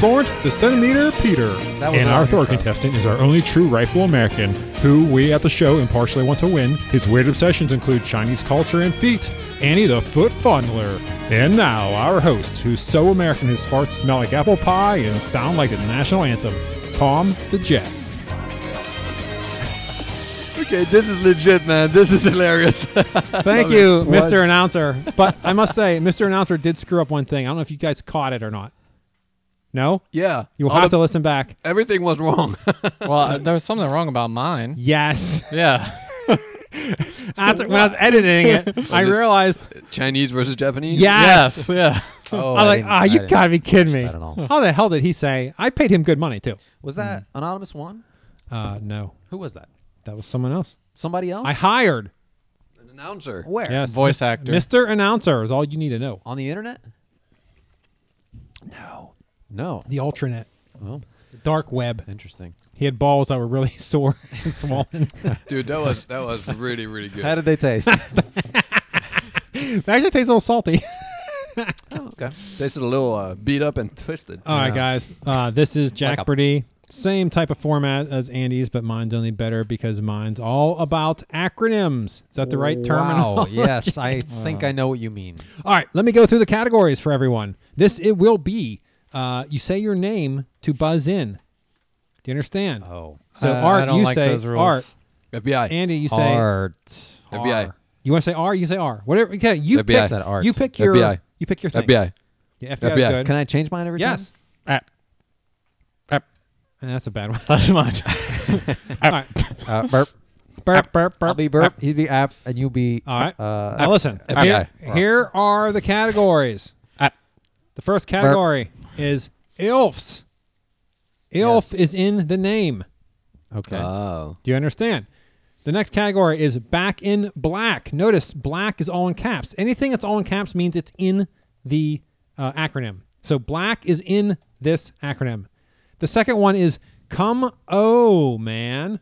Speaker 2: Florence the Centimeter Peter.
Speaker 3: That was
Speaker 2: and
Speaker 3: a
Speaker 2: our
Speaker 3: long
Speaker 2: third
Speaker 3: intro.
Speaker 2: contestant is our only true rightful American, who we at the show impartially want to win. His weird obsessions include Chinese culture and feet, Annie the Foot Fondler. And now, our host, who's so American his farts smell like apple pie and sound like the national anthem, Tom the Jet.
Speaker 4: Okay, this is legit, man. This is hilarious. *laughs*
Speaker 5: Thank you,
Speaker 3: it.
Speaker 5: Mr.
Speaker 3: Was- *laughs*
Speaker 5: Announcer. But I must say, Mr. Announcer did screw up one thing. I don't know if you guys caught it or not. No?
Speaker 4: yeah.
Speaker 5: You'll
Speaker 4: all
Speaker 5: have
Speaker 4: the-
Speaker 5: to listen back.
Speaker 4: Everything was wrong.
Speaker 7: *laughs*
Speaker 4: *laughs*
Speaker 7: Well, uh, there was something wrong about mine.
Speaker 3: *laughs*
Speaker 5: Yes.
Speaker 7: Yeah.
Speaker 5: After, when I was editing
Speaker 3: *laughs*
Speaker 5: it, I
Speaker 4: it-
Speaker 5: realized,
Speaker 4: Chinese versus Japanese.
Speaker 5: yes.
Speaker 7: *laughs* Yeah.
Speaker 3: Oh,
Speaker 5: I was like,
Speaker 3: didn't-
Speaker 5: ah,
Speaker 3: I
Speaker 5: you
Speaker 3: didn't
Speaker 5: gotta be kidding
Speaker 3: catch
Speaker 5: me.
Speaker 3: that at all.
Speaker 5: How the hell did he say? I paid him good money, too.
Speaker 3: Was that anonymous one?
Speaker 5: Uh, no.
Speaker 3: Who was that?
Speaker 5: That was someone else.
Speaker 3: Somebody else?
Speaker 5: I hired.
Speaker 4: An announcer.
Speaker 3: Where?
Speaker 5: Yes.
Speaker 7: Voice actor.
Speaker 5: Mr. Announcer is all you need to know.
Speaker 3: On the internet? No. No.
Speaker 5: The alternate.
Speaker 3: Oh,
Speaker 5: Dark web.
Speaker 3: interesting.
Speaker 5: He had balls that were really *laughs* sore
Speaker 3: *laughs*
Speaker 5: and swollen.
Speaker 4: Dude, that was that was really really good.
Speaker 3: How did they *laughs* taste?
Speaker 5: It actually tastes a little salty.
Speaker 3: okay.
Speaker 4: Tasted a little uh, beat up and twisted.
Speaker 5: All right,
Speaker 3: Yeah.
Speaker 5: guys. Uh, this is
Speaker 3: Like
Speaker 5: Jack
Speaker 3: a-
Speaker 5: Purdy. Same type of format as Andy's, but mine's only better because mine's all about acronyms. Is that the right term?
Speaker 3: Wow. *laughs* yes, I think I know what you mean.
Speaker 5: *laughs* All right, let me go through the categories for everyone. This it will be. Uh, you say your name to buzz in. Do you understand?
Speaker 3: Oh.
Speaker 5: so
Speaker 7: Uh,
Speaker 5: Art,
Speaker 7: I don't
Speaker 5: you
Speaker 7: like
Speaker 5: say
Speaker 7: those rules.
Speaker 5: Art.
Speaker 4: FBI.
Speaker 5: Andy, you say
Speaker 3: Art.
Speaker 4: FBI.
Speaker 3: R.
Speaker 5: You want to say R? You say R. Whatever. Okay, you
Speaker 4: FBI.
Speaker 5: pick
Speaker 3: Said Art.
Speaker 5: You pick your.
Speaker 4: FBI.
Speaker 5: You pick your thing.
Speaker 4: FBI.
Speaker 5: Yeah, FBI. is
Speaker 4: FBI.
Speaker 5: good.
Speaker 3: Can I change mine every time?
Speaker 5: Yes.
Speaker 7: App. App.
Speaker 5: And that's a
Speaker 3: *laughs*
Speaker 5: bad one. Ah. *laughs*
Speaker 7: That's mine.
Speaker 5: All right.
Speaker 3: Uh, burp.
Speaker 5: Burp, burp, burp.
Speaker 3: I'll be burp. He'd be app, and you'll be.
Speaker 5: All right.
Speaker 3: Uh, Ah.
Speaker 5: Now listen.
Speaker 4: FBI.
Speaker 5: Here, here are the categories. The first category is ilfs. Ilf
Speaker 3: Yes.
Speaker 5: is in the name.
Speaker 3: Okay.
Speaker 4: Oh.
Speaker 5: Do you understand? The next category is back in black. Notice black is all in caps. Anything that's all in caps means it's in the uh, acronym. So black is in this acronym. The second one is come oh man,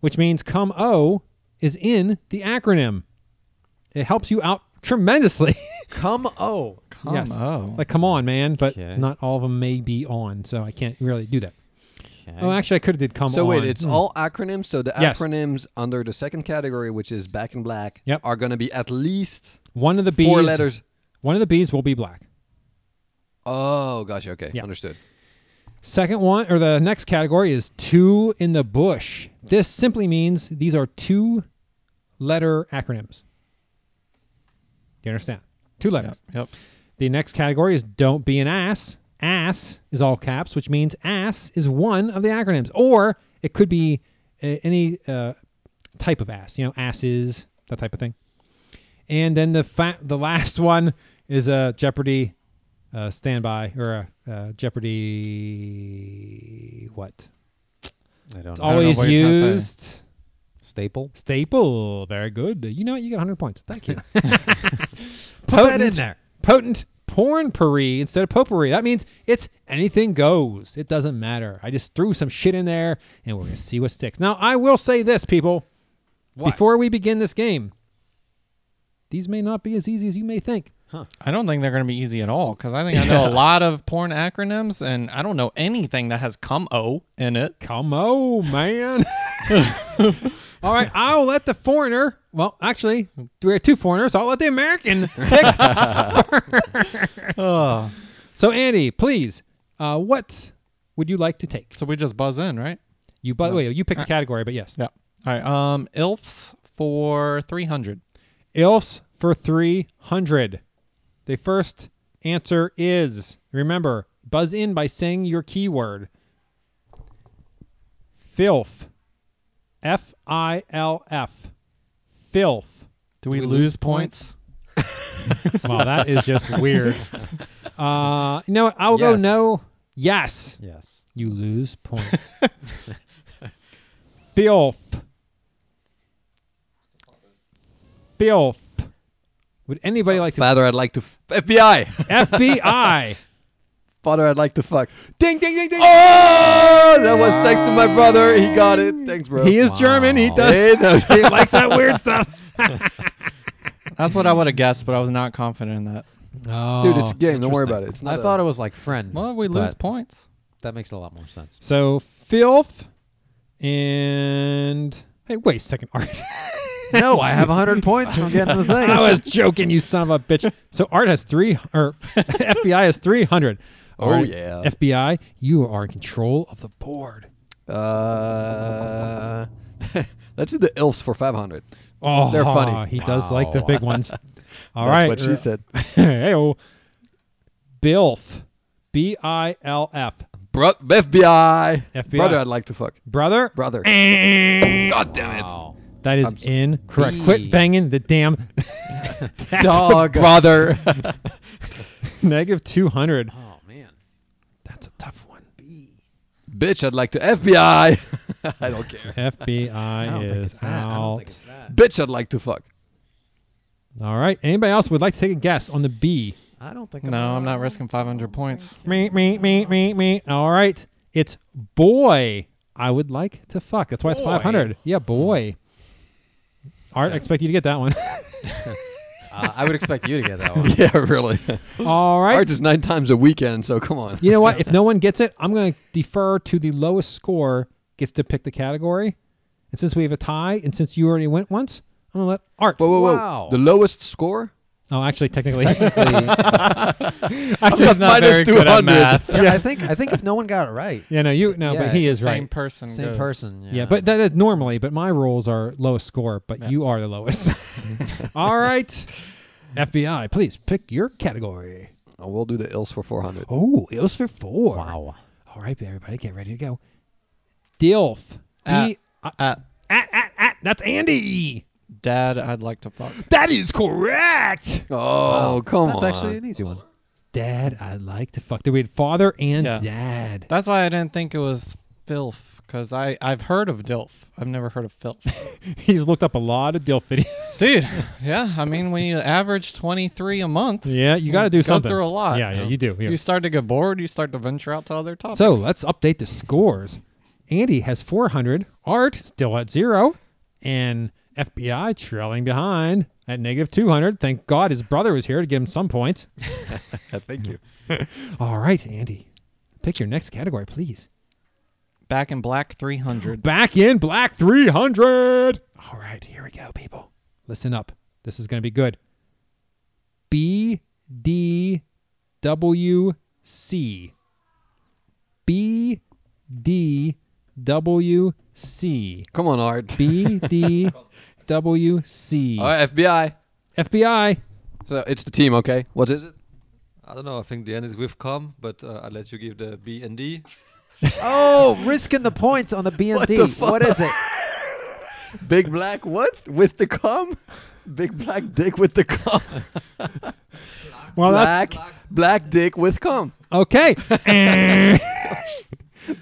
Speaker 5: which means come oh is in the acronym. It helps you out tremendously. *laughs*
Speaker 3: Come oh.
Speaker 7: Come
Speaker 5: yes.
Speaker 7: oh.
Speaker 5: Like come on man, but
Speaker 3: Okay.
Speaker 5: not all of them may be on, so I can't really do that. Oh, actually I could have did come
Speaker 4: So
Speaker 5: on.
Speaker 4: wait, it's
Speaker 5: Hmm.
Speaker 4: all acronyms. So the
Speaker 5: Yes.
Speaker 4: acronyms under the second category, which is back in black,
Speaker 5: Yep.
Speaker 4: are going to be at least
Speaker 5: one of the B's
Speaker 4: four letters.
Speaker 5: One of the B's will be black.
Speaker 4: Oh, gotcha. Okay,
Speaker 5: Yeah.
Speaker 4: understood.
Speaker 5: Second one, or the next category is two in the bush. This simply means these are two letter acronyms. Do you understand? Two letters.
Speaker 7: Yep. Yep.
Speaker 5: The next category is don't be an ass. Ass is all caps, which means ass is one of the acronyms, or it could be uh, any uh, type of ass. You know, asses, that type of thing. And then the fa- the last *laughs* one is a Jeopardy uh, standby or a uh, Jeopardy what?
Speaker 3: I don't
Speaker 5: It's
Speaker 3: know.
Speaker 7: know
Speaker 5: always
Speaker 7: what you're trying to
Speaker 5: used
Speaker 3: Staple.
Speaker 5: staple. Very good. You know, what? you get 100 points. Thank you. *laughs* Potent in there. Potent porn potpourri instead of potpourri. That means it's anything goes. It doesn't matter. I just threw some shit in there, and we're gonna see what sticks. Now, I will say this, people. Before we begin this game, these may not be as easy as you may think.
Speaker 7: I don't think they're going to be easy at all because I think I know a lot of porn acronyms and I don't know anything that has come O in it.
Speaker 5: Come on, man. *laughs* All right, I'll let the foreigner. Well, actually, we have two foreigners. I'll let the American *laughs* pick.
Speaker 7: Oh.
Speaker 5: so, Andy, please Uh, what would you like to take?
Speaker 7: So we just buzz in, right?
Speaker 5: You but
Speaker 7: No.
Speaker 5: wait, you picked the
Speaker 7: Uh,
Speaker 5: category, but yes.
Speaker 7: Yeah. All right. Um, ilfs for three hundred.
Speaker 5: ILFs for 300. The first answer is remember, buzz in by saying your keyword. Filth. F I L F. Filth.
Speaker 7: Do we,
Speaker 5: we
Speaker 7: lose,
Speaker 5: lose
Speaker 7: points?
Speaker 5: Wow, that is just weird. Uh, you know what? I'll go
Speaker 4: Yes.
Speaker 5: no. Yes.
Speaker 3: Yes.
Speaker 5: You lose *laughs* points. Filth. Filth. Would anybody like to
Speaker 4: Father, I'd like to f- FBI.
Speaker 5: FBI.
Speaker 4: *laughs* Father, I'd like to fuck. Ding, ding, ding, ding. Oh, that was thanks to my brother. He got it. Thanks, bro.
Speaker 5: He is German. He
Speaker 3: Wow.
Speaker 5: does.
Speaker 4: Hey,
Speaker 5: He
Speaker 4: *laughs* no,
Speaker 5: likes that *laughs* weird stuff.
Speaker 7: That's what I would have guessed, but I was not confident in that.
Speaker 4: Dude, it's a game. Don't worry about it. It's
Speaker 3: I
Speaker 4: not.
Speaker 3: thought it was like friend.
Speaker 7: Well, we lose
Speaker 3: but
Speaker 7: points.
Speaker 3: That makes a lot more sense.
Speaker 5: So filth and hey, wait a second, Art. *laughs*
Speaker 3: no, I have 100 points from getting the
Speaker 4: *laughs*
Speaker 3: thing.
Speaker 5: I was joking, you son of a bitch. So Art has three, or *laughs* FBI has three hundred.
Speaker 4: Oh, yeah.
Speaker 5: FBI, you are in control of the board.
Speaker 4: a. Uh, *laughs* let's do the ilfs for five hundred.
Speaker 5: Oh,
Speaker 4: They're funny.
Speaker 5: He does like the
Speaker 3: Wow.
Speaker 5: big
Speaker 4: *laughs*
Speaker 5: ones. All
Speaker 4: That's
Speaker 5: right,
Speaker 4: what she
Speaker 5: *laughs*
Speaker 4: said.
Speaker 5: Heyo. Bilf, B I L F,
Speaker 4: Bro- FBI.
Speaker 5: FBI.
Speaker 4: Brother, I'd like to fuck.
Speaker 5: brother.
Speaker 4: Brother. God damn it.
Speaker 3: Wow.
Speaker 5: That is
Speaker 4: I'm so-
Speaker 5: incorrect.
Speaker 3: B.
Speaker 5: Quit banging the
Speaker 4: *laughs*
Speaker 5: damn
Speaker 4: *laughs*
Speaker 5: *laughs*
Speaker 4: Dog. Brother. *laughs*
Speaker 5: negative 200.
Speaker 3: Oh, man.
Speaker 5: That's a tough one.
Speaker 4: Bitch, I'd like to FBI. I *laughs* don't care.
Speaker 3: *laughs* I don't think
Speaker 5: FBI
Speaker 3: it's
Speaker 5: is
Speaker 3: that. I don't
Speaker 5: out.
Speaker 3: think it's that.
Speaker 4: Bitch, I'd like to fuck.
Speaker 5: All right. Anybody else would like to take a guess on the B?
Speaker 3: I don't think
Speaker 7: No, I'm not risking 500 points.
Speaker 5: Me, me, me, me, me. All right. It's boy. I would like to fuck. That's why it's
Speaker 3: Boy.
Speaker 5: 500. Yeah, boy. Art, I expect you to get that one. *laughs*
Speaker 3: Uh, I would expect you to get that *laughs* one.
Speaker 4: *laughs* Yeah, really.
Speaker 5: All right.
Speaker 4: Art is nine times a weekend, so come on.
Speaker 5: You know what? If no one gets it, I'm going to defer to the lowest score gets to pick the category. And since we have a tie, and since you already went once, I'm going to let Art.
Speaker 4: Whoa, whoa, whoa.
Speaker 3: Wow.
Speaker 4: The lowest score?
Speaker 5: Oh, actually, technically, *laughs*
Speaker 7: Actually, he's not
Speaker 4: minus
Speaker 7: very good
Speaker 4: 200.
Speaker 7: at math.
Speaker 3: yeah, I think I think if no one got it right,
Speaker 5: yeah, no, you no,
Speaker 3: Yeah,
Speaker 5: but he
Speaker 3: it's
Speaker 5: is
Speaker 7: Same
Speaker 5: right.
Speaker 7: person.
Speaker 3: same
Speaker 7: goes.
Speaker 3: person.
Speaker 5: Yeah, but that is normally. But my rules are lowest score, but
Speaker 7: Yeah.
Speaker 5: you are the *laughs* lowest. All right, FBI, please pick your category.
Speaker 4: Oh, we'll do the ills for 400.
Speaker 5: Oh, it was for four.
Speaker 3: wow.
Speaker 5: All right, everybody, get ready to go. Dilf.
Speaker 7: At-
Speaker 5: D- uh,
Speaker 7: At
Speaker 5: at, at, at, that's Andy.
Speaker 7: dad, I'd like to fuck.
Speaker 5: That is correct.
Speaker 4: Oh, come
Speaker 3: That's
Speaker 4: on.
Speaker 3: actually an easy one.
Speaker 5: Dad, I like to fuck. There we had father and
Speaker 7: Yeah.
Speaker 5: dad.
Speaker 7: That's why I didn't think it was filth, because I I've heard of dilf. I've never heard of
Speaker 5: *laughs*
Speaker 7: filth.
Speaker 5: He's looked up a lot of dilf videos.
Speaker 7: Dude, yeah. I mean, when you average 23 a month,
Speaker 5: Yeah, you got to do
Speaker 7: go
Speaker 5: something.
Speaker 7: through a lot.
Speaker 5: Yeah, yeah, you do. Here.
Speaker 7: You start to get bored. You start to venture out to other topics.
Speaker 5: So let's update the scores. Andy has 400. Art still at zero. And FBI trailing behind at negative 200. Thank God his brother was here to give him some points.
Speaker 4: *laughs* Thank you.
Speaker 5: *laughs* All right, Andy. Pick your next category, please.
Speaker 7: back in black 300.
Speaker 5: Back in black 300. All right, here we go, people. Listen up. This is going to be good. B D W C. B D W C.
Speaker 4: Come on, Art.
Speaker 5: B D W C.
Speaker 4: All right, FBI.
Speaker 5: FBI.
Speaker 4: So it's the team, okay? What is it?
Speaker 6: I don't know. I think the end is we've come, but uh, I'll let you give the B and D.
Speaker 3: Oh, risking the points on the B and D.
Speaker 4: the fuck?
Speaker 3: What is it?
Speaker 4: Big black what? With the cum? Big black dick with the *laughs* cum.
Speaker 5: Well,
Speaker 4: black, black dick with cum.
Speaker 5: okay. *laughs*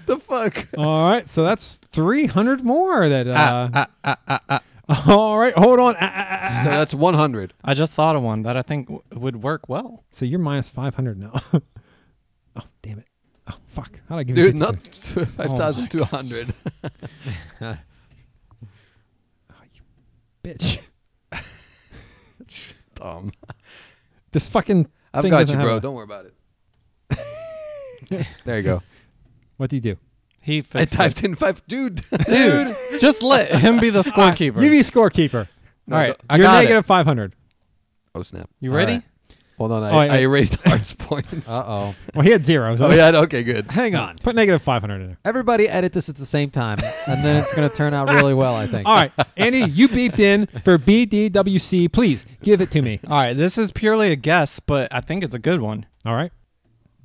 Speaker 4: The fuck?
Speaker 5: All right, so that's 300 more that. Uh,
Speaker 7: Ah, ah, ah, ah,
Speaker 5: all right, hold on. Ah, ah, ah, ah.
Speaker 4: So that's 100.
Speaker 7: I just thought of one that I think w- would work well.
Speaker 5: So you're minus 500 now. *laughs* oh, damn it. Oh, fuck. How did I give you
Speaker 4: Dude,
Speaker 5: fifty
Speaker 4: not
Speaker 5: quid?
Speaker 4: *laughs* 5,200.
Speaker 5: Bitch.
Speaker 4: *laughs* Dumb.
Speaker 5: This fucking.
Speaker 4: I've
Speaker 5: Oh, thing
Speaker 4: got
Speaker 5: doesn't
Speaker 4: you,
Speaker 5: have
Speaker 4: bro.
Speaker 5: a-
Speaker 4: Don't worry about it.
Speaker 5: *laughs*
Speaker 4: there you go.
Speaker 5: What do you do?
Speaker 7: He
Speaker 4: I
Speaker 7: fits
Speaker 4: typed in five. Dude.
Speaker 5: *laughs*
Speaker 7: Dude, *laughs* just let him be the scorekeeper.
Speaker 5: You be scorekeeper.
Speaker 4: No,
Speaker 7: All right,
Speaker 4: go-
Speaker 7: I
Speaker 5: you're
Speaker 7: got
Speaker 5: negative
Speaker 7: it.
Speaker 5: 500.
Speaker 4: Oh, snap.
Speaker 7: You ready?
Speaker 4: All right. Hold on, I,
Speaker 5: Oh, wait,
Speaker 4: I
Speaker 5: wait.
Speaker 4: erased *laughs* Art's points.
Speaker 3: Uh-oh.
Speaker 5: Well, he had zero. So
Speaker 4: *laughs* Oh yeah, okay, good.
Speaker 5: Hang on. Put negative 500 in there.
Speaker 3: Everybody edit this at the same time, and then it's going to turn out really well, I *laughs* think.
Speaker 5: All right. Andy, you beeped in for BDWC. Please give it to me.
Speaker 7: All right, this is purely a guess, but I think it's a good one.
Speaker 5: All right.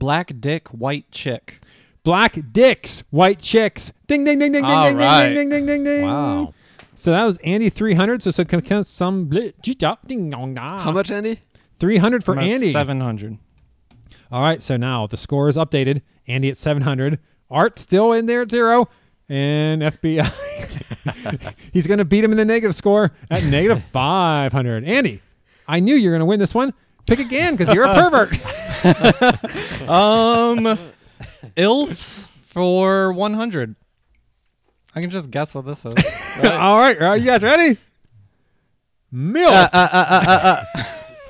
Speaker 7: Black dick, white chick.
Speaker 5: Black dicks, white chicks. Ding, ding, ding, ding, ding,
Speaker 7: All
Speaker 5: ding,
Speaker 7: right.
Speaker 5: ding, ding, ding, ding, ding.
Speaker 3: Wow.
Speaker 5: So that was Andy 300. So, so can count some. bli- gee, da- Ding, dong, da.
Speaker 4: How much, Andy?
Speaker 5: 300 for
Speaker 7: I'm at
Speaker 5: Andy.
Speaker 7: 700.
Speaker 5: All right, so now the score is updated. Andy at 700. Art still in there at zero. And FBI. *laughs* He's going to beat him in the negative score at
Speaker 7: *laughs*
Speaker 5: negative 500. Andy, I knew you were going to win this one. Pick again because you're a
Speaker 7: *laughs*
Speaker 5: pervert. *laughs*
Speaker 7: Um, ilfs for 100. I can just guess what this is.
Speaker 5: All right, are you guys ready? Milk. *laughs*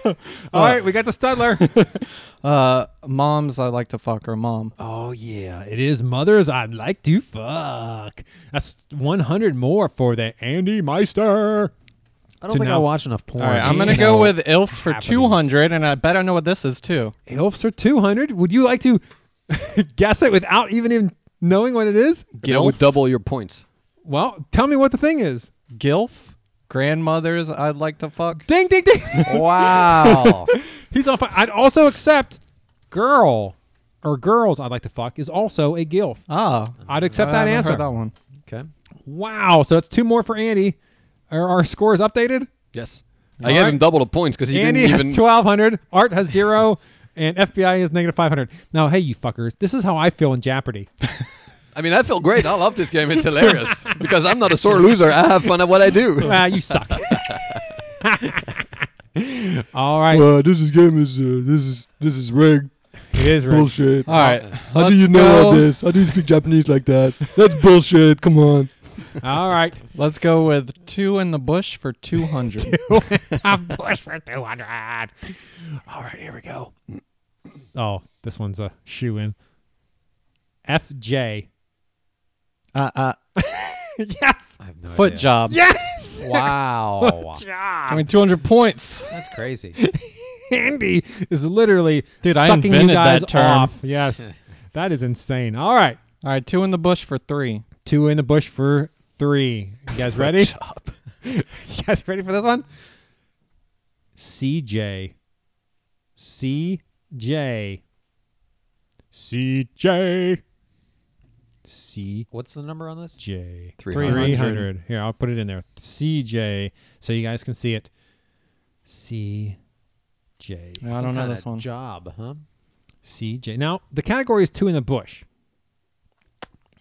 Speaker 4: Uh,
Speaker 5: All right, we got the Studler.
Speaker 7: *laughs* Uh, moms I like to fuck or mom.
Speaker 5: oh, yeah. It is Mother's I'd Like to Fuck. That's 100 more for the Andy Meister.
Speaker 3: I don't
Speaker 5: So
Speaker 3: think I
Speaker 5: now-
Speaker 3: watch enough porn.
Speaker 7: All right, I'm gonna go with ilfs for 200, and I bet I know what this is too.
Speaker 5: Elves for 200? Would you like to *laughs* guess it without even, even knowing what it is?
Speaker 4: That would double your points.
Speaker 5: Well, tell me what the thing is.
Speaker 7: Gilf, grandmothers I'd like to fuck.
Speaker 5: Ding, ding, ding. *laughs*
Speaker 3: Wow.
Speaker 5: He's on fire. I'd also accept girl or girls I'd like to fuck is also a gilf.
Speaker 7: *laughs* Ah,
Speaker 5: I'd accept
Speaker 7: I
Speaker 5: that
Speaker 7: haven't
Speaker 5: answer.
Speaker 7: Heard that one.
Speaker 3: okay.
Speaker 5: Wow. So that's two more for Andy. Are our scores updated?
Speaker 4: Yes. I gave
Speaker 5: right.
Speaker 4: him double the points because he
Speaker 5: Andy
Speaker 4: didn't
Speaker 5: has
Speaker 4: even.
Speaker 5: 1,200. Art has zero. and FBI is negative 500. Now, hey, you fuckers. This is how I feel in Jeopardy.
Speaker 4: I mean, I feel great. I love
Speaker 5: *laughs*
Speaker 4: this game. It's hilarious because I'm not a sore loser. I have fun at what I do.
Speaker 5: ah, you suck. *laughs* All right.
Speaker 4: this is game is uh, this is this is rigged
Speaker 5: It is rigged.
Speaker 4: bullshit.
Speaker 7: All right,
Speaker 4: How do
Speaker 7: let's
Speaker 4: you know all
Speaker 7: go-
Speaker 4: this? How do you speak Japanese like that? That's bullshit. Come on.
Speaker 5: All right.
Speaker 7: Let's go with two in the bush
Speaker 4: *laughs*
Speaker 7: for 200.
Speaker 5: I'm pushed for 200. All right, here we go. Oh, this one's a shoe in. FJ.
Speaker 7: uh, uh,
Speaker 5: yes.
Speaker 3: I have no
Speaker 7: foot
Speaker 3: idea.
Speaker 7: job.
Speaker 5: Yes.
Speaker 3: *laughs* Wow.
Speaker 7: I mean, 200 points.
Speaker 3: That's crazy.
Speaker 5: Andy is literally
Speaker 7: Dude, I
Speaker 5: sucking you
Speaker 7: invented
Speaker 5: guys
Speaker 7: that term.
Speaker 5: off. Yes. that is insane. All right.
Speaker 7: All right, two in the bush for three.
Speaker 5: Two in the bush for three. You guys ready? *laughs* you guys ready for this one? CJ. CJ. CJ. CJ.
Speaker 3: What's the number on this?
Speaker 4: 300.
Speaker 5: 300. Here, I'll put it in there. CJ. So you guys can see it. CJ.
Speaker 7: No, I
Speaker 3: Some
Speaker 7: don't know
Speaker 3: kinda
Speaker 7: this one.
Speaker 3: Job, huh?
Speaker 5: CJ. Now, the category is two in the bush.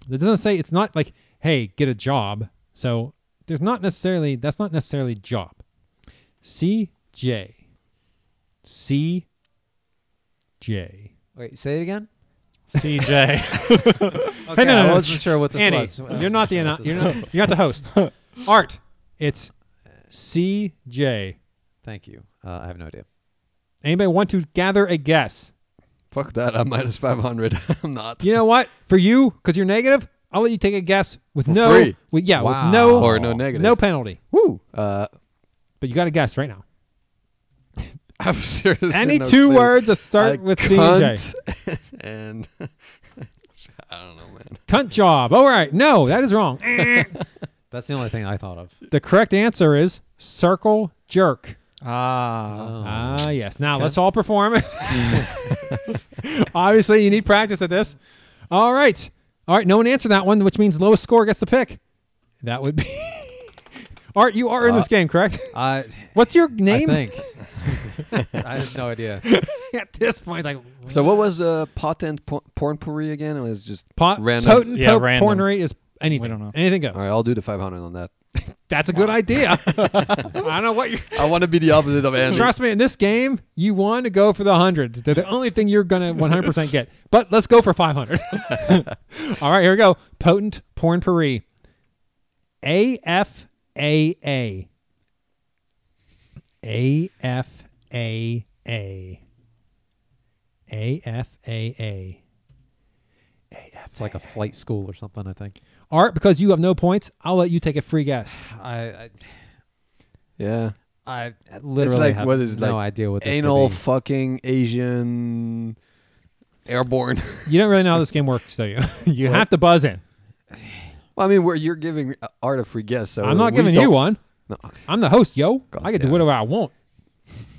Speaker 5: It doesn't say it's not like, hey, get a job. So there's not necessarily, that's not necessarily job. CJ. CJ.
Speaker 3: Wait, say it again. *laughs*
Speaker 7: CJ.
Speaker 5: *laughs* Hey, no, no, no.
Speaker 3: I wasn't sure what this
Speaker 5: Andy,
Speaker 3: was. Oh. I
Speaker 5: you're
Speaker 3: wasn't
Speaker 5: not the
Speaker 3: sure what
Speaker 5: anno-
Speaker 3: this
Speaker 5: you're
Speaker 3: was.
Speaker 5: not, you're not
Speaker 3: *laughs*
Speaker 5: the host. Art, it's CJ.
Speaker 3: Thank you. Uh, I have no idea.
Speaker 5: Anybody want to gather a guess?
Speaker 4: Fuck that. I'm minus 500. *laughs* I'm not.
Speaker 5: You know what? For you, because you're negative, I'll let you take a guess with
Speaker 4: For
Speaker 5: no,
Speaker 4: free.
Speaker 5: with- yeah,
Speaker 3: Wow.
Speaker 5: with no,
Speaker 4: Or no negative.
Speaker 5: no penalty.
Speaker 4: Woo. Uh,
Speaker 5: But you got to guess right now.
Speaker 4: I'm serious.
Speaker 5: Any two words that start with CJ.
Speaker 4: CJ. *laughs* And I don't know, man.
Speaker 5: Cunt job. All right. No, that is wrong.
Speaker 3: That's the only thing I thought of.
Speaker 5: the correct answer is circle jerk.
Speaker 3: Uh,
Speaker 7: ah.
Speaker 4: Uh-huh.
Speaker 3: Oh.
Speaker 5: Ah, yes. Now let's all
Speaker 4: *laughs*
Speaker 5: perform. *laughs* Obviously, you need practice at this. All right. All right. No one answered that one, which means lowest score gets the pick. That would be. *laughs* Art, you are in
Speaker 4: Uh,
Speaker 5: this game, correct?
Speaker 3: I,
Speaker 5: What's your
Speaker 3: I
Speaker 5: name?
Speaker 3: think. I have no idea.
Speaker 5: *laughs* at this point, like
Speaker 4: So what was uh, patent por- porn pourri again? It was just
Speaker 5: pot,
Speaker 4: random.
Speaker 5: potent
Speaker 7: Yeah,
Speaker 5: po-
Speaker 7: random.
Speaker 5: porn rate is anything.
Speaker 7: We don't know.
Speaker 5: Anything goes.
Speaker 4: All right, I'll do the 500 on that.
Speaker 5: That's a good
Speaker 4: *laughs*
Speaker 5: idea. I don't know what you're.
Speaker 4: I want to be the opposite of Andy.
Speaker 5: Trust me, in this game, you want to go for the hundreds. They're the only thing you're going to 100% get. But let's go for 500. *laughs* All right, here we go. Potent Porn Puri. AFAA. AFAA. AFAA.
Speaker 3: It's like a flight school or something. I think.
Speaker 5: Art, because you have no points, I'll let you take a free guess.
Speaker 3: I I,
Speaker 4: Yeah.
Speaker 5: I literally
Speaker 4: it's like
Speaker 5: have
Speaker 4: what is it,
Speaker 5: no
Speaker 4: like
Speaker 5: idea what this could
Speaker 4: anal
Speaker 5: be.
Speaker 4: fucking Asian airborne. *laughs*
Speaker 5: You don't really know how this game works, do you? *laughs* you have to buzz in.
Speaker 4: well, I mean, where you're giving uh, Art a free guess, so
Speaker 5: I'm not
Speaker 4: we
Speaker 5: giving you
Speaker 4: don't-
Speaker 5: one.
Speaker 4: No.
Speaker 5: I'm the host, yo. I can do
Speaker 4: damn it.
Speaker 5: whatever I want.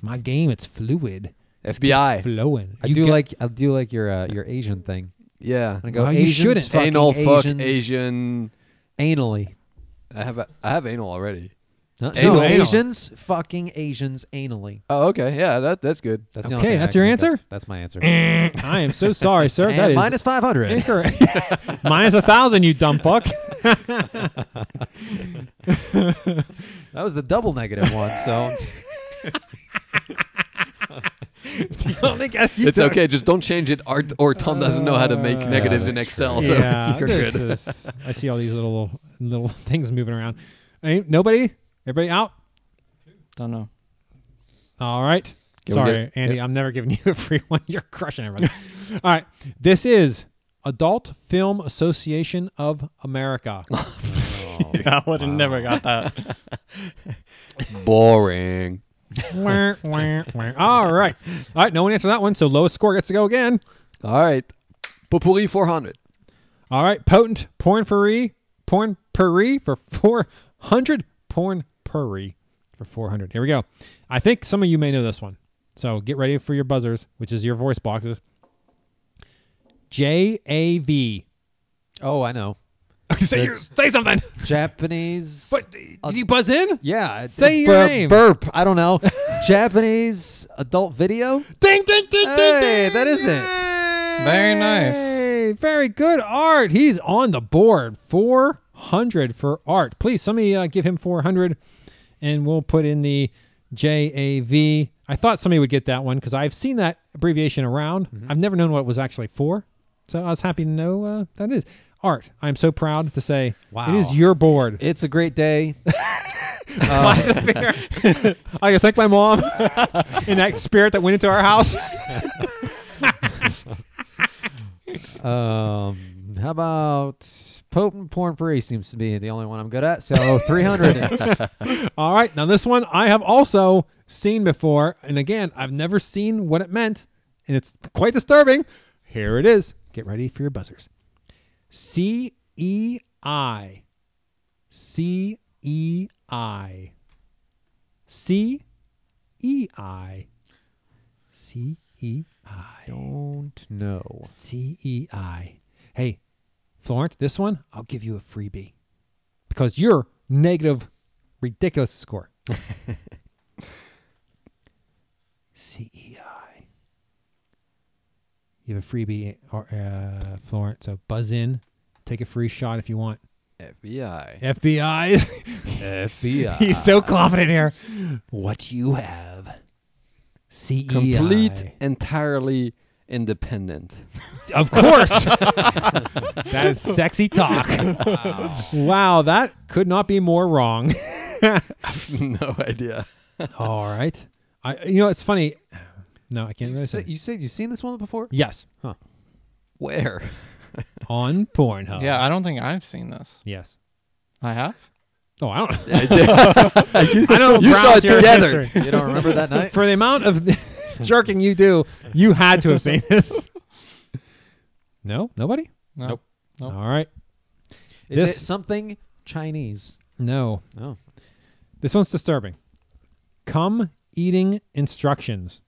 Speaker 5: My game, it's fluid. It's
Speaker 4: FBI.
Speaker 5: flowing.
Speaker 3: I
Speaker 5: You
Speaker 3: do
Speaker 5: get-
Speaker 3: like I do like your uh, your Asian thing.
Speaker 4: Yeah,
Speaker 3: I go
Speaker 5: Well, you
Speaker 3: Asians,
Speaker 5: shouldn't.
Speaker 3: fucking
Speaker 4: anal fuck
Speaker 3: Asians,
Speaker 4: Asian.
Speaker 3: anally.
Speaker 4: I have a, I have anal already.
Speaker 3: No,
Speaker 4: Anal.
Speaker 3: no,
Speaker 4: Anal.
Speaker 3: Asians, fucking Asians, anally.
Speaker 4: Oh, okay, yeah, that that's good.
Speaker 3: That's the only
Speaker 5: Okay,
Speaker 3: thing I
Speaker 5: that's
Speaker 3: can
Speaker 5: your
Speaker 3: think of.
Speaker 5: answer?
Speaker 3: That's my
Speaker 5: *clears throat*
Speaker 3: answer.
Speaker 5: *laughs* I am so sorry, sir.
Speaker 4: *laughs*
Speaker 3: And
Speaker 5: that is
Speaker 3: minus 500.
Speaker 5: *laughs* incorrect. minus a thousand, you dumb fuck.
Speaker 3: That was the double negative one. So *laughs*
Speaker 4: it's okay. Just don't change it. Art or Tom doesn't know how to make negatives in Excel, so
Speaker 5: Uh,
Speaker 4: *laughs*
Speaker 5: yeah,
Speaker 4: you're
Speaker 5: this
Speaker 4: good.
Speaker 5: is- I see all these little little *laughs* things moving around. Ain't nobody? Everybody out?
Speaker 7: Don't know.
Speaker 5: All right.
Speaker 4: Can we
Speaker 5: Sorry,
Speaker 4: get-
Speaker 5: Andy, I'm never giving *laughs* you a free one. You're crushing everything. *laughs* All right. This is Adult Film Association of
Speaker 4: *laughs*
Speaker 5: America.
Speaker 4: Oh,
Speaker 7: *laughs* I would have never got that.
Speaker 4: Boring.
Speaker 5: *laughs* Wah, wah, wah. All right. All right. No one answered that one. So lowest score gets to go again.
Speaker 4: All right, Populi 400.
Speaker 5: All right. Potent porn puri, porn puri for 400. Porn puri for 400. Here we go. I think some of you may know this one. So get ready for your buzzers, which is your voice boxes. J A V. *laughs*
Speaker 3: oh, I know
Speaker 5: Say, your- say something.
Speaker 3: Japanese.
Speaker 5: But did you buzz in?
Speaker 3: Yeah, I-
Speaker 5: Say your
Speaker 3: bur-
Speaker 5: name.
Speaker 3: Burp. I don't know. *laughs* Japanese adult video.
Speaker 5: Ding, ding, ding,
Speaker 3: Hey, that is it.
Speaker 7: Very nice.
Speaker 5: Hey, very good art. He's on the board. 400 for art. Please, somebody uh, give him 400 and we'll put in the JAV. I thought somebody would get that one because I've seen that abbreviation around. I've never known what it was actually for. So I was happy to know uh, that is art. I'm so proud to say *laughs* it
Speaker 3: Wow.
Speaker 5: is your board.
Speaker 3: It's a great day.
Speaker 5: *laughs* I thank my mom *laughs* in that spirit that went into our house.
Speaker 3: Um, how about potent porn free seems to be the only one I'm good at. So *laughs* 300.
Speaker 5: *laughs* All right. Now, this one I have also seen before. And again, I've never seen what it meant. And it's quite disturbing. Here it is. Get ready for your buzzers. C E I. C E I. C E I. C E I.
Speaker 3: don't know.
Speaker 5: C E I. Hey, Florent, this one, I'll give you a freebie because you're negative, ridiculous score. C E I. You have a freebie, or, uh, Florent. So buzz in, take a free shot if you want. *laughs*
Speaker 4: FBI.
Speaker 5: FBI.
Speaker 4: FBI.
Speaker 5: He's so confident here. What you have. C E I.
Speaker 4: Complete, entirely independent. *laughs*
Speaker 5: Of *laughs* course. that is sexy talk. Wow. that could not be more wrong.
Speaker 4: no idea.
Speaker 5: *laughs* All right. I you know it's funny. No, I can't
Speaker 3: You,
Speaker 5: really say.
Speaker 3: said, you said you've seen this one before?
Speaker 5: yes.
Speaker 4: Where?
Speaker 5: On Pornhub.
Speaker 7: Yeah, I don't think I've seen this.
Speaker 5: Yes.
Speaker 7: Oh. I have.
Speaker 5: Oh, I don't *laughs* I don't
Speaker 4: You saw
Speaker 5: browse
Speaker 4: it
Speaker 5: your
Speaker 4: together.
Speaker 5: history.
Speaker 3: You don't remember that *laughs* night?
Speaker 5: For the amount of *laughs* jerking you do, you had to have seen this. No? Nobody?
Speaker 7: No.
Speaker 5: Nope.
Speaker 7: Nope.
Speaker 5: All right.
Speaker 3: Is
Speaker 5: This-
Speaker 3: it something Chinese?
Speaker 5: No.
Speaker 3: Oh.
Speaker 5: This one's disturbing. Come eating instructions.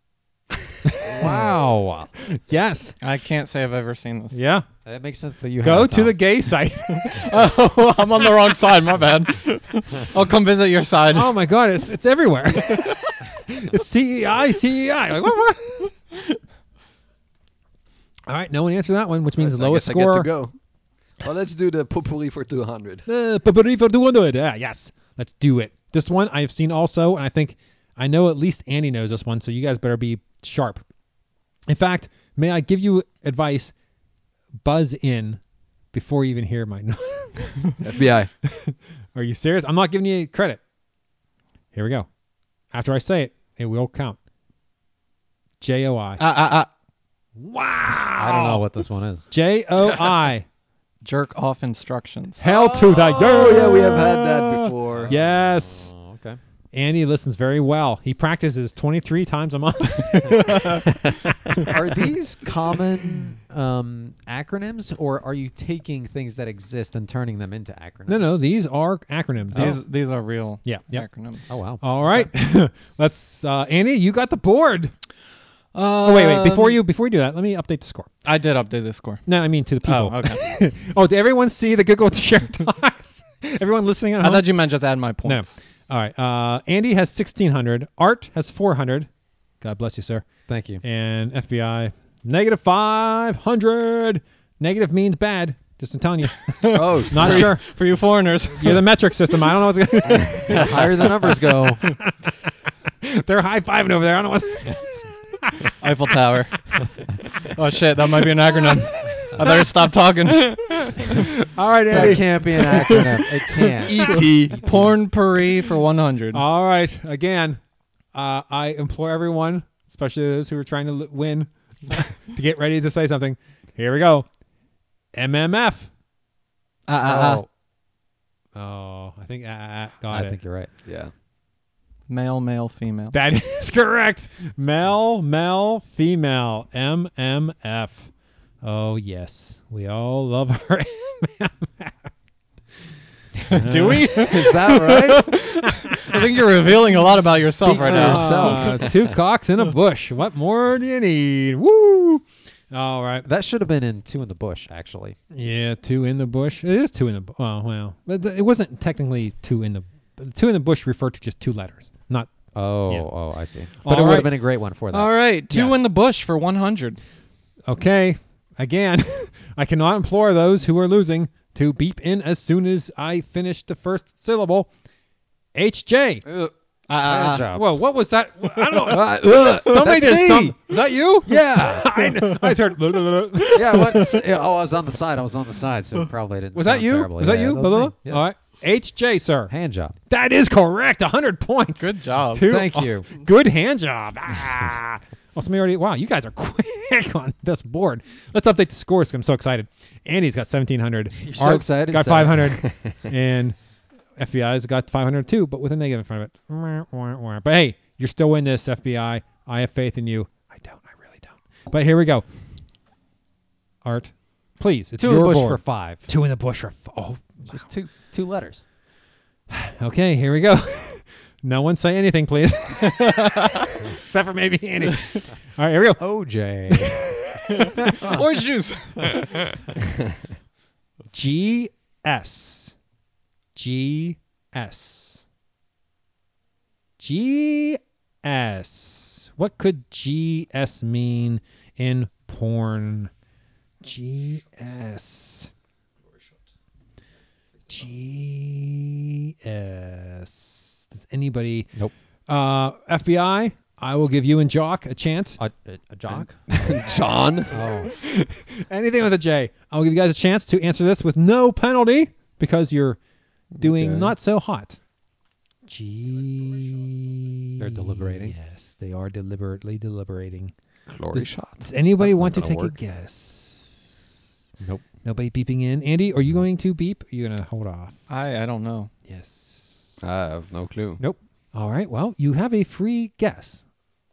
Speaker 5: wow. Yes.
Speaker 7: I can't say I've ever seen this.
Speaker 5: Yeah.
Speaker 3: That makes sense that you
Speaker 5: Go
Speaker 3: have,
Speaker 5: to the
Speaker 3: Tom.
Speaker 5: gay site. *laughs*
Speaker 7: *laughs* oh, I'm on the wrong side. My *laughs* bad. I'll come visit your side.
Speaker 4: Um,
Speaker 5: oh my god, it's it's everywhere. *laughs* it's E CEI, CEI. Like what,
Speaker 4: *laughs*
Speaker 5: what? All right, no one answered that one, which means
Speaker 4: So I
Speaker 5: lowest
Speaker 4: guess
Speaker 5: score.
Speaker 4: I get to go. Well, let's do the Populi
Speaker 3: *laughs*
Speaker 4: for 200.
Speaker 5: Uh, Papuri for 200. Ah, yes, let's do it. This one I have seen also, and I think I know at least Andy knows this one, so you guys better be sharp. In fact, may I give you advice? Buzz in before you even hear my.
Speaker 4: FBI.
Speaker 5: *laughs* Are you serious? I'm not giving you credit. Here we go. After I say it, it will count. J O I.
Speaker 7: Uh, uh, uh,
Speaker 5: Wow.
Speaker 3: I don't know what this one
Speaker 5: *laughs*
Speaker 3: is.
Speaker 5: J O
Speaker 7: *laughs*
Speaker 5: I.
Speaker 7: jerk off instructions.
Speaker 5: Hell to the
Speaker 7: Oh,
Speaker 4: Oh, yeah, we have had that before.
Speaker 5: Yes.
Speaker 3: Oh, okay.
Speaker 5: Andy listens very well. He practices 23 times a
Speaker 7: *laughs*
Speaker 5: month.
Speaker 3: are these common um, acronyms, or are you taking things that exist and turning them into acronyms?
Speaker 5: No, no, these are acronyms.
Speaker 7: These
Speaker 4: oh.
Speaker 7: these are real
Speaker 5: Yeah, yep.
Speaker 7: acronyms.
Speaker 3: Oh wow.
Speaker 5: All right, *laughs* let's. Uh, Andy, you got the board. oh wait, wait. Before
Speaker 7: Um,
Speaker 5: you before you do that, let me update the score.
Speaker 7: I did update the score.
Speaker 5: No, I mean to the people.
Speaker 4: *laughs*
Speaker 7: Oh, okay.
Speaker 5: *laughs* oh, did everyone see the Google *laughs* Share Docs? *laughs* everyone listening at
Speaker 7: I
Speaker 5: home?
Speaker 7: thought you meant just add my points.
Speaker 5: no. All right. Uh, Andy has 1,600. Art has 400. God bless you, sir.
Speaker 3: Thank
Speaker 5: *laughs*
Speaker 3: you.
Speaker 5: And FBI, negative 500. Negative means bad. Just I'm telling you.
Speaker 4: Oh,
Speaker 5: Not sure.
Speaker 7: For you foreigners,
Speaker 5: You're the metric system. I don't know what's going to
Speaker 3: Higher the numbers go.
Speaker 5: *laughs* They're high fiving over there. I don't know what's.
Speaker 7: Eiffel Tower. *laughs* oh shit, that might be an acronym. I
Speaker 3: *laughs*
Speaker 7: better stop talking.
Speaker 5: All right,
Speaker 3: That
Speaker 5: Andy.
Speaker 3: can't be an acronym. It can't.
Speaker 4: ET.
Speaker 7: *laughs* Porn Paris for
Speaker 3: Oh.
Speaker 7: Ah,
Speaker 5: *laughs*
Speaker 7: 100.
Speaker 5: All right. Again, uh, I implore everyone, especially those who are trying to l- win, *laughs* to get ready to say something. Here we go. MMF.
Speaker 7: Uh, uh, uh.
Speaker 3: Oh,
Speaker 5: Oh, I think uh, uh, got
Speaker 3: I
Speaker 5: it.
Speaker 3: think you're right.
Speaker 4: Yeah.
Speaker 7: Male, male, female.
Speaker 5: That *laughs* is correct. Male, male, female, MMF. Oh, yes. We all love our *laughs* MMF. Do we?
Speaker 3: Is
Speaker 7: *laughs*
Speaker 3: that right?
Speaker 7: I think you're revealing a lot about yourself
Speaker 3: Speak
Speaker 7: right
Speaker 3: for
Speaker 7: now.
Speaker 3: yourself.
Speaker 5: Uh, *laughs* two cocks in a bush. What more do you need? Woo! All right.
Speaker 3: that should have been in Two in the Bush, actually.
Speaker 5: Yeah, two in the bush. It is two in the bush. Oh, well. But th- it wasn't technically two in the... Two in the bush referred to just two letters, not...
Speaker 3: Oh,
Speaker 5: Yeah.
Speaker 3: oh, I see. But
Speaker 5: All
Speaker 3: it would
Speaker 5: right.
Speaker 3: have been a great one for that.
Speaker 7: All right, two
Speaker 5: Yes.
Speaker 7: in the bush for 100.
Speaker 5: Okay. Again, *laughs* I cannot implore those who are losing to beep in as soon as I finish the first syllable. HJ.
Speaker 7: Uh, uh, uh.
Speaker 5: Whoa, what was that? *laughs* I don't know.
Speaker 3: Somebody
Speaker 5: *laughs*
Speaker 3: *laughs*
Speaker 5: Somebody
Speaker 3: that's
Speaker 5: did
Speaker 3: did some- me.
Speaker 5: something. Is that *laughs* you?
Speaker 3: Yeah.
Speaker 5: I, kn- I just heard. was
Speaker 3: yeah, what? *laughs* yeah, Oh, I was on the side. I was on the side,
Speaker 5: *laughs*
Speaker 3: so it probably didn't.
Speaker 5: that
Speaker 3: sound
Speaker 5: you?
Speaker 3: terrible.
Speaker 5: Was that
Speaker 3: Yeah,
Speaker 5: you?
Speaker 3: was me.
Speaker 5: Blah, blah, blah.
Speaker 3: Yeah.
Speaker 5: All right. HJ, sir.
Speaker 3: Hand job.
Speaker 5: That is correct. 100 points.
Speaker 7: Good job.
Speaker 5: Two-
Speaker 3: Thank *laughs* you.
Speaker 5: Oh, *laughs* Good hand job. Ah. well, somebody already. Wow, you guys are *laughs* quick on this board. Let's update the scores. 'cause I'm so excited. Andy's got 1,700. You're
Speaker 3: so excited,
Speaker 5: Got
Speaker 3: Sam. *laughs*
Speaker 5: 500. and FBI's got 500 too, but with a negative in front of it. Wah, wah, wah. But hey, you're still in this, FBI. I have faith in you. I don't. I really don't. But here we go. Art, please. It's
Speaker 3: Two in
Speaker 5: your
Speaker 3: the Bush
Speaker 5: board.
Speaker 3: for five.
Speaker 5: two in the bush for. F- oh,
Speaker 3: Just two two letters.
Speaker 5: Okay, here we go. *laughs* no one say anything, please. *laughs* Except for maybe Andy. *laughs* All right, here we go. *laughs*
Speaker 3: OJ.
Speaker 7: Orange juice.
Speaker 5: G S. G S. G S. What could G S mean in porn? G S. G S. Does anybody?
Speaker 3: Nope.
Speaker 5: Uh, FBI, I will give you and Jock a chance.
Speaker 3: a, a, a jock.
Speaker 4: John.
Speaker 3: Oh,
Speaker 5: *laughs* Anything with a J. I'll give you guys a chance to answer this with no penalty because you're doing
Speaker 4: Okay.
Speaker 5: not so hot. G.
Speaker 3: They're deliberating.
Speaker 5: Yes, they are deliberately deliberating.
Speaker 4: Glory shot.
Speaker 5: Does anybody
Speaker 4: That's
Speaker 5: want to
Speaker 4: not
Speaker 5: take
Speaker 4: gonna
Speaker 5: a
Speaker 4: work.
Speaker 5: guess?
Speaker 3: Nope.
Speaker 5: Nobody beeping in. Andy, are you going to beep? You're gonna hold off.
Speaker 7: I, I don't know.
Speaker 5: Yes.
Speaker 4: I have no clue.
Speaker 5: Nope. All right. Well, you have a free guess.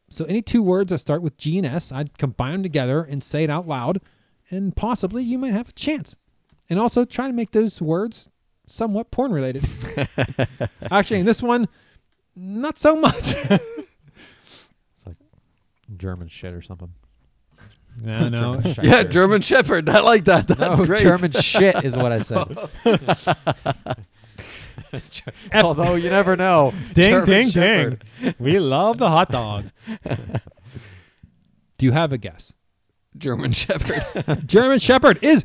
Speaker 5: So any two words that start with G and S, I'd combine them together and say it out loud, and possibly you might have a chance. And also try to make those words somewhat porn
Speaker 3: *laughs*
Speaker 5: related. Actually, in this one, not so
Speaker 3: *laughs*
Speaker 5: much.
Speaker 3: German shit or something.
Speaker 5: no,
Speaker 3: *laughs*
Speaker 5: no.
Speaker 3: German shit.
Speaker 4: Yeah, German Shepherd. I like that. That's
Speaker 3: no,
Speaker 4: great.
Speaker 3: Oh, German shit is what *laughs* I said. Although you never know.
Speaker 5: *laughs* ding,
Speaker 3: German
Speaker 5: ding,
Speaker 3: Shepherd.
Speaker 5: ding. We love the hot
Speaker 3: *laughs*
Speaker 5: dog. Do you have a guess?
Speaker 3: *laughs*
Speaker 4: German Shepherd.
Speaker 5: German Shepherd is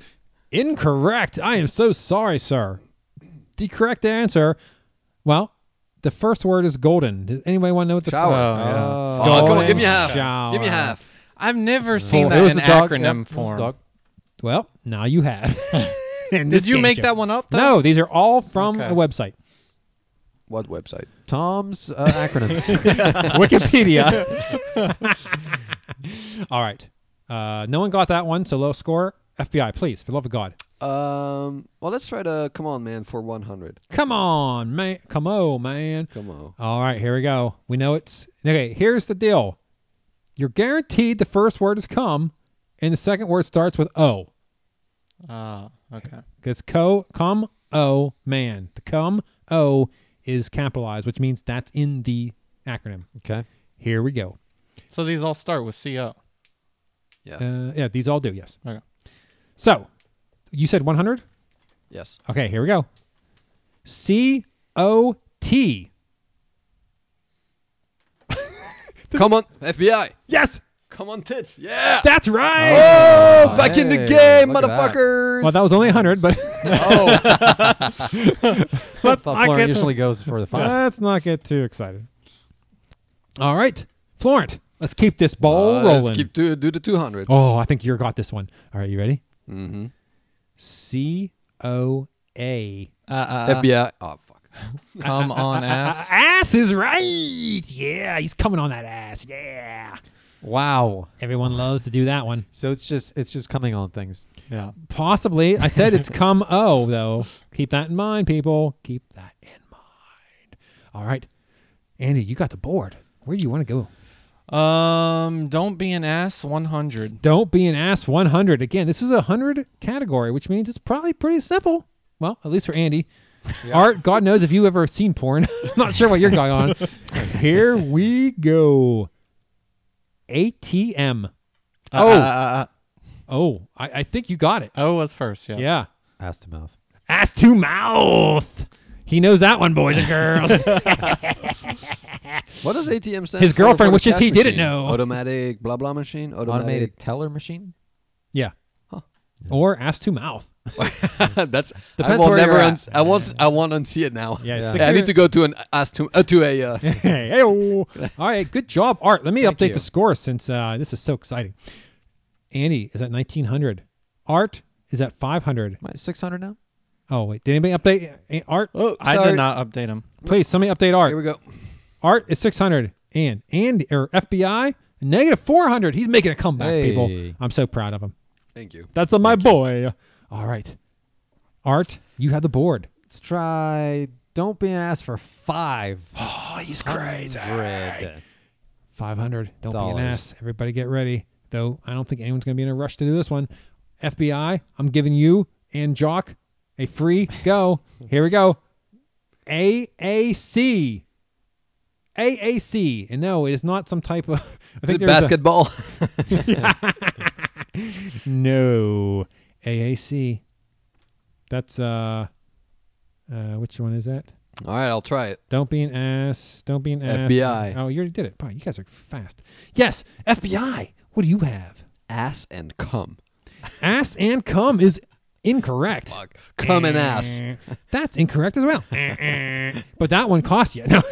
Speaker 5: incorrect. I am so sorry, sir. The correct answer, well, the first word is golden. Does anybody want to know what the
Speaker 4: Shower.
Speaker 5: Oh,
Speaker 4: Oh, come on, give me half. Give me half.
Speaker 7: I've never seen
Speaker 3: Oh,
Speaker 7: that
Speaker 3: it was
Speaker 7: in
Speaker 3: a dog.
Speaker 7: acronym
Speaker 3: Yep, it was a
Speaker 7: form.
Speaker 3: dog.
Speaker 5: Well, now you
Speaker 7: *laughs*
Speaker 5: have. In this
Speaker 7: Did you
Speaker 5: game
Speaker 7: make
Speaker 5: show.
Speaker 7: that one up? Though?
Speaker 5: No, these are all from
Speaker 7: Okay.
Speaker 5: a
Speaker 7: *laughs*
Speaker 5: website,
Speaker 4: What website?
Speaker 3: Tom's uh, acronyms.
Speaker 7: *laughs*
Speaker 5: Wikipedia. *laughs* all right, uh, no one got that one, so low score. FBI, please, for the love of God.
Speaker 4: Um, well, let's try to come on, man, for 100.
Speaker 5: Come on, man. Come on, man.
Speaker 4: Come on.
Speaker 5: All right, here we go. We know it's okay. Here's the deal: you're guaranteed the first word is "come," and the second word starts with "o."
Speaker 3: Oh,
Speaker 7: Ah, okay.
Speaker 5: Because co come o man. The come o is capitalized, which means that's in the acronym.
Speaker 3: Okay.
Speaker 5: Here we go.
Speaker 7: So these all start with CO.
Speaker 4: Yeah.
Speaker 5: Uh, yeah, these all do. Yes.
Speaker 7: Okay.
Speaker 5: So, you said 100.
Speaker 4: Yes.
Speaker 5: Okay, here we go. C O T.
Speaker 4: Come on, FBI.
Speaker 5: Yes,
Speaker 4: Come on, tits. Yeah.
Speaker 5: that's right.
Speaker 4: Oh, back in the
Speaker 3: Hey,
Speaker 4: game,
Speaker 3: look at that.
Speaker 4: motherfuckers.
Speaker 5: Well, that was only 100, but *laughs*
Speaker 4: oh,
Speaker 3: I
Speaker 5: let's
Speaker 3: thought
Speaker 5: not
Speaker 3: Florent
Speaker 5: get
Speaker 3: usually goes for *laughs* the five.
Speaker 5: let's not get too excited. All right, Florent, let's keep this ball
Speaker 4: Uh,
Speaker 5: rolling.
Speaker 4: Let's keep do, do the 200.
Speaker 5: oh, I think you got this one. All right, you ready?
Speaker 4: Mm-hmm.
Speaker 5: C O A.
Speaker 7: Uh, uh,
Speaker 4: FBI. Oh, fuck.
Speaker 7: uh, come on, ass.
Speaker 5: Ass is right. Yeah, he's coming on that ass. Yeah.
Speaker 3: Wow.
Speaker 5: Everyone loves to do that one.
Speaker 3: So it's just it's just coming on things.
Speaker 7: Yeah.
Speaker 5: Possibly. I
Speaker 3: *laughs*
Speaker 5: said it's come oh though. Keep that in mind, people. Keep that in mind. All right. Andy, you got the board. Where do you want to go?
Speaker 7: Um, don't be an ass. 100.
Speaker 5: Don't be an ass 100. Again, this is a 100 category, which means it's probably pretty simple. Well, at least for Andy. Art, God knows if you ever seen porn. *laughs* I'm not sure what you're going
Speaker 7: *laughs*
Speaker 5: on. Here we go. ATM.
Speaker 7: Uh, oh, uh, uh, uh,
Speaker 5: Oh, I, I think you got it.
Speaker 7: O was first. Yes.
Speaker 5: Yeah.
Speaker 3: Ass to mouth.
Speaker 5: Ass to mouth. He knows that one, boys and girls.
Speaker 7: *laughs*
Speaker 4: What does ATM stand
Speaker 5: His
Speaker 4: for?
Speaker 5: girlfriend
Speaker 4: For the
Speaker 5: wishes
Speaker 4: cash
Speaker 5: he didn't
Speaker 4: machine?
Speaker 5: know.
Speaker 4: Automatic blah blah machine. Automatic.
Speaker 3: Automated teller machine?
Speaker 5: yeah.
Speaker 4: Huh.
Speaker 5: Or ass to mouth.
Speaker 4: *laughs*
Speaker 5: *laughs*
Speaker 4: That's. I
Speaker 3: Depends
Speaker 4: will
Speaker 3: where
Speaker 4: never.
Speaker 3: you're
Speaker 4: Un-
Speaker 3: at.
Speaker 4: I want. I want to unsee it now.
Speaker 5: Yeah,
Speaker 3: Yeah.
Speaker 5: stick
Speaker 4: Yeah, I
Speaker 5: your-
Speaker 4: need to go to an ask to uh, to a. Uh,
Speaker 5: hey, hey,
Speaker 3: *laughs*
Speaker 5: oh. all right, good job, Art. Let me
Speaker 3: Thank
Speaker 5: update
Speaker 3: you.
Speaker 5: the score since uh, this is so exciting. Andy is at 1900. Art is at 500.
Speaker 3: Am I at 600 now?
Speaker 5: Oh, wait, did anybody update eh, Art?
Speaker 4: oh,
Speaker 7: I
Speaker 4: sorry.
Speaker 7: did not update him.
Speaker 5: Please, somebody update
Speaker 4: Here
Speaker 5: Art.
Speaker 4: we go.
Speaker 5: Art is 600. And Andy, or FBI, negative 400. He's making a comeback, people.
Speaker 3: Hey.
Speaker 5: I'm so proud of him.
Speaker 4: Thank you.
Speaker 5: That's a, my boy. All right. Art, you have the board.
Speaker 3: Let's try don't be an ass for five.
Speaker 5: *sighs* Oh, he's crazy.
Speaker 3: Hundred.
Speaker 5: 500. Don't be
Speaker 3: Dollars.
Speaker 5: an ass. Everybody get ready. Though I don't think anyone's going to be in a rush to do this one. FBI, I'm giving you and Jock a free
Speaker 4: *laughs*
Speaker 5: go. Here we go. AAC. AAC. And no, it is not some type of. *laughs* I think
Speaker 4: Is it
Speaker 5: there's a-
Speaker 4: basketball. *laughs*
Speaker 5: no. AAC. That's, uh, uh, which one is that?
Speaker 4: All right, I'll try it.
Speaker 5: Don't be an ass. Don't be an ass.
Speaker 4: FBI.
Speaker 5: Oh, you already did it. Wow, you guys are fast. Yes, FBI. What do you have?
Speaker 4: Ass and cum.
Speaker 5: Ass and cum is incorrect. Eh,
Speaker 4: Fuck. Cum and ass.
Speaker 5: That's incorrect as well.
Speaker 4: *laughs*
Speaker 5: but that one cost you. *laughs* No.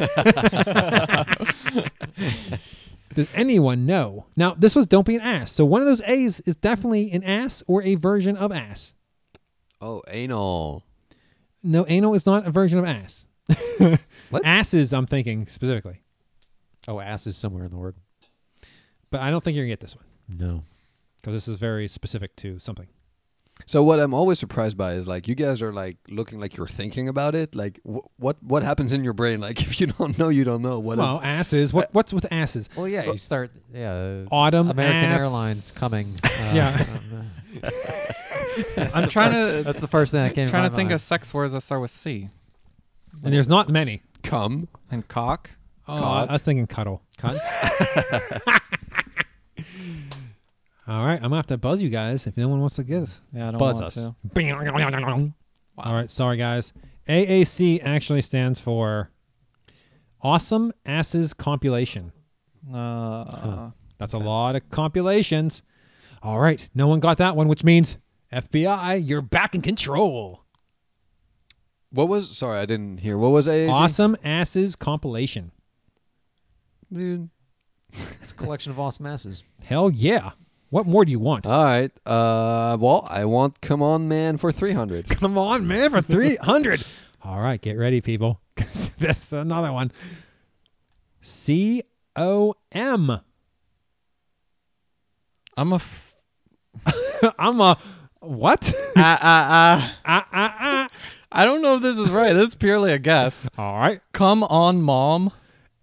Speaker 5: Does anyone know? Now, this was don't be an ass. So one of those A's is definitely an ass or a version of ass.
Speaker 4: Oh, anal.
Speaker 5: No, anal is not a version of ass.
Speaker 4: *laughs* What?
Speaker 5: Asses, I'm thinking specifically.
Speaker 3: Oh, ass is somewhere in the word.
Speaker 5: But I don't think you're going to get this one.
Speaker 3: No.
Speaker 5: because this is very specific to something.
Speaker 4: So what I'm always surprised by is like you guys are like looking like you're thinking about it. Like wh- what what happens in your brain? Like *laughs* if you don't know, you don't know. What
Speaker 5: well,
Speaker 4: is-
Speaker 5: asses. What what's with asses?
Speaker 3: Well, yeah, you start. Yeah.
Speaker 5: Autumn.
Speaker 3: American
Speaker 5: ass.
Speaker 3: Airlines *laughs* coming. Uh,
Speaker 5: Yeah.
Speaker 3: um, uh,
Speaker 7: I'm
Speaker 3: *laughs*
Speaker 7: trying to
Speaker 3: that's the first thing that came.
Speaker 7: trying
Speaker 3: to,
Speaker 7: to
Speaker 3: my
Speaker 7: think
Speaker 3: mind.
Speaker 7: of sex words that start with C
Speaker 5: And there's not many.
Speaker 4: cum.
Speaker 7: and cock.
Speaker 5: Oh, I was thinking cuddle. *laughs*
Speaker 3: Cunt.
Speaker 5: All right, I'm gonna have to buzz you guys if no one wants to guess.
Speaker 7: Yeah, I don't
Speaker 3: Buzz
Speaker 7: want
Speaker 3: us.
Speaker 7: to.
Speaker 5: All right, sorry guys. AAC actually stands for Awesome Asses Compilation.
Speaker 7: Uh,
Speaker 5: That's a lot of compilations. All right, no one got that one, which means FBI, you're back in control.
Speaker 4: What was? Sorry, I didn't hear. What was AAC?
Speaker 5: Awesome Asses Compilation.
Speaker 4: Dude.
Speaker 3: it's a collection of awesome asses.
Speaker 5: Hell yeah. What more do you want?
Speaker 4: *laughs* All right. Uh, well, I want come on, man, for three hundred.
Speaker 5: Come on, man, for 300. *laughs* All right, get ready, people. 'cause *laughs* That's another one. C O M. *laughs*
Speaker 7: *laughs* I'm a f-
Speaker 5: I'm a What? *laughs*
Speaker 7: Ah, ah, ah. I don't know if this is right. This is purely a guess.
Speaker 5: All right. *clears throat*
Speaker 7: Come on, mom.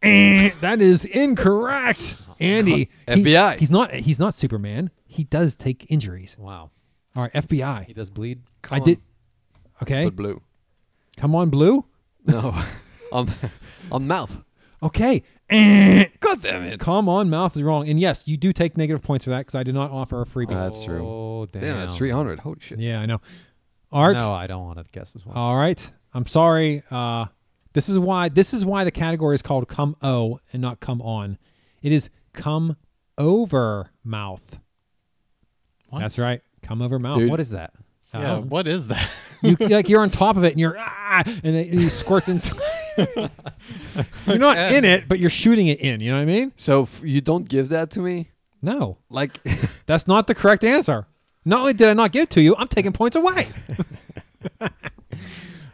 Speaker 5: Eh, that is incorrect, Andy. he-
Speaker 4: FBI.
Speaker 5: he's not. He's not Superman. He does take injuries.
Speaker 3: Wow.
Speaker 5: All right, FBI.
Speaker 3: He does bleed.
Speaker 5: I did. Okay.
Speaker 4: But blue.
Speaker 5: Come on, Blue.
Speaker 4: No. on, on mouth.
Speaker 5: Okay. Eh,
Speaker 4: God damn it.
Speaker 5: Come on, mouth is wrong. And yes, you do take negative points for that because I did not offer a freebie.
Speaker 4: Ah, that's true.
Speaker 5: Oh damn.
Speaker 4: Damn, that's 300. Holy shit.
Speaker 5: Yeah, I know. Art.
Speaker 3: No, Oh, I don't want to guess this one.
Speaker 5: All right. I'm sorry. Uh, this is why this is why the category is called come o and not come on. It is come over mouth.
Speaker 7: What?
Speaker 5: That's right. Come over mouth.
Speaker 4: Dude.
Speaker 5: What
Speaker 3: what
Speaker 5: is
Speaker 3: is that?
Speaker 7: Yeah,
Speaker 5: Um,
Speaker 7: what is that?
Speaker 5: you like you're on top of it and you're ah and it, it squirts inside. *laughs* you're not in it, but you're shooting it in, you know what I mean?
Speaker 4: So f- you don't give that to me?
Speaker 5: No.
Speaker 4: Like, *laughs*
Speaker 5: That's not the correct answer. Not only did I not give it to you, I'm taking points away.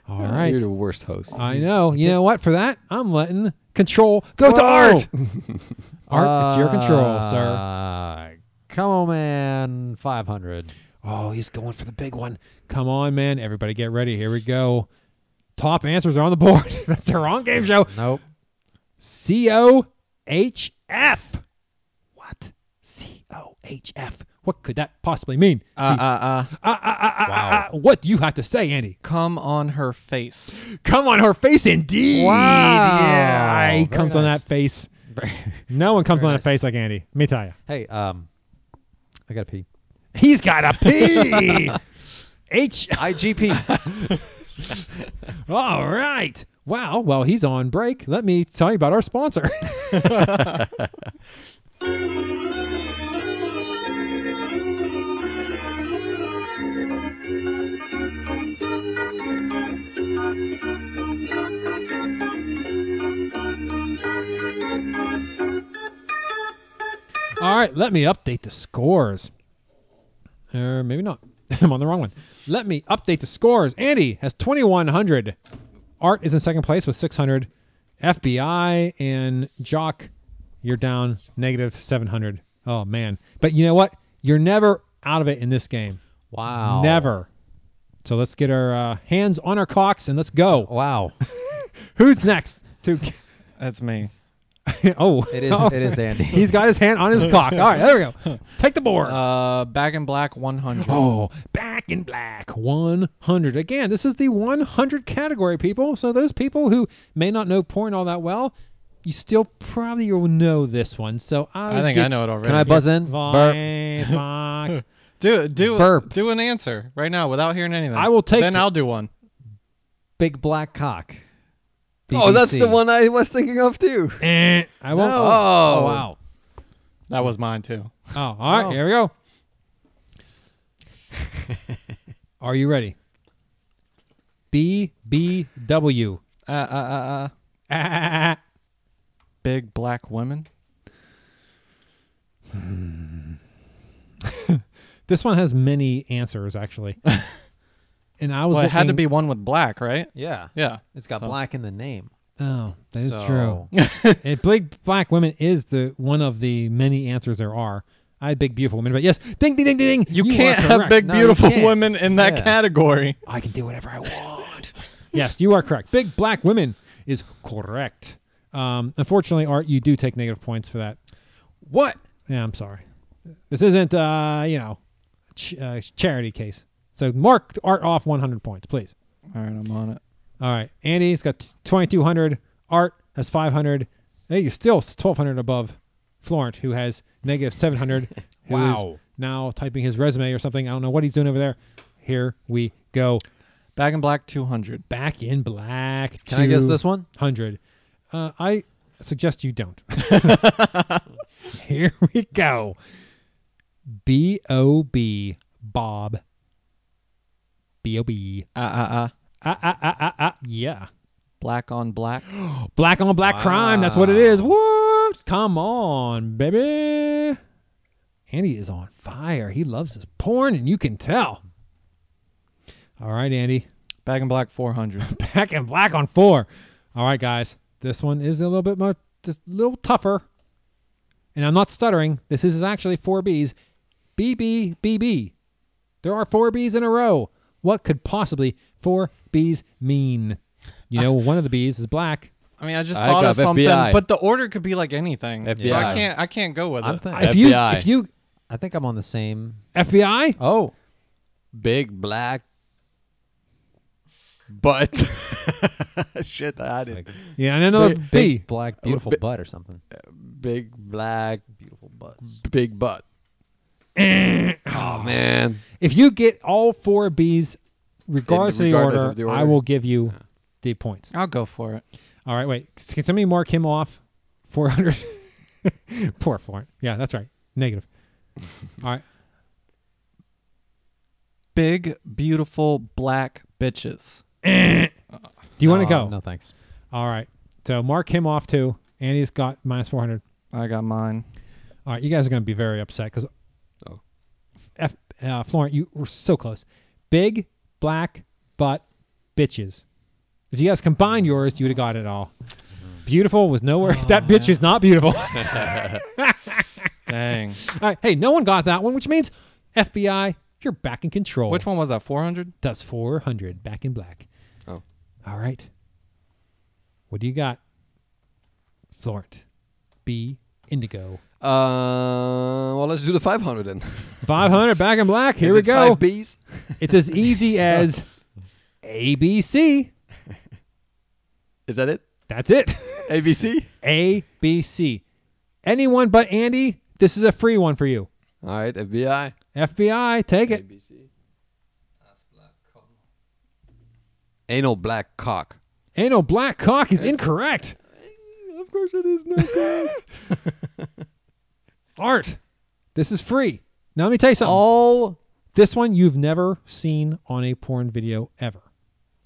Speaker 5: All right.
Speaker 4: you're the worst host.
Speaker 5: I know. You know what? For that, I'm letting control go to Art. Art, it's your control,
Speaker 3: Uh,
Speaker 5: sir.
Speaker 3: sir. Come on, man. 500.
Speaker 5: Oh, he's going for the big one. Come on, man. Everybody get ready. Here we go. Top answers are on the board. *laughs* That's the wrong game show.
Speaker 3: Nope.
Speaker 5: C O H F. What? C O H F. What could that possibly mean?
Speaker 7: Uh,
Speaker 5: C-
Speaker 7: uh, uh.
Speaker 5: ah, ah, ah, ah, ah, ah. What do you have to say, Andy?
Speaker 7: *laughs* Come on her face.
Speaker 5: Come on her face, indeed.
Speaker 3: Wow.
Speaker 5: Yeah. He
Speaker 3: Very
Speaker 5: comes on
Speaker 3: nice.
Speaker 5: that face. No one comes
Speaker 3: Very
Speaker 5: on
Speaker 3: nice.
Speaker 5: a face like Andy. Let me tell you.
Speaker 3: hey, um, I got to pee.
Speaker 5: He's got a P. H.
Speaker 3: IGP.
Speaker 5: *laughs* All right. Wow. Well, he's on break. Let me tell you about our sponsor. *laughs* All right. Let me update the scores. Or maybe not. *laughs* I'm on the wrong one. Let me update the scores. Andy has 2,100. Art is in second place with 600. FBI and Jock, you're down negative 700. Oh, man. But you know what? You're never out of it in this game.
Speaker 3: wow.
Speaker 5: Never. So let's get our uh, hands on our cocks and let's go.
Speaker 3: Wow.
Speaker 5: Who's next? To *laughs*
Speaker 7: That's me.
Speaker 5: oh,
Speaker 3: It is. It
Speaker 5: *laughs*
Speaker 3: is Andy.
Speaker 5: He's got his hand on his cock. All right, there we
Speaker 3: *laughs*
Speaker 5: go. Take the board.
Speaker 7: Uh, Back in Black 100.
Speaker 5: Oh, back in black 100. Again, this is the 100 category, people. So, those people who may not know porn all that well, you still probably will know this one. So, I,
Speaker 7: I think I know it already.
Speaker 3: Can I buzz in? Burp.
Speaker 5: Vines, *laughs* Vox.
Speaker 7: Do do
Speaker 3: Burp.
Speaker 7: do an answer right now without hearing anything.
Speaker 5: I will take
Speaker 7: Then
Speaker 5: the-
Speaker 7: I'll do one.
Speaker 3: Big black cock.
Speaker 4: Oh, that's the
Speaker 3: BBC.
Speaker 4: one I was thinking of too.
Speaker 5: Eh, I won't.
Speaker 3: No.
Speaker 4: Oh.
Speaker 3: Oh, wow.
Speaker 7: That was mine too.
Speaker 5: Oh, all right,
Speaker 3: No.
Speaker 5: here we go. Are you ready? BBW.
Speaker 7: Uh, uh, uh, uh.
Speaker 5: Ah,
Speaker 7: Big black women.
Speaker 5: this one has many answers,
Speaker 7: *laughs*
Speaker 5: actually. and I was
Speaker 7: Well, it had to
Speaker 5: looking-
Speaker 7: be one with black, right?
Speaker 3: Yeah.
Speaker 7: Yeah.
Speaker 3: It's got
Speaker 7: Oh.
Speaker 3: black in the name.
Speaker 5: Oh, that is
Speaker 3: So-
Speaker 5: true.
Speaker 7: *laughs*
Speaker 5: and big black women is the one of the many answers there are. I had big beautiful women, but yes, ding ding ding ding ding.
Speaker 7: You,
Speaker 5: are
Speaker 7: can't have
Speaker 5: correct.
Speaker 7: big
Speaker 3: No, you
Speaker 7: beautiful
Speaker 3: can't.
Speaker 7: women in that
Speaker 3: Yeah.
Speaker 7: category.
Speaker 5: I can do whatever I want. yes, you are correct. Big black women is correct. Um, unfortunately, Art, you do take negative points for that.
Speaker 3: What?
Speaker 5: Yeah, I'm sorry. This isn't uh, you know, ch- uh, charity case. So mark Art off 100 points, please.
Speaker 7: All right, I'm on it.
Speaker 5: All right. Andy's got 2,200. Art has 500. Hey, you're still 1,200 above Florent, who has
Speaker 3: *laughs*
Speaker 5: negative 700. who is
Speaker 3: Wow.
Speaker 5: now typing his resume or something. I don't know what he's doing over there. Here we go.
Speaker 7: Back in Black 200.
Speaker 5: Back in black.
Speaker 3: Can I guess this one?
Speaker 5: 100. Uh, I suggest
Speaker 3: *laughs*
Speaker 5: you don't. *laughs* Here we go. B O B Bob. B O B.
Speaker 7: Uh, uh, uh.
Speaker 5: Ah, ah, ah, ah, ah. Yeah.
Speaker 7: Black on black.
Speaker 5: Black on black crime. That's what it is. What? Come on, baby. Andy is on fire. He loves his porn, and you can tell. All right, Andy. *laughs*
Speaker 7: Back in Black 400.
Speaker 5: Back in black on four. All right, guys. This one is a little bit more, just a little tougher. And I'm not stuttering. This is actually four B's. B B B B. There are four Bs in a row. What could possibly four Bs mean? You know, one of the Bs is black.
Speaker 7: I mean, I just
Speaker 5: I
Speaker 7: thought of
Speaker 5: got
Speaker 7: something,
Speaker 5: FBI.
Speaker 7: but the order could be like anything. So I
Speaker 3: FBI.
Speaker 7: can't. I can't go with
Speaker 3: I'm
Speaker 7: it.
Speaker 3: thi-
Speaker 5: If you, if you,
Speaker 3: I think I'm on the same.
Speaker 5: FBI?
Speaker 3: Oh,
Speaker 4: Big black butt. *laughs* Shit, I didn't.
Speaker 5: Yeah, and another
Speaker 3: big,
Speaker 5: B.
Speaker 3: big black beautiful
Speaker 4: bi-
Speaker 3: butt or something.
Speaker 4: Big black
Speaker 3: Beautiful butts.
Speaker 4: big butt. oh man.
Speaker 5: If you get all four Bs, regardless, of,
Speaker 4: regardless
Speaker 5: the order,
Speaker 4: of the order.
Speaker 5: I will give you the points.
Speaker 7: I'll go for it.
Speaker 5: All right, wait. S- Can somebody mark him off? 400. *laughs* Poor Florent. Yeah, that's right. Negative. All right.
Speaker 7: Big, beautiful black bitches.
Speaker 5: Do you want to
Speaker 3: Oh,
Speaker 5: go?
Speaker 3: No thanks.
Speaker 5: All right. So mark him off too. Andy's got minus 400.
Speaker 7: I got mine.
Speaker 5: All right, you guys are going to be very upset because,
Speaker 4: Oh.
Speaker 5: F, uh, Florent, you were so close. Big black butt bitches. If you guys combined yours, you would have got it all.
Speaker 4: Mm-hmm.
Speaker 5: Beautiful was nowhere. that bitch is not
Speaker 4: *laughs*
Speaker 5: beautiful. all
Speaker 7: Dang.
Speaker 5: right, hey, no one got that one, which means FBI, you're back in control.
Speaker 7: Which one was that? Four hundred.
Speaker 5: That's 400 back in black.
Speaker 4: Oh.
Speaker 5: All right. What do you got? Florent. B. Indigo.
Speaker 4: Uh, well, let's do the 500 then.
Speaker 5: 500 back in black. Here
Speaker 4: Is
Speaker 5: we
Speaker 4: it
Speaker 5: go.
Speaker 4: Five B's.
Speaker 5: It's as easy as ABC.
Speaker 4: Is that it?
Speaker 5: That's it.
Speaker 4: ABC.
Speaker 5: ABC. Anyone but Andy, this is a free one for you.
Speaker 4: All right, FBI.
Speaker 5: FBI, take it.
Speaker 4: ABC. Anal black cock.
Speaker 5: Ain't no black cock is incorrect.
Speaker 4: Of course it is not
Speaker 5: *laughs* Art, this is free. Now let me tell you something.
Speaker 3: All
Speaker 5: This one you've never seen on a porn video ever.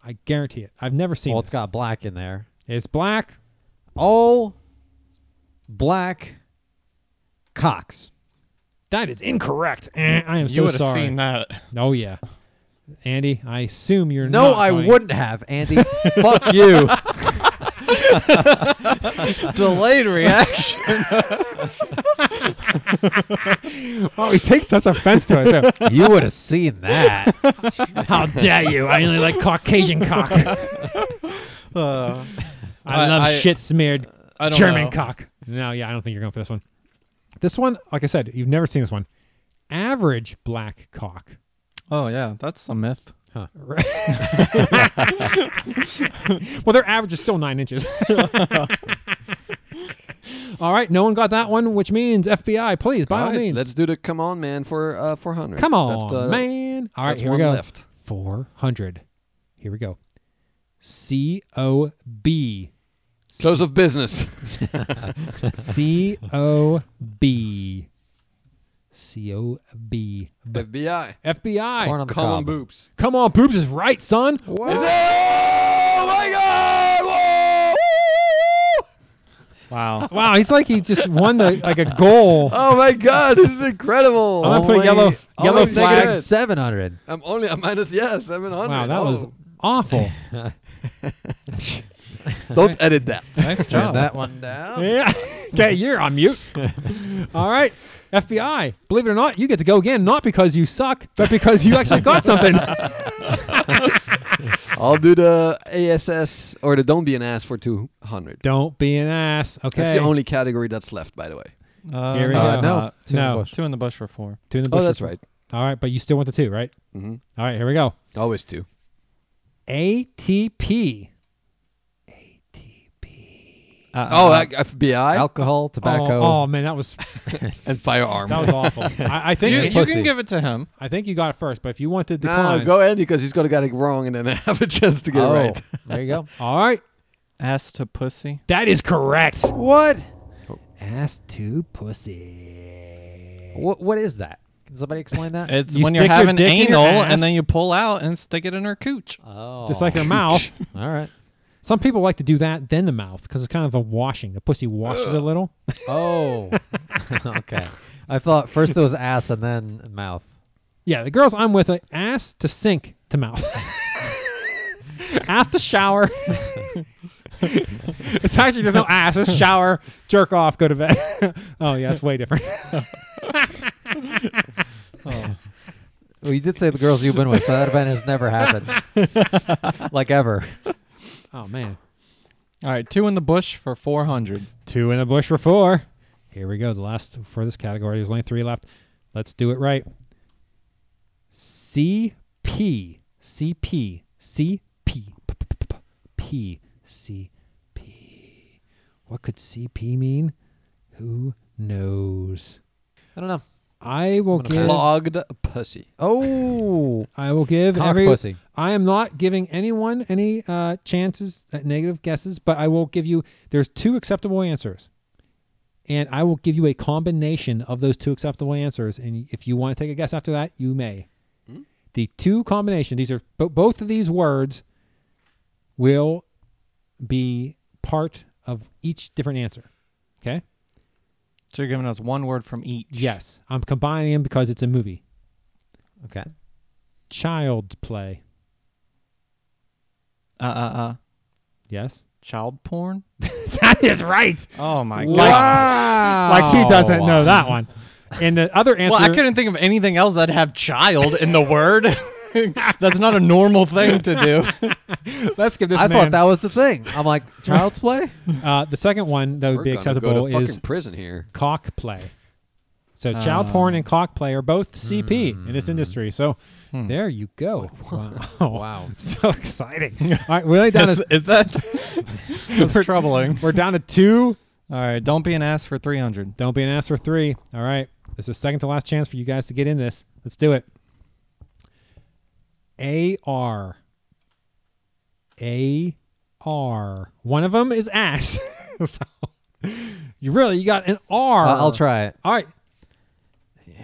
Speaker 5: I guarantee it. I've never seen
Speaker 3: well,
Speaker 5: it.
Speaker 3: it's got black in there.
Speaker 5: It's black.
Speaker 3: All black cocks.
Speaker 5: That is incorrect. Eh, I am
Speaker 7: You
Speaker 5: so
Speaker 7: would have
Speaker 5: sorry.
Speaker 7: seen that.
Speaker 5: Oh yeah, Andy. I assume you're
Speaker 3: No,
Speaker 5: not
Speaker 3: I
Speaker 5: going-
Speaker 3: wouldn't have,
Speaker 5: *laughs*
Speaker 3: Andy. Fuck you.
Speaker 7: Delayed reaction.
Speaker 5: Oh, he takes such offense to it. too.
Speaker 3: You would have seen that.
Speaker 5: *laughs* How dare you? I only like Caucasian cock. *laughs*
Speaker 7: Uh,
Speaker 5: I
Speaker 7: I-
Speaker 5: love
Speaker 7: I-
Speaker 5: shit smeared
Speaker 7: I don't
Speaker 5: German
Speaker 7: know.
Speaker 5: cock. No, yeah, I don't think you're going for this one. This one, like I said, you've never seen this one. Average black cock.
Speaker 7: oh yeah, that's a myth.
Speaker 5: Right. *laughs* well, their average is still nine inches. *laughs* all right, no one got that one, which means FBI, please, by all, means.
Speaker 4: let's do the come on man for uh 400.
Speaker 5: Come
Speaker 4: That's
Speaker 5: on,
Speaker 4: the-
Speaker 5: man. All right,
Speaker 4: that's
Speaker 5: here we go.
Speaker 4: one left.
Speaker 5: 400. Here we go. C O B.
Speaker 4: Close of business.
Speaker 5: C O
Speaker 4: *laughs*
Speaker 5: B. C O B. B-
Speaker 4: FBI.
Speaker 5: FBI.
Speaker 3: on the
Speaker 4: Come on,
Speaker 3: cob.
Speaker 4: boobs.
Speaker 5: Come on, boobs is right, son.
Speaker 4: Is it? Oh my God! Whoa!
Speaker 7: Wow.
Speaker 5: Wow, he's like he just won the like
Speaker 4: *laughs*
Speaker 5: a goal.
Speaker 4: Oh my God! This is incredible.
Speaker 5: I'm gonna put a
Speaker 4: Only-
Speaker 5: yellow yellow
Speaker 4: only
Speaker 5: flag.
Speaker 4: negative.
Speaker 3: Seven hundred.
Speaker 4: I'm only a minus yeah seven hundred.
Speaker 5: Wow, that was *laughs*
Speaker 4: Oh. *laughs*
Speaker 5: awful.
Speaker 4: Don't edit that.
Speaker 7: nice job.
Speaker 3: that one down.
Speaker 5: yeah. Okay, you're on
Speaker 4: *laughs*
Speaker 5: mute. All right. FBI, believe it or not, you get to go again, not because you suck, but because you actually got
Speaker 4: *laughs*
Speaker 5: something.
Speaker 4: *laughs* I'll do the ASS or the don't be an ass for two hundred.
Speaker 5: Don't be an ass. Okay.
Speaker 4: That's the only categuy that's left, by the way.
Speaker 7: Uh,
Speaker 5: Here we
Speaker 7: no,
Speaker 5: go.
Speaker 7: it's
Speaker 3: No, two in the
Speaker 7: not.
Speaker 5: no.
Speaker 3: bush.
Speaker 7: Two in the bush for four.
Speaker 5: Two in the
Speaker 4: Oh,
Speaker 5: bush.
Speaker 4: that's right.
Speaker 5: All right, but you still went to two, right?
Speaker 4: hmm
Speaker 5: All right, here we go.
Speaker 4: Always two.
Speaker 5: ATP.
Speaker 7: Uh,
Speaker 4: oh, uh, FBI
Speaker 3: Alcohol, tobacco.
Speaker 5: Oh, oh, man, that was
Speaker 4: and firearm.
Speaker 5: that was
Speaker 4: *laughs*
Speaker 5: awful. I, I think
Speaker 7: you,
Speaker 5: you,
Speaker 7: you can give it to him.
Speaker 5: I think you got it first, but if you want to decline,
Speaker 4: no, go ahead because he's gonna get it wrong and then *laughs* I have a chance to get
Speaker 3: Oh,
Speaker 4: it right.
Speaker 3: there you go.
Speaker 5: All right,
Speaker 7: Ass to pussy.
Speaker 5: that is correct.
Speaker 3: What?
Speaker 5: Ass to pussy.
Speaker 3: What? What is that? Can somebody explain that?
Speaker 7: It's
Speaker 5: You
Speaker 7: when you're
Speaker 5: stick your
Speaker 7: having
Speaker 5: dick in your
Speaker 7: anal
Speaker 5: ass.
Speaker 7: and then you pull out and stick it in her cooch.
Speaker 3: oh,
Speaker 5: Just like her mouth.
Speaker 3: All right.
Speaker 5: Some people like to do that then the mouth because it's kind of a washing. The pussy washes a little. *laughs*
Speaker 3: Oh, okay. *laughs* I thought first it was ass and then mouth.
Speaker 5: Yeah, the girls I'm with are ass to sink to mouth. After shower. it's actually there's no ass, it's shower, jerk off, go to *laughs* bed. oh yeah, it's way different.
Speaker 3: Well, you did say the girls you've been with, so that event has never
Speaker 5: *laughs*
Speaker 3: happened, like ever.
Speaker 5: *laughs* Oh man.
Speaker 7: All right, two in the bush for 400.
Speaker 5: Two in the bush for four. Here we go. The last for this category. There's only three left. Let's do it right. C P C P C P P P P C P. What could C P mean? Who knows?
Speaker 3: I don't know.
Speaker 5: I will give.
Speaker 4: Clogged pussy.
Speaker 5: Oh, I will give
Speaker 3: Cock
Speaker 5: every.
Speaker 3: pussy.
Speaker 5: I am not giving anyone any uh, chances at negative guesses, but I will give you. There's two acceptable answers, and I will give you a combination of those two acceptable answers. And if you want to take a guess after that, you may. The two combination. These are bo- both of these words will be part of each different answer. Okay.
Speaker 7: So you're giving us one word from each.
Speaker 5: Yes, I'm combining them because it's a movie.
Speaker 3: Okay.
Speaker 5: Child play.
Speaker 7: Uh uh uh.
Speaker 5: Yes.
Speaker 7: Child porn?
Speaker 5: That is right.
Speaker 7: Oh my
Speaker 5: Like-
Speaker 7: god.
Speaker 5: Like he doesn't know that
Speaker 7: Oh,
Speaker 5: one. And the other answer.
Speaker 7: Well, I couldn't think of anything else that have child in the word. *laughs* That's not a normal thing to do.
Speaker 5: Let's give *laughs* this.
Speaker 3: I
Speaker 5: man-
Speaker 3: thought that was the thing. I'm like, child's play?
Speaker 5: Uh, the second one that would
Speaker 4: We're
Speaker 5: be
Speaker 4: gonna go
Speaker 5: acceptable
Speaker 4: to
Speaker 5: is
Speaker 4: fucking prison here.
Speaker 5: cock play. So child
Speaker 7: Oh.
Speaker 5: porn and cock play are both CP in
Speaker 7: Hmm.
Speaker 5: this industry. So there you go. *laughs* Wow.
Speaker 3: Wow. *laughs*
Speaker 5: So exciting. All right, we're only down
Speaker 7: *laughs* is,
Speaker 5: to
Speaker 7: is that that's troubling?
Speaker 5: we're down to two.
Speaker 7: All right, don't be an ass for 300.
Speaker 5: Don't be an ass for three. All right. This is second to last chance for you guys to get in this. Let's do it. A R. A R. One of them is ass. *laughs* so you really you got an R.
Speaker 3: Uh, I'll try it.
Speaker 5: All right.
Speaker 4: *laughs*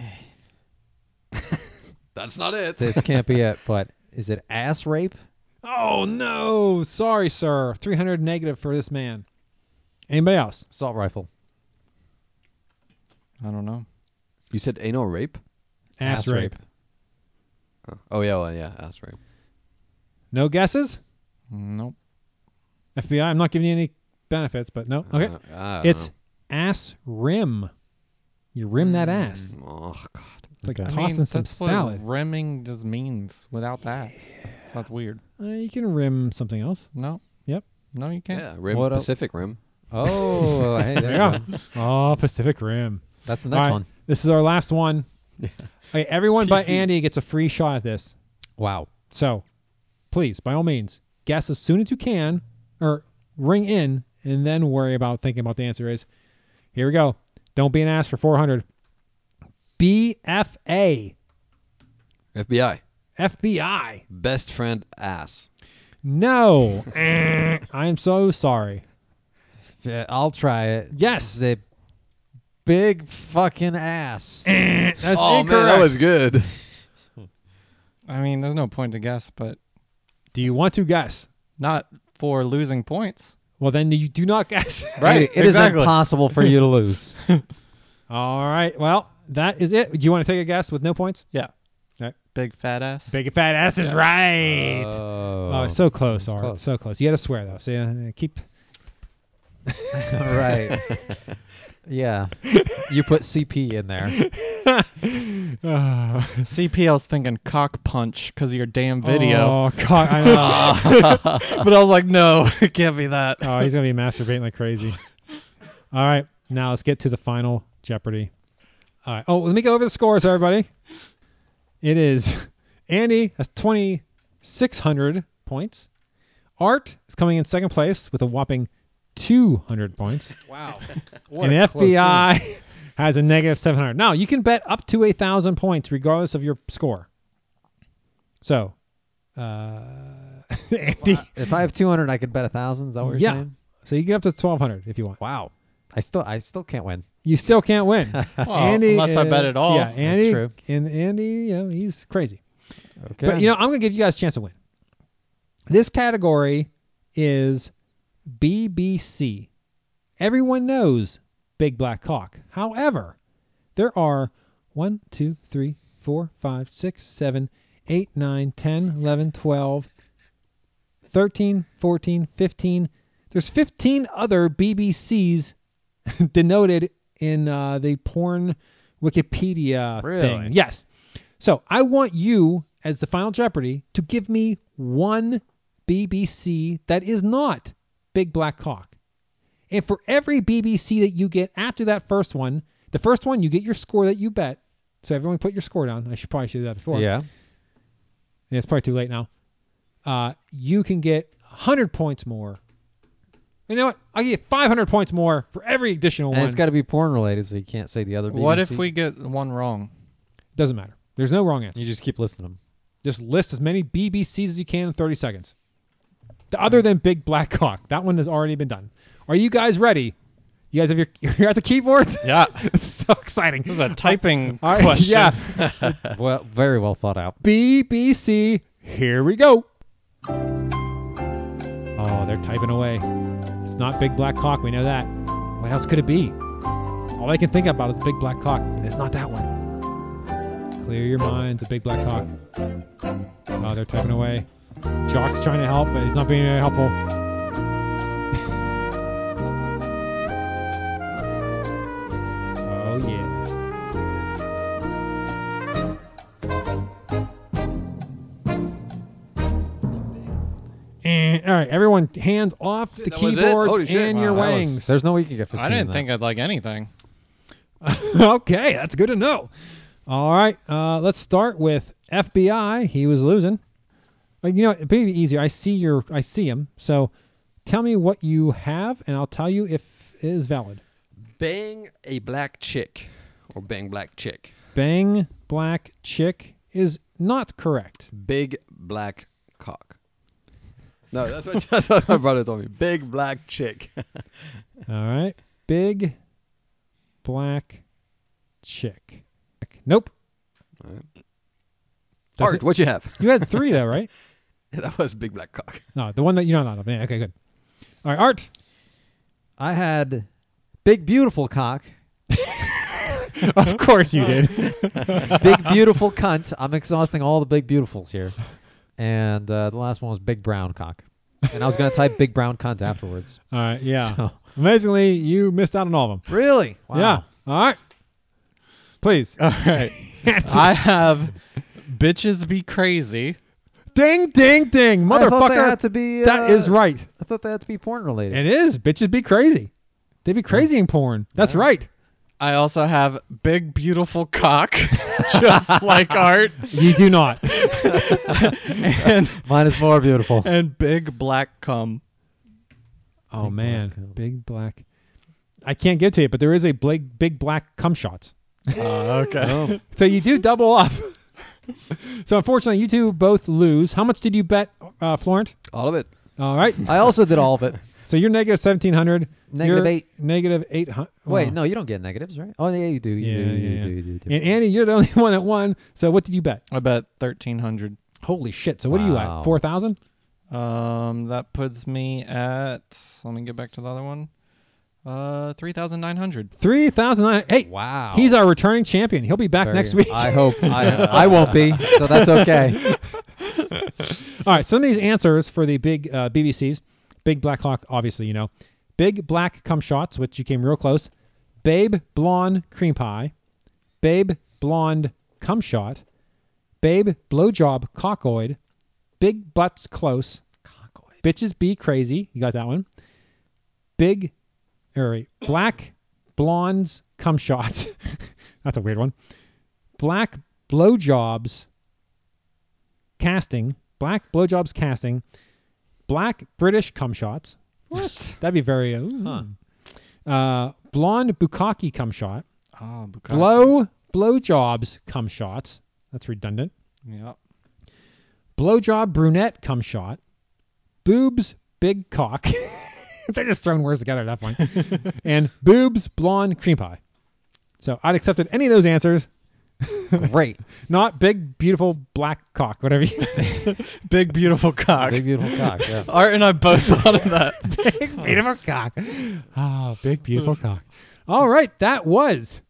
Speaker 4: That's not it.
Speaker 3: This can't be it, but is it ass rape?
Speaker 5: Oh no. Sorry, sir. 300 negative for this man. Anybody else?
Speaker 3: Assault rifle.
Speaker 7: I don't know.
Speaker 4: You said anal rape?
Speaker 5: Ass,
Speaker 3: Ass
Speaker 5: rape.
Speaker 3: rape.
Speaker 4: Oh, oh yeah, well, yeah, ass rape.
Speaker 5: No guesses?
Speaker 7: Nope.
Speaker 5: FBI, I'm not giving you any benefits, but no. Okay.
Speaker 4: Uh, I don't
Speaker 5: It's ass rim. You rim that ass.
Speaker 4: know. Oh god.
Speaker 5: It's like
Speaker 7: I mean,
Speaker 5: tossing some
Speaker 7: that's what
Speaker 5: salad.
Speaker 7: rimming just means without the ass. So that's weird.
Speaker 5: Uh, you can rim something else.
Speaker 7: No.
Speaker 5: Yep.
Speaker 7: No, you can't.
Speaker 4: Yeah, rim,
Speaker 3: What el-
Speaker 4: Pacific Rim.
Speaker 3: Oh, hey, *laughs* there
Speaker 5: There
Speaker 3: you
Speaker 5: you
Speaker 3: go.
Speaker 5: go. oh, Pacific Rim.
Speaker 3: That's the
Speaker 5: All
Speaker 3: next
Speaker 5: right,
Speaker 3: one.
Speaker 5: This is our last one. okay, everyone but Andy gets a free shot at this.
Speaker 3: Wow.
Speaker 5: So, please, by all means, guess as soon as you can, or ring in, and then worry about thinking about the answer. Is here we go. Don't be an ass for 400. BFA,
Speaker 4: FBI.
Speaker 5: FBI.
Speaker 4: Best friend ass.
Speaker 5: No, *laughs* Eh, I am so sorry.
Speaker 3: Yeah, I'll try it.
Speaker 5: Yes,
Speaker 3: This is a big fucking
Speaker 5: *clears throat*
Speaker 3: ass.
Speaker 5: that's
Speaker 4: oh
Speaker 5: incorrect.
Speaker 4: man, that was good.
Speaker 7: I mean, there's no point to guess, but
Speaker 5: Do you want to guess?
Speaker 7: not for losing points.
Speaker 5: Well, then you do not guess. *laughs*
Speaker 7: Right,
Speaker 3: It is
Speaker 7: exactly.
Speaker 3: impossible for you to lose.
Speaker 5: All right. Well, that is it. Do you want to take a guess with no points?
Speaker 7: Yeah.
Speaker 5: Right.
Speaker 7: Big fat ass. *laughs*
Speaker 5: Big fat ass is right. *laughs* oh,
Speaker 3: oh,
Speaker 5: it's so close,
Speaker 3: It's
Speaker 5: Art.
Speaker 3: close.
Speaker 5: So close. You got to swear though. So yeah, keep.
Speaker 3: right.
Speaker 5: *laughs*
Speaker 3: yeah. You put CP in there.
Speaker 5: Oh,
Speaker 7: CPL's thinking cock punch because of your damn video.
Speaker 5: Oh God, I *laughs* know.
Speaker 7: but I was like, no, *laughs* it can't be that.
Speaker 5: oh, he's gonna be masturbating like crazy. All right. Now let's get to the final Jeopardy. All right. Oh, let me go over the scores, everybody. It is Andy has twenty six hundred points. Art is coming in second place with a whopping two hundred points.
Speaker 3: Wow.
Speaker 5: and FBI *laughs* has a negative 700. Now, you can bet up to a 1,000 points regardless of your score. So, uh, *laughs* Andy.
Speaker 3: if I have 200, I could bet a thousand. Is that what you're
Speaker 5: Yeah.
Speaker 3: saying?
Speaker 5: So you get up to 1,200 if you want.
Speaker 3: Wow. I still, I still can't win.
Speaker 5: You still can't
Speaker 7: *laughs*
Speaker 5: win. Andy,
Speaker 7: unless I bet
Speaker 5: uh,
Speaker 7: at all.
Speaker 5: Yeah,
Speaker 7: That's
Speaker 5: Andy.
Speaker 3: true.
Speaker 5: And Andy, you know, he's crazy.
Speaker 3: Okay.
Speaker 5: But, you know, I'm going to give you guys a chance to win. This category is BBC. Everyone knows Big Black Cock. However, there are 1, 2, 3, 4, 5, 6, 7, 8, 9, 10, 11, 12, 13, 14, 15. There's 15 other *laughs* BBCs denoted in uh, the porn Wikipedia
Speaker 3: Really?
Speaker 5: thing. Yes. So I want you, as the final Jeopardy, to give me one BBC that is not Big Black Cock. And for every BBC that you get after that first one, the first one you get your score that you bet. So everyone put your score down. I should probably should do that before.
Speaker 3: Yeah.
Speaker 5: Yeah, it's probably too late now. Uh, you can get 100 points more. You know what? I'll get 500 points more for every additional
Speaker 3: And
Speaker 5: one.
Speaker 3: it's got to be porn related, so you can't say the other. BBC.
Speaker 7: What if we get one wrong?
Speaker 5: Doesn't matter. There's no wrong answer.
Speaker 3: You just keep listing them.
Speaker 5: Just list as many BBCs as you can in 30 seconds. The other than Big Black Cock, that one has already been done. Are you guys ready? You guys have your *laughs* you're at the keyboard.
Speaker 7: Yeah.
Speaker 5: It's *laughs* so exciting.
Speaker 7: This is a
Speaker 5: *laughs*
Speaker 7: typing
Speaker 5: All right,
Speaker 7: question.
Speaker 5: yeah.
Speaker 3: well, very well thought out.
Speaker 5: BBC. Here we go. Oh, they're typing away. It's not Big Black Cock. We know that. What else could it be? All I can think about is Big Black Cock. and It's not that one. Clear your minds of Big Black Cock. Oh, they're typing away. Jock's trying to help, but he's not being very helpful. *laughs* oh, yeah. Eh, all right, everyone, hands off the
Speaker 4: that was it? Holy
Speaker 5: keyboards
Speaker 4: shit.
Speaker 5: and your
Speaker 3: Wow, that was-
Speaker 5: wangs.
Speaker 3: there's no way you can get 15
Speaker 7: I didn't
Speaker 3: in
Speaker 7: think I'd
Speaker 5: *laughs*
Speaker 7: like anything.
Speaker 5: okay, that's good to know. All right, uh, let's start with FBI. He was losing. Uh, You know, it'd be easier. I see your, I see him. So, tell me what you have, and I'll tell you if it is valid.
Speaker 4: *laughs* Bang a black chick or bang black chick.
Speaker 5: Bang black chick is not correct.
Speaker 4: Big black cock. No, that's what, *laughs* that's what my brother told me. Big black chick.
Speaker 5: All right, big black chick. Nope. Does
Speaker 4: Art,
Speaker 5: it-
Speaker 4: what you have? *laughs*
Speaker 5: You had three though, *laughs* right?
Speaker 4: that was big black cock.
Speaker 5: No, the one that you know not of. Yeah, okay, good. All right, Art.
Speaker 3: I had big beautiful cock,
Speaker 5: of course you did.
Speaker 3: big beautiful cunt. I'm exhausting all the big beautifuls here, and uh, the last one was big brown cock, and I was gonna type big brown cunt afterwards.
Speaker 5: All right, yeah. *laughs*
Speaker 3: So-
Speaker 5: Amazingly, you missed out on all of them.
Speaker 3: Really? Wow.
Speaker 5: Yeah. All right. Please.
Speaker 7: All right. I have bitches be crazy.
Speaker 5: *laughs* ding, ding, ding,
Speaker 3: I thought they
Speaker 5: motherfucker.
Speaker 3: had to be.
Speaker 5: that
Speaker 3: uh,
Speaker 5: is right.
Speaker 3: I thought they had to be porn related.
Speaker 5: It is. Bitches be crazy. They be crazy in porn. That's right.
Speaker 7: I also have big beautiful cock, *laughs*
Speaker 5: *laughs*
Speaker 7: just like art,
Speaker 5: You
Speaker 3: *laughs*
Speaker 5: do not.
Speaker 7: and
Speaker 3: Mine is more
Speaker 7: *laughs*
Speaker 3: beautiful.
Speaker 7: and big black cum.
Speaker 5: oh
Speaker 3: Big
Speaker 5: man,
Speaker 3: black cum.
Speaker 5: big black. I can't give to you, but there is a big, big black cum shot.
Speaker 7: okay.
Speaker 3: *laughs* Oh,
Speaker 5: *laughs* So you do double up. *laughs* so unfortunately, you two both lose. How much did you bet, uh, Florent?
Speaker 4: All of it.
Speaker 5: All right.
Speaker 3: I also did all of it.
Speaker 5: So you're negative seventeen hundred.
Speaker 3: Negative
Speaker 5: you're
Speaker 3: eight.
Speaker 5: Negative eight hundred.
Speaker 3: Wait, no, you don't get negatives, right? Oh yeah, you do. You
Speaker 5: Oh. Yeah,
Speaker 3: do,
Speaker 5: yeah,
Speaker 3: you
Speaker 5: yeah.
Speaker 3: do. You do. You do.
Speaker 5: And Andy, you're the only *laughs* one that won. So what did you bet?
Speaker 7: I bet thirteen hundred.
Speaker 5: Holy shit! So what are you at?
Speaker 3: Wow.
Speaker 5: Four thousand?
Speaker 7: Um, that puts me at. Let me get back to the other one. Uh, three thousand nine hundred.
Speaker 5: Three thousand nine. Hey,
Speaker 3: wow.
Speaker 5: he's our returning champion. He'll be back
Speaker 3: Very-
Speaker 5: next week.
Speaker 3: I
Speaker 5: *laughs*
Speaker 3: hope. I,
Speaker 5: uh,
Speaker 3: I won't be, so that's okay.
Speaker 5: All right. Some of these answers for the big uh, BBCs, Big Black Hawk, obviously you know, Big Black Cum Shots, which you came real close, Babe Blonde Cream Pie, Babe Blonde Cum Shot, Babe Blowjob Cockoid, Big Butts Close, Bitches Be Crazy. You got that one. Big, or wait, Black Blondes Cum Shot. *laughs* That's a weird one. Black Blowjobs casting, black blowjobs casting, black British cum shots. What? *laughs* That'd be very. Uh, ooh. uh, blonde bukkake cum shot,
Speaker 7: Ah, Bukaki.
Speaker 5: blow blowjobs cum shots. That's redundant.
Speaker 7: Yeah.
Speaker 5: Blowjob brunette cum shot, boobs big cock. *laughs* They're just throwing words together at that point. and boobs blonde cream pie. So I'd accepted any of those answers.
Speaker 3: Great.
Speaker 5: Not big, beautiful black cock, whatever. You,
Speaker 7: Big beautiful cock.
Speaker 3: Big beautiful cock. Yeah.
Speaker 7: *laughs* Art and I both thought of that.
Speaker 5: big beautiful cock. Ah, big beautiful cock. All right, that was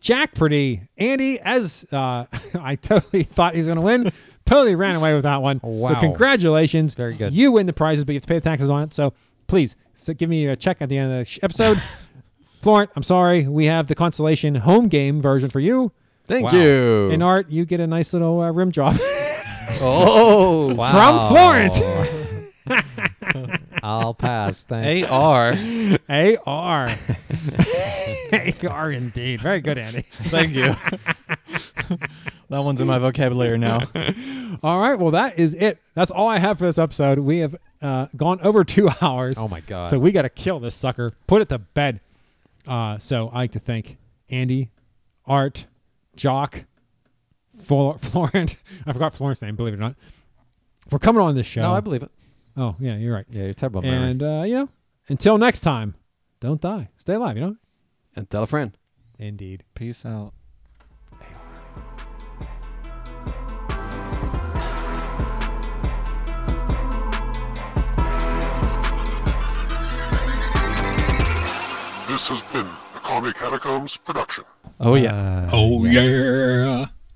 Speaker 5: Jack Pretty. Andy, as uh, *laughs* I totally thought he was going to win, totally ran away with that one. So
Speaker 3: Wow.
Speaker 5: congratulations,
Speaker 3: Very good.
Speaker 5: You win the prizes, but you have to pay the taxes on it. So please so give me a check at the end of the sh- episode. Florent, I'm sorry, we have the consolation home game version for you.
Speaker 4: Thank
Speaker 5: Wow.
Speaker 4: you.
Speaker 5: And Art, you get a nice little uh, rim job. *laughs*
Speaker 4: oh,
Speaker 5: From
Speaker 3: *laughs*
Speaker 5: Florence.
Speaker 3: I'll pass. Thanks.
Speaker 7: AR.
Speaker 5: *laughs* AR. AR indeed. Very good, Andy.
Speaker 7: Thank *laughs* you. that one's in my vocabulary now.
Speaker 5: All right. Well, that is it. That's all I have for this episode. We have uh, gone over two *laughs* hours.
Speaker 3: Oh my god.
Speaker 5: So we got to kill this sucker, put it to bed. Uh, so I like to thank Andy, Art, Jock, Flo- *laughs* Florent. I forgot Florent's name, believe it or not, for coming on this show.
Speaker 3: no, I believe it.
Speaker 5: oh, yeah, you're right.
Speaker 3: Yeah, you're terrible. at memory.
Speaker 5: And, uh, you know, until next time, don't die. Stay alive, you know?
Speaker 4: and tell a friend.
Speaker 5: Indeed.
Speaker 7: Peace out.
Speaker 1: This has been a Comic Catacombs production.
Speaker 7: Oh yeah.
Speaker 3: uh,
Speaker 2: Oh yeah.